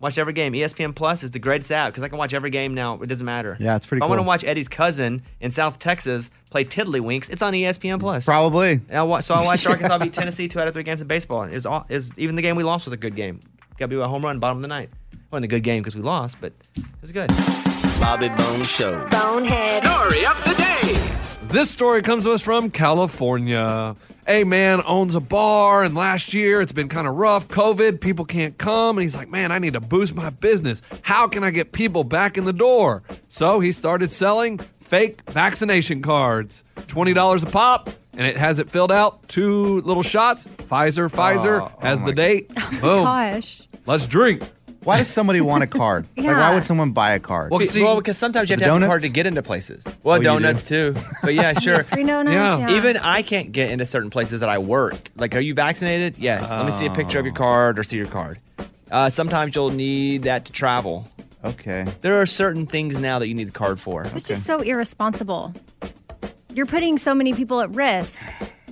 Speaker 1: Watched every game. E ESPN Plus is the greatest app because I can watch every game now. It doesn't matter.
Speaker 5: Yeah, it's pretty
Speaker 1: If I want to
Speaker 5: cool.
Speaker 1: watch Eddie's cousin in South Texas play Tiddlywinks, it's on E ESPN Plus.
Speaker 5: Probably.
Speaker 1: And I wa- so I watched Arkansas beat Tennessee two out of three games in baseball. And is is even the game we lost was a good game. Got to be a home run, bottom of the ninth. wasn't a good game because we lost, but it was good. Bobby Bone Show.
Speaker 14: Bonehead. Story of the day.
Speaker 18: This story comes to us from California. A man owns a bar, and last year it's been kind of rough. COVID, people can't come. And he's like, man, I need to boost my business. How can I get people back in the door? So he started selling fake vaccination cards $20 a pop, and it has it filled out. Two little shots. Pfizer, Pfizer has the date. Boom.
Speaker 2: Gosh.
Speaker 18: Let's drink.
Speaker 5: Why does somebody want a card? Like, why
Speaker 1: Yeah.
Speaker 5: would someone buy a card?
Speaker 1: Well, see- Well, because sometimes you have to have a card to get into places. Oh, Well,
Speaker 5: you do?
Speaker 1: donuts too. But yeah, sure.
Speaker 2: Free donuts, Yeah. yeah.
Speaker 1: Even I can't get into certain places that I work. Like, are you vaccinated? Yes. Let me see a picture of your card or see your card. Uh, sometimes you'll need that to travel.
Speaker 5: Okay.
Speaker 1: There are certain things now that you need the card for.
Speaker 2: It's just so irresponsible. You're putting so many people at risk.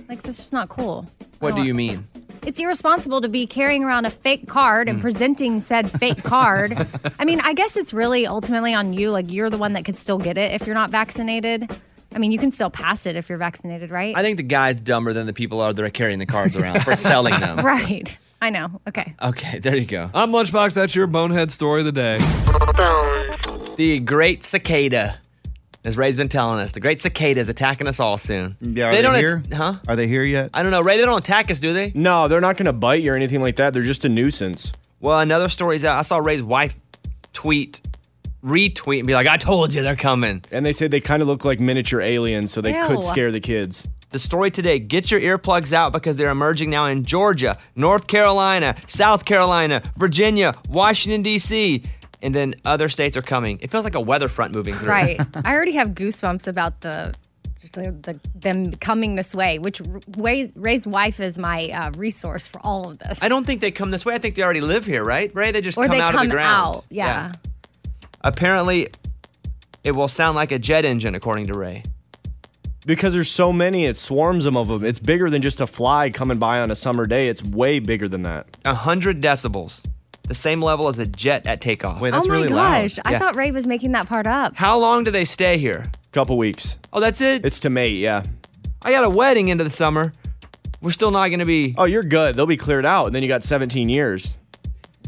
Speaker 2: Like, this is not cool.
Speaker 1: what do you mean?
Speaker 2: It's irresponsible to be carrying around a fake card
Speaker 1: Mm.
Speaker 2: and presenting said fake card. I mean, I guess it's really ultimately on you. Like, you're the one that could still get it if you're not vaccinated. I mean, you can still pass it if you're vaccinated, right?
Speaker 1: I think the guy's dumber than the people are that are carrying the cards around for selling them.
Speaker 2: right. I know. Okay.
Speaker 1: Okay, there you go.
Speaker 18: I'm Lunchbox. That's your bonehead story of the day.
Speaker 1: The great cicada, as Ray's been telling us, the great cicada is attacking us all soon.
Speaker 5: Yeah, are they here?
Speaker 1: huh?
Speaker 5: Are they here yet?
Speaker 1: I don't know. Ray, they don't attack us, do they?
Speaker 4: No, they're not going to bite you or anything like that. They're just a nuisance.
Speaker 1: Well, another story's out. I saw Ray's wife tweet, retweet, and be like, I told you they're coming.
Speaker 4: And they said they kind of look like miniature aliens, so they
Speaker 1: Ew.
Speaker 4: could scare the kids.
Speaker 1: The story today get your earplugs out because they're emerging now in Georgia, North Carolina, South Carolina, Virginia, Washington, D.C., and then other states are coming. It feels like a weather front moving through.
Speaker 2: Right. I already have goosebumps about the, the, the them coming this way, which Ray's, Ray's wife is my uh, resource for all of this.
Speaker 1: I don't think they come this way. I think they already live here, right? Ray, they just
Speaker 2: or
Speaker 1: come
Speaker 2: they
Speaker 1: out
Speaker 2: come
Speaker 1: of the ground.
Speaker 2: out. Yeah.
Speaker 1: Apparently, it will sound like a jet engine, according to Ray.
Speaker 4: Because there's so many, it swarms them of them. It's bigger than just a fly coming by on a summer day. It's way bigger than that.
Speaker 1: 100 decibels, the same level as a jet at takeoff. Wait,
Speaker 2: oh my gosh. I thought Ray was making that part up.
Speaker 1: How long do they stay here?
Speaker 4: Couple weeks.
Speaker 1: Oh, that's it?
Speaker 4: It's to May, yeah.
Speaker 1: I got a wedding into the summer. We're still not going to be.
Speaker 4: Oh, you're good. They'll be cleared out, and then you got 17 years.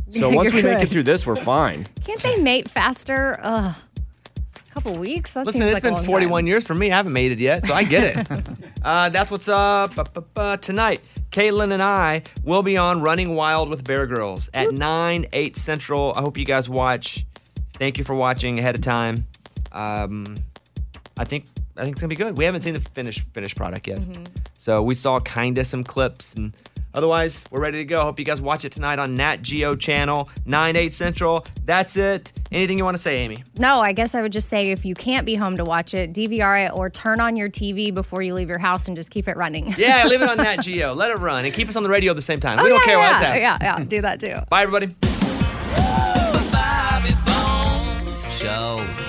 Speaker 4: So
Speaker 2: Yeah,
Speaker 4: once we
Speaker 2: you're
Speaker 4: make
Speaker 2: good.
Speaker 4: it through this, we're fine.
Speaker 2: Can't they mate faster? Ugh. A couple weeks? That
Speaker 1: Listen,
Speaker 2: seems
Speaker 1: it's
Speaker 2: like a
Speaker 1: been
Speaker 2: long time.
Speaker 1: 41 years for me. I haven't made it yet, so I get it. uh, that's what's up. Ba, ba, ba. Tonight, Caitlin and I will be on Running Wild with Bear Girls at 9, 8 Central. I hope you guys watch. Thank you for watching ahead of time. Um, I think I think it's gonna be good. We haven't seen the finished finished product yet,
Speaker 2: Mm-hmm.
Speaker 1: so we saw kinda some clips, and otherwise we're ready to go. Hope you guys watch it tonight on Nat Geo Channel 9 8 Central. That's it. Anything you want to say, Amy?
Speaker 2: No, I guess I would just say if you can't be home to watch it, DVR it or turn on your TV before you leave your house and just keep it running.
Speaker 1: Yeah, leave it on Nat Geo. Let it run and keep us on the radio at the same time.
Speaker 2: Oh,
Speaker 1: we don't
Speaker 2: yeah,
Speaker 1: care
Speaker 2: yeah,
Speaker 1: what's happening.
Speaker 2: Yeah, yeah, do that too.
Speaker 1: Bye, everybody.
Speaker 13: Show.